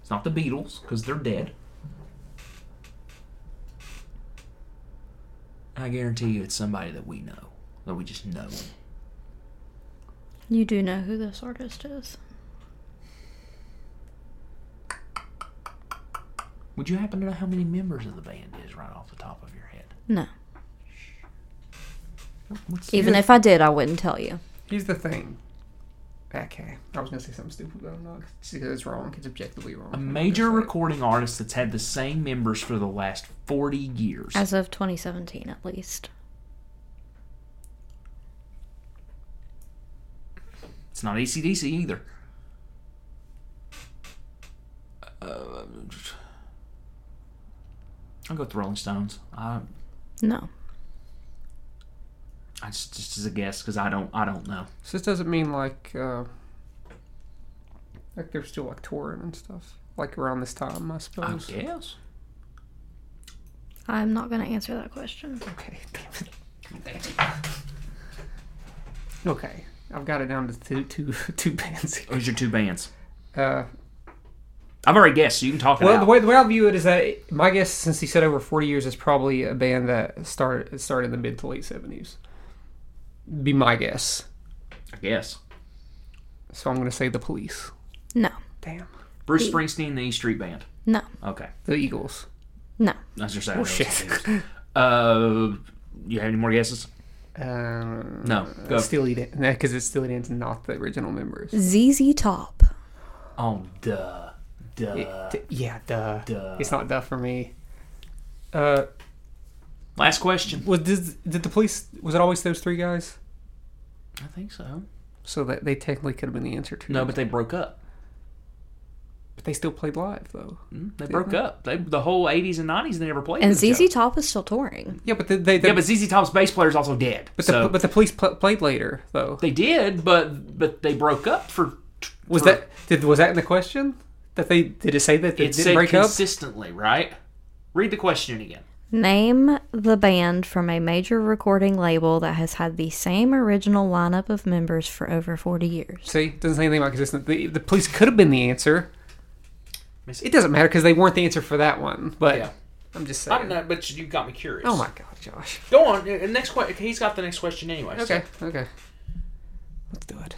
[SPEAKER 1] It's not the Beatles because they're dead. I guarantee you, it's somebody that we know that we just know.
[SPEAKER 4] You do know who this artist is.
[SPEAKER 1] Would you happen to know how many members of the band is right off the top of your head?
[SPEAKER 4] No.
[SPEAKER 1] What's
[SPEAKER 4] Even if I did, I wouldn't tell you.
[SPEAKER 2] Here's the thing. Okay, I was gonna say something stupid, but I'm not. It's, it's wrong. It's objectively wrong.
[SPEAKER 1] a major recording artist that's had the same members for the last 40 years.
[SPEAKER 4] As of 2017, at least.
[SPEAKER 1] It's not ACDC either. Uh, I'll go with the Rolling Stones. I,
[SPEAKER 4] No.
[SPEAKER 1] I just, just as a guess because I don't I don't know.
[SPEAKER 2] So this doesn't mean like uh, like they're still like touring and stuff. Like around this time, I
[SPEAKER 1] I
[SPEAKER 2] suppose.
[SPEAKER 1] guess.
[SPEAKER 4] I'm not going to answer that question.
[SPEAKER 2] Okay. okay. I've got it down to two two two bands. here.
[SPEAKER 1] Who's your two bands?
[SPEAKER 2] Uh,
[SPEAKER 1] I've already guessed, so you can talk it
[SPEAKER 2] well,
[SPEAKER 1] out.
[SPEAKER 2] the way the way I view it is that it- my guess, since he said over forty years, is probably a band that started started in the mid to late seventies. Be my guess.
[SPEAKER 1] I guess.
[SPEAKER 2] So I'm going to say the Police.
[SPEAKER 4] No.
[SPEAKER 2] Damn.
[SPEAKER 1] Bruce Springsteen, and the E Street Band.
[SPEAKER 4] No.
[SPEAKER 1] Okay,
[SPEAKER 2] The Eagles.
[SPEAKER 4] No.
[SPEAKER 1] that's your second.
[SPEAKER 2] shit.
[SPEAKER 1] Uh, you have any more guesses?
[SPEAKER 2] Um,
[SPEAKER 1] No. Go.
[SPEAKER 2] Steely Dan, because it's Steely Dan's not the original members.
[SPEAKER 4] ZZ Top.
[SPEAKER 1] Oh, duh, duh.
[SPEAKER 2] D- yeah, duh.
[SPEAKER 1] duh.
[SPEAKER 2] It's not duh for me. Uh,
[SPEAKER 1] Last question.
[SPEAKER 2] was did, did the police? Was it always those three guys?
[SPEAKER 1] I think so.
[SPEAKER 2] So that they technically could have been the answer to.
[SPEAKER 1] No,
[SPEAKER 2] it.
[SPEAKER 1] but they broke up.
[SPEAKER 2] But they still played live though.
[SPEAKER 1] They broke up. They the whole '80s and '90s. They never played.
[SPEAKER 4] And
[SPEAKER 1] with each other.
[SPEAKER 4] ZZ Top is still touring.
[SPEAKER 2] Yeah, but they. they, they
[SPEAKER 1] Yeah, but ZZ Top's bass player is also dead.
[SPEAKER 2] but the,
[SPEAKER 1] so
[SPEAKER 2] but the police pl- played later though.
[SPEAKER 1] they did, but but they broke up for.
[SPEAKER 2] Was
[SPEAKER 1] for-
[SPEAKER 2] that did was that in the question? That they did it say that they
[SPEAKER 1] it
[SPEAKER 2] didn't
[SPEAKER 1] said
[SPEAKER 2] break up?
[SPEAKER 1] consistently, right? Read the question again.
[SPEAKER 4] Name the band from a major recording label that has had the same original lineup of members for over 40 years.
[SPEAKER 2] See, doesn't say anything about consistent. The, the police could have been the answer.
[SPEAKER 1] Miss-
[SPEAKER 2] It doesn't matter because they weren't the answer for that one. But
[SPEAKER 1] Yeah.
[SPEAKER 2] I'm just saying.
[SPEAKER 1] I'm not, but you got me curious.
[SPEAKER 2] Oh my god, Josh.
[SPEAKER 1] Go on. uh, Next question. He's got the next question anyway. so-
[SPEAKER 2] Okay, okay. Let's do it.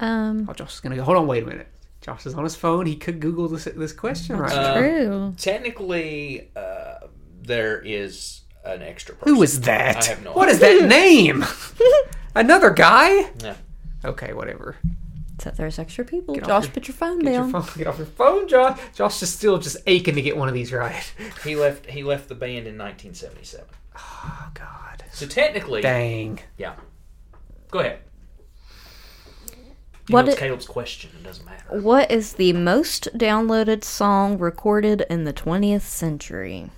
[SPEAKER 4] Um,
[SPEAKER 2] Oh, Josh is gonna go. Hold on, wait a minute. Josh is on his phone. He could Google this this
[SPEAKER 1] Uh,
[SPEAKER 2] question right now.
[SPEAKER 4] true.
[SPEAKER 1] Technically, uh, there is an extra person.
[SPEAKER 2] Who is that?
[SPEAKER 1] I have no
[SPEAKER 2] What is that name? Another guy?
[SPEAKER 1] Yeah.
[SPEAKER 2] Okay, whatever.
[SPEAKER 4] So there's extra people.
[SPEAKER 2] off
[SPEAKER 4] Josh,
[SPEAKER 2] your-
[SPEAKER 4] put your phone
[SPEAKER 2] Get
[SPEAKER 4] down.
[SPEAKER 2] your phone. Get off your phone, Josh. Josh is still just aching to get one of these right.
[SPEAKER 1] He left. He left the band in 1977.
[SPEAKER 2] Oh God.
[SPEAKER 1] So technically,
[SPEAKER 2] Dang.
[SPEAKER 1] yeah. Go ahead. You
[SPEAKER 4] What
[SPEAKER 1] know, it's
[SPEAKER 4] it-
[SPEAKER 1] Caleb's question. It doesn't matter.
[SPEAKER 4] What is the most downloaded song recorded in the 20th century?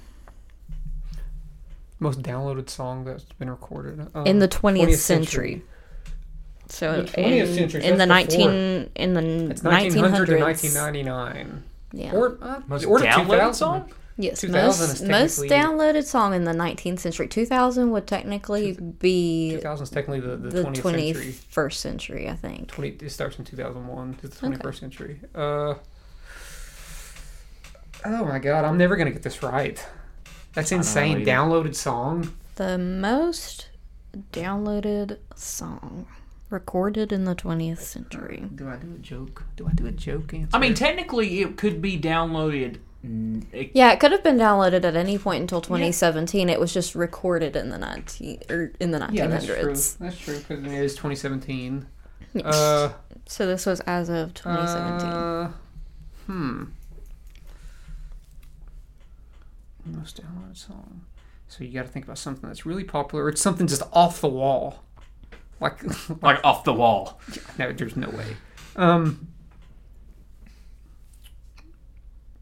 [SPEAKER 2] Most downloaded song that's been recorded uh,
[SPEAKER 4] In the 20th, century. So
[SPEAKER 2] The 20th
[SPEAKER 4] in,
[SPEAKER 2] century, so
[SPEAKER 4] in the
[SPEAKER 2] that's
[SPEAKER 4] 19 in the
[SPEAKER 2] It's 1900 to
[SPEAKER 4] 1900s.
[SPEAKER 2] 1999.
[SPEAKER 4] Yeah.
[SPEAKER 2] Or, uh,
[SPEAKER 1] Most
[SPEAKER 2] or to
[SPEAKER 1] downloaded
[SPEAKER 2] 2000.
[SPEAKER 1] song?
[SPEAKER 4] yes,
[SPEAKER 2] 2000
[SPEAKER 4] most
[SPEAKER 2] is technically-
[SPEAKER 4] most downloaded song in the 19th century. 2000 would technically be
[SPEAKER 2] 2000 is technically the, the,
[SPEAKER 4] the
[SPEAKER 2] 20th century.
[SPEAKER 4] 21st century, I think.
[SPEAKER 2] 20, it starts in 2001. It's the 21st century. Uh, oh my god, I'm never going to get this right. That's insane.
[SPEAKER 1] either.
[SPEAKER 2] Downloaded song?
[SPEAKER 4] The most downloaded song recorded in the 20th century.
[SPEAKER 2] Do I do a joke? Do I do a joke answer?
[SPEAKER 1] I mean, technically, it could be downloaded. n- it-
[SPEAKER 4] Yeah, it could have been downloaded at any point until 2017. It was just recorded in the 19 or in the 1900s.
[SPEAKER 2] yeah, that's true. That's true, because it is 2017.
[SPEAKER 4] Yes.
[SPEAKER 2] Uh,
[SPEAKER 4] so this was as of 2017.
[SPEAKER 2] uh, hmm. Most downloaded song. So you got to think about something that's really popular. It's something just off the wall. Like,
[SPEAKER 1] Like off the wall.
[SPEAKER 2] No, there's no way. Um.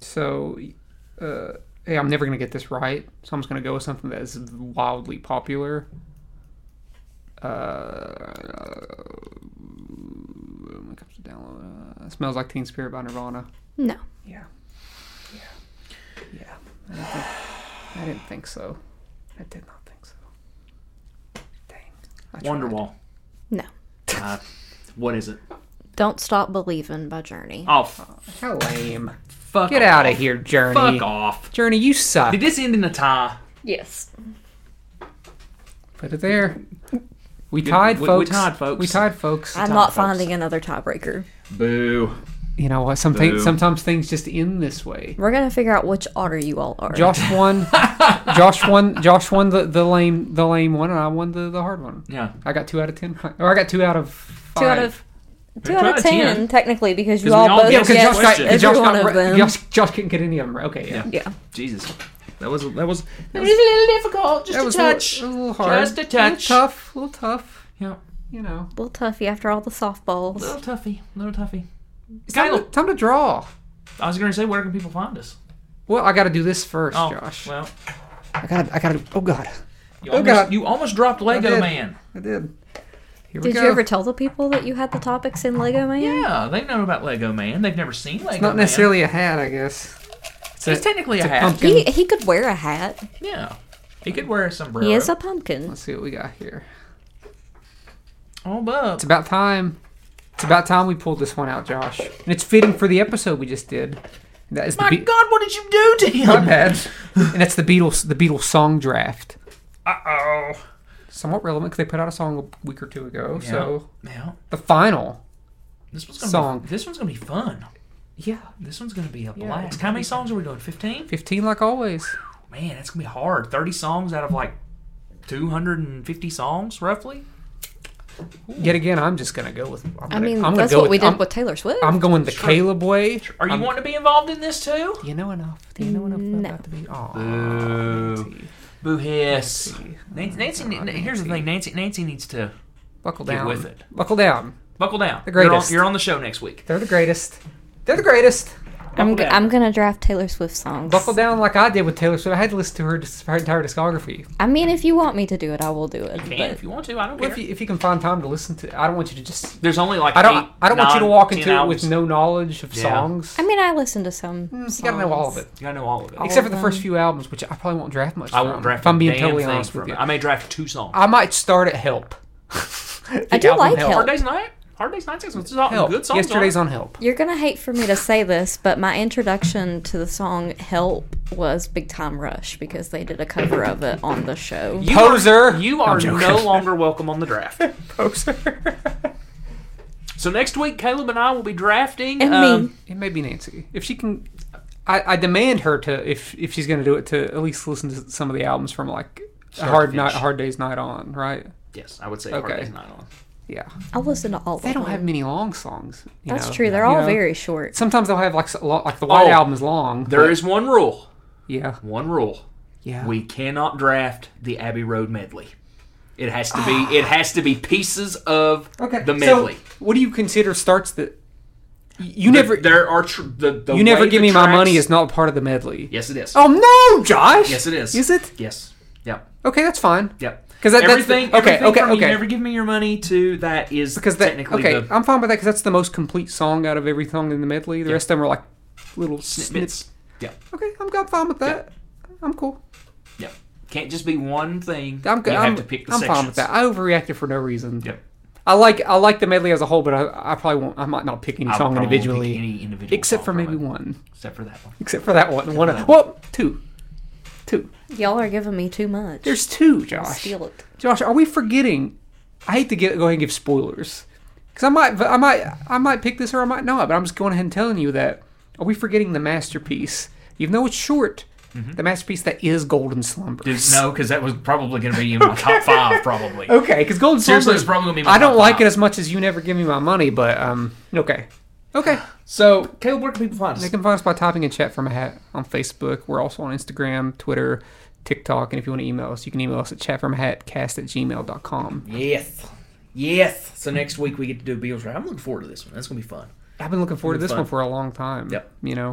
[SPEAKER 2] So, uh, hey, I'm never gonna get this right. So I'm just gonna go with something that is wildly popular. Uh, when it comes to download, uh, smells like Teen Spirit by Nirvana.
[SPEAKER 4] no.
[SPEAKER 2] Yeah. Yeah. Yeah. I didn't think, I didn't think so. I did not think so. Dang. I tried.
[SPEAKER 1] Wonderwall.
[SPEAKER 4] No.
[SPEAKER 1] Uh, what is it?
[SPEAKER 4] Don't Stop Believin' by Journey.
[SPEAKER 1] Oh, f-
[SPEAKER 2] How lame.
[SPEAKER 1] fuck.
[SPEAKER 2] Get
[SPEAKER 1] off.
[SPEAKER 2] out of here, Journey.
[SPEAKER 1] Fuck off.
[SPEAKER 2] Journey, you suck.
[SPEAKER 1] Did this end in a tie?
[SPEAKER 4] Yes.
[SPEAKER 2] Put it there. We tied,
[SPEAKER 1] we- we
[SPEAKER 2] folks.
[SPEAKER 1] tied, folks.
[SPEAKER 2] We tied, folks.
[SPEAKER 4] I'm not finding another tiebreaker.
[SPEAKER 1] Boo.
[SPEAKER 2] You know what? Some thi-
[SPEAKER 1] Boo.
[SPEAKER 2] sometimes things just end this way.
[SPEAKER 4] We're going to figure out which otter you all are.
[SPEAKER 2] Josh won. Josh won. Josh won the, the lame the lame one, and I won the, the hard one.
[SPEAKER 1] Yeah.
[SPEAKER 2] I got two out of ten, right- or I got two out of five.
[SPEAKER 4] two out of two out
[SPEAKER 1] try
[SPEAKER 4] of
[SPEAKER 1] a
[SPEAKER 4] ten,
[SPEAKER 1] 10.
[SPEAKER 4] technically because you
[SPEAKER 1] 'Cause we
[SPEAKER 4] all
[SPEAKER 1] all
[SPEAKER 4] both
[SPEAKER 1] get
[SPEAKER 2] yeah,
[SPEAKER 1] one
[SPEAKER 2] because
[SPEAKER 4] guessed
[SPEAKER 2] Josh, got-
[SPEAKER 1] question.
[SPEAKER 4] every
[SPEAKER 2] 'cause Josh
[SPEAKER 4] one
[SPEAKER 2] got
[SPEAKER 4] of
[SPEAKER 2] re-
[SPEAKER 4] them.
[SPEAKER 2] Josh, Josh couldn't get any of them. right. Okay, yeah.
[SPEAKER 1] Yeah.
[SPEAKER 4] Yeah.
[SPEAKER 1] Jesus. That was that was that was,
[SPEAKER 2] was a
[SPEAKER 1] little difficult. Just
[SPEAKER 2] That was a little, that was a little hard.
[SPEAKER 1] Just a touch.
[SPEAKER 2] A little tough. A little tough.
[SPEAKER 1] Yeah.
[SPEAKER 2] you know,
[SPEAKER 4] Little toughy after all the softballs.
[SPEAKER 1] Little Tuffy. Little Tuffy.
[SPEAKER 2] it's time to,
[SPEAKER 1] Caleb.
[SPEAKER 2] time to draw.
[SPEAKER 1] I was going to say, where can people find us?
[SPEAKER 2] Well, I got to do this first,
[SPEAKER 1] Oh,
[SPEAKER 2] Josh.
[SPEAKER 1] well,
[SPEAKER 2] I got. to I got to. Oh God,
[SPEAKER 1] you
[SPEAKER 2] Oh,
[SPEAKER 1] almost,
[SPEAKER 2] God.
[SPEAKER 1] you almost dropped Lego
[SPEAKER 2] did.
[SPEAKER 1] Man.
[SPEAKER 2] I did. Here we
[SPEAKER 4] Did
[SPEAKER 2] go.
[SPEAKER 4] you ever tell the people that you had the topics in Lego Man?
[SPEAKER 1] Yeah, they know about Lego Man. They've never seen Lego
[SPEAKER 2] It's not
[SPEAKER 1] Man.
[SPEAKER 2] necessarily a hat, I guess.
[SPEAKER 1] It's, technically a,
[SPEAKER 2] it's a
[SPEAKER 1] hat.
[SPEAKER 2] pumpkin.
[SPEAKER 4] He, he could wear a hat.
[SPEAKER 1] Yeah. He could wear a sombrero.
[SPEAKER 4] He is a pumpkin.
[SPEAKER 2] Let's see what we got here.
[SPEAKER 1] Oh, bub.
[SPEAKER 2] It's about time. It's about time we pulled this one out, Josh. And it's fitting for the episode we just did. That is the
[SPEAKER 1] My
[SPEAKER 2] Be-
[SPEAKER 1] God, what did you do to him?
[SPEAKER 2] My bad. and that's the Beatles. The Beatles song draft.
[SPEAKER 1] Uh-oh.
[SPEAKER 2] Somewhat relevant because they put out a song a week or two ago. So
[SPEAKER 1] Yeah.
[SPEAKER 2] the final.
[SPEAKER 1] This one's gonna
[SPEAKER 2] Song.
[SPEAKER 1] Be, this one's gonna be fun.
[SPEAKER 2] Yeah.
[SPEAKER 1] This one's gonna be a
[SPEAKER 2] Yeah,
[SPEAKER 1] blast.
[SPEAKER 2] it's
[SPEAKER 1] How many songs are we doing? Fifteen?
[SPEAKER 2] Fifteen, like always.
[SPEAKER 1] Man, that's gonna be hard. Thirty songs out of like two hundred and fifty songs, roughly.
[SPEAKER 2] Yet again, I'm just gonna go with. I'm
[SPEAKER 4] I
[SPEAKER 2] gonna-
[SPEAKER 4] mean,
[SPEAKER 2] I'm gonna
[SPEAKER 4] that's
[SPEAKER 2] go
[SPEAKER 4] what we did
[SPEAKER 2] I'm,
[SPEAKER 4] with Taylor Swift.
[SPEAKER 2] I'm going the Caleb way.
[SPEAKER 1] Are you
[SPEAKER 2] I'm-
[SPEAKER 1] wanting to be involved in this too?
[SPEAKER 2] Do you know enough? Do you know enough
[SPEAKER 4] No.
[SPEAKER 2] about the Beatles?
[SPEAKER 1] Mm,
[SPEAKER 2] Aw,
[SPEAKER 1] Boo.
[SPEAKER 2] Nancy.
[SPEAKER 1] Boo hiss. Nancy, Nancy,
[SPEAKER 2] Nancy.
[SPEAKER 1] ne-
[SPEAKER 2] Nancy.
[SPEAKER 1] here's the thing. Nancy, Nancy needs to
[SPEAKER 2] Buckle
[SPEAKER 1] Get
[SPEAKER 2] down.
[SPEAKER 1] with it.
[SPEAKER 2] Buckle down.
[SPEAKER 1] buckle down.
[SPEAKER 2] The
[SPEAKER 1] You're on,
[SPEAKER 2] greatest.
[SPEAKER 1] you're on the show next week.
[SPEAKER 2] They're the greatest. They're the greatest.
[SPEAKER 4] I'm,
[SPEAKER 1] Buckle down.
[SPEAKER 4] I'm gonna draft Taylor Swift songs.
[SPEAKER 2] Buckle down like I did with Taylor Swift. I had to listen to her, dis- her entire discography.
[SPEAKER 4] I mean, if you want me to do it, I will do it.
[SPEAKER 1] Can
[SPEAKER 4] but-
[SPEAKER 1] if you want to. I don't
[SPEAKER 2] Well,
[SPEAKER 1] care.
[SPEAKER 2] if you, if you can find time to listen to, I don't want you to just.
[SPEAKER 1] There's only like
[SPEAKER 2] I don't.
[SPEAKER 1] Eight,
[SPEAKER 2] I don't want you to
[SPEAKER 1] nine,
[SPEAKER 2] walk
[SPEAKER 1] 10
[SPEAKER 2] into it
[SPEAKER 1] albums.
[SPEAKER 2] with no knowledge of
[SPEAKER 1] Yeah.
[SPEAKER 2] songs.
[SPEAKER 4] I mean, I listen to some.
[SPEAKER 2] Mm, you gotta know all of
[SPEAKER 4] songs.
[SPEAKER 2] it,
[SPEAKER 1] You gotta know all of it.
[SPEAKER 4] All
[SPEAKER 2] except for
[SPEAKER 4] of
[SPEAKER 2] the first
[SPEAKER 4] them.
[SPEAKER 2] few albums, which I probably won't draft much.
[SPEAKER 1] I
[SPEAKER 2] from,
[SPEAKER 1] won't draft.
[SPEAKER 2] If I'm being
[SPEAKER 1] a damn
[SPEAKER 2] totally
[SPEAKER 1] thing
[SPEAKER 2] honest
[SPEAKER 1] from
[SPEAKER 2] with you,
[SPEAKER 1] it. I may draft two songs.
[SPEAKER 2] I might start at Help.
[SPEAKER 4] I do
[SPEAKER 1] Hard
[SPEAKER 4] like Help.
[SPEAKER 1] Day's Night. Hard Day's Night. It's all
[SPEAKER 2] Help.
[SPEAKER 1] good songs.
[SPEAKER 2] Yesterday's
[SPEAKER 1] on.
[SPEAKER 2] on Help.
[SPEAKER 4] You're gonna hate for me to say this, but my introduction to the song "Help" was Big Time Rush because they did a cover of it on the show.
[SPEAKER 1] You
[SPEAKER 2] Poser.
[SPEAKER 1] Are, you are
[SPEAKER 2] joking.
[SPEAKER 1] no longer welcome on the draft.
[SPEAKER 2] Poser.
[SPEAKER 1] So next week, Caleb and I will be drafting.
[SPEAKER 4] And
[SPEAKER 1] um,
[SPEAKER 4] me.
[SPEAKER 2] It may be Nancy. If she can, I, I demand her to if if she's going to do it to at least listen to some of the albums from like a
[SPEAKER 1] to
[SPEAKER 2] hard night,
[SPEAKER 1] finish.
[SPEAKER 2] hard days night on, right?
[SPEAKER 1] Yes, I would say
[SPEAKER 2] Okay.
[SPEAKER 1] Hard Day's Night on.
[SPEAKER 2] Yeah,
[SPEAKER 4] I'll listen to all.
[SPEAKER 2] they
[SPEAKER 4] of
[SPEAKER 2] don't
[SPEAKER 4] them.
[SPEAKER 2] have many long songs. you
[SPEAKER 4] That's
[SPEAKER 2] know.
[SPEAKER 4] true. They're
[SPEAKER 2] You
[SPEAKER 4] all
[SPEAKER 2] know?
[SPEAKER 4] very short.
[SPEAKER 2] Sometimes they'll have like s- a lot, like the White
[SPEAKER 1] Oh.
[SPEAKER 2] Album is long.
[SPEAKER 1] There
[SPEAKER 2] but-
[SPEAKER 1] is one rule.
[SPEAKER 2] yeah,
[SPEAKER 1] One rule.
[SPEAKER 2] yeah.
[SPEAKER 1] We cannot draft the Abbey Road medley. It has to
[SPEAKER 4] Ah.
[SPEAKER 1] be. it has to be pieces of the medley.
[SPEAKER 2] So, what do you consider starts that? You
[SPEAKER 1] The-
[SPEAKER 2] never,
[SPEAKER 1] There are tr- the, the
[SPEAKER 2] you never
[SPEAKER 1] way
[SPEAKER 2] give
[SPEAKER 1] the
[SPEAKER 2] me my money
[SPEAKER 1] tracks-
[SPEAKER 2] is not part of the medley.
[SPEAKER 1] Yes, it is.
[SPEAKER 2] Oh no, Josh.
[SPEAKER 1] Yes, it is.
[SPEAKER 2] Is it?
[SPEAKER 1] Yes. Yep.
[SPEAKER 2] Okay, that's fine.
[SPEAKER 1] Yep.
[SPEAKER 2] 'Cause that- that's
[SPEAKER 1] everything.
[SPEAKER 2] the- okay,
[SPEAKER 1] everything
[SPEAKER 2] okay,
[SPEAKER 1] from You
[SPEAKER 2] okay.
[SPEAKER 1] never give me your money to that is
[SPEAKER 2] because that,
[SPEAKER 1] technically
[SPEAKER 2] okay,
[SPEAKER 1] the
[SPEAKER 2] I'm fine with that because that's the most complete song out of every song in the medley. The rest of them are like little snippets.
[SPEAKER 1] snippets. Yep.
[SPEAKER 2] Okay, I'm, I'm fine with that. I'm cool.
[SPEAKER 1] Yep. Can't just be one thing.
[SPEAKER 2] I'm good.
[SPEAKER 1] You
[SPEAKER 2] I'm,
[SPEAKER 1] have to pick the
[SPEAKER 2] I'm
[SPEAKER 1] sections.
[SPEAKER 2] fine with that. I overreacted for no reason.
[SPEAKER 1] Yep.
[SPEAKER 2] I like I like the medley as a whole, but I, I probably won't. I might not pick any
[SPEAKER 1] I would
[SPEAKER 2] song
[SPEAKER 1] probably pick
[SPEAKER 2] individually,
[SPEAKER 1] any individual song
[SPEAKER 2] except for
[SPEAKER 1] from
[SPEAKER 2] maybe
[SPEAKER 1] it.
[SPEAKER 2] one.
[SPEAKER 1] Except for that one.
[SPEAKER 2] Except for that one. One.
[SPEAKER 1] that
[SPEAKER 2] Of, well, two. Two.
[SPEAKER 4] Y'all are giving me too much.
[SPEAKER 2] There's two, Josh.
[SPEAKER 4] steal it.
[SPEAKER 2] Josh, are we forgetting? I hate to get, go ahead and give spoilers because I might, I might, I might pick this or I might not. But I'm just going ahead and telling you that. Are we forgetting the masterpiece? Even though it's short, the masterpiece that is Golden Slumber.
[SPEAKER 1] Mm-hmm. No, because that was probably going to be in my top five, probably.
[SPEAKER 2] Okay, because Golden
[SPEAKER 1] Seriously,
[SPEAKER 2] Slumber.
[SPEAKER 1] it's probably going to be. My
[SPEAKER 2] I don't
[SPEAKER 1] top
[SPEAKER 2] like
[SPEAKER 1] five.
[SPEAKER 2] it as much as you never give me my money, but um, okay, okay. So
[SPEAKER 1] Caleb, where can people find us?
[SPEAKER 2] they can find us by typing in chat from a hat on Facebook. We're also on Instagram, Twitter, TikTok, and if you want to email us, you can email us at chatfromhatcast at gmail.com.
[SPEAKER 1] Yes. Yes. So next week we get to do Beals Right. I'm looking forward to this one. That's going to be fun.
[SPEAKER 2] I've been looking forward
[SPEAKER 1] It'll
[SPEAKER 2] to
[SPEAKER 1] be
[SPEAKER 2] this
[SPEAKER 1] fun.
[SPEAKER 2] one for a long time.
[SPEAKER 1] Yep.
[SPEAKER 2] You know,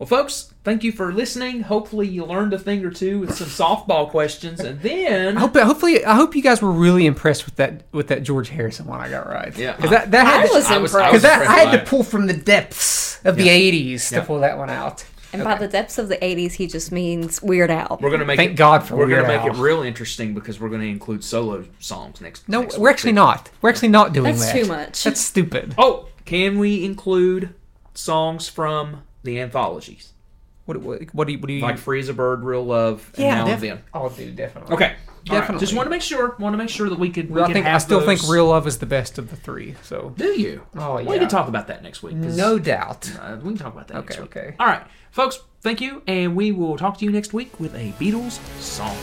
[SPEAKER 1] Well, folks, thank you for listening. Hopefully you learned a thing or two with some softball questions. And then.
[SPEAKER 2] I hope hopefully I hope you guys were really impressed with that with that George Harrison one I got right.
[SPEAKER 1] Yeah.
[SPEAKER 2] because that, that
[SPEAKER 4] I
[SPEAKER 2] had to-
[SPEAKER 4] was
[SPEAKER 1] I was- I
[SPEAKER 4] impressed.
[SPEAKER 1] was
[SPEAKER 2] because that I had
[SPEAKER 1] by
[SPEAKER 2] to
[SPEAKER 1] it.
[SPEAKER 2] pull from the depths of
[SPEAKER 1] Yeah.
[SPEAKER 2] the '80s
[SPEAKER 1] Yeah.
[SPEAKER 2] to pull that one out.
[SPEAKER 4] and by the depths of the '80s, he just means Weird Al.
[SPEAKER 1] We're gonna make
[SPEAKER 2] Thank
[SPEAKER 1] it,
[SPEAKER 2] God for
[SPEAKER 1] we're gonna
[SPEAKER 2] Weird
[SPEAKER 1] make
[SPEAKER 2] Al.
[SPEAKER 1] it real interesting because we're gonna include solo songs next.
[SPEAKER 2] No,
[SPEAKER 1] next
[SPEAKER 2] we're
[SPEAKER 1] week,
[SPEAKER 2] actually
[SPEAKER 1] too.
[SPEAKER 2] not. We're actually not doing
[SPEAKER 4] That's
[SPEAKER 2] that.
[SPEAKER 4] too much.
[SPEAKER 2] That's stupid.
[SPEAKER 1] Oh, can we include songs from the anthologies
[SPEAKER 2] What, what, what do you? What do you?
[SPEAKER 1] like "Free as a Bird," "Real Love," and "Now and
[SPEAKER 2] def-
[SPEAKER 1] Then"?
[SPEAKER 2] I'll do definitely.
[SPEAKER 1] Okay, All right.
[SPEAKER 2] Definitely.
[SPEAKER 1] Just want to make sure. Want to make sure that we could. We
[SPEAKER 2] Well, I
[SPEAKER 1] can
[SPEAKER 2] think I
[SPEAKER 1] have
[SPEAKER 2] still think
[SPEAKER 1] those-
[SPEAKER 2] real love is the best of the three. So
[SPEAKER 1] Do you?
[SPEAKER 2] Oh,
[SPEAKER 1] Well, we
[SPEAKER 2] yeah.
[SPEAKER 1] can talk about that next week. 'cause,
[SPEAKER 2] no doubt.
[SPEAKER 1] uh, we can talk about that next
[SPEAKER 2] Okay,
[SPEAKER 1] week.
[SPEAKER 2] okay.
[SPEAKER 1] All right, folks. Thank you, and we will talk to you next week with a Beatles song.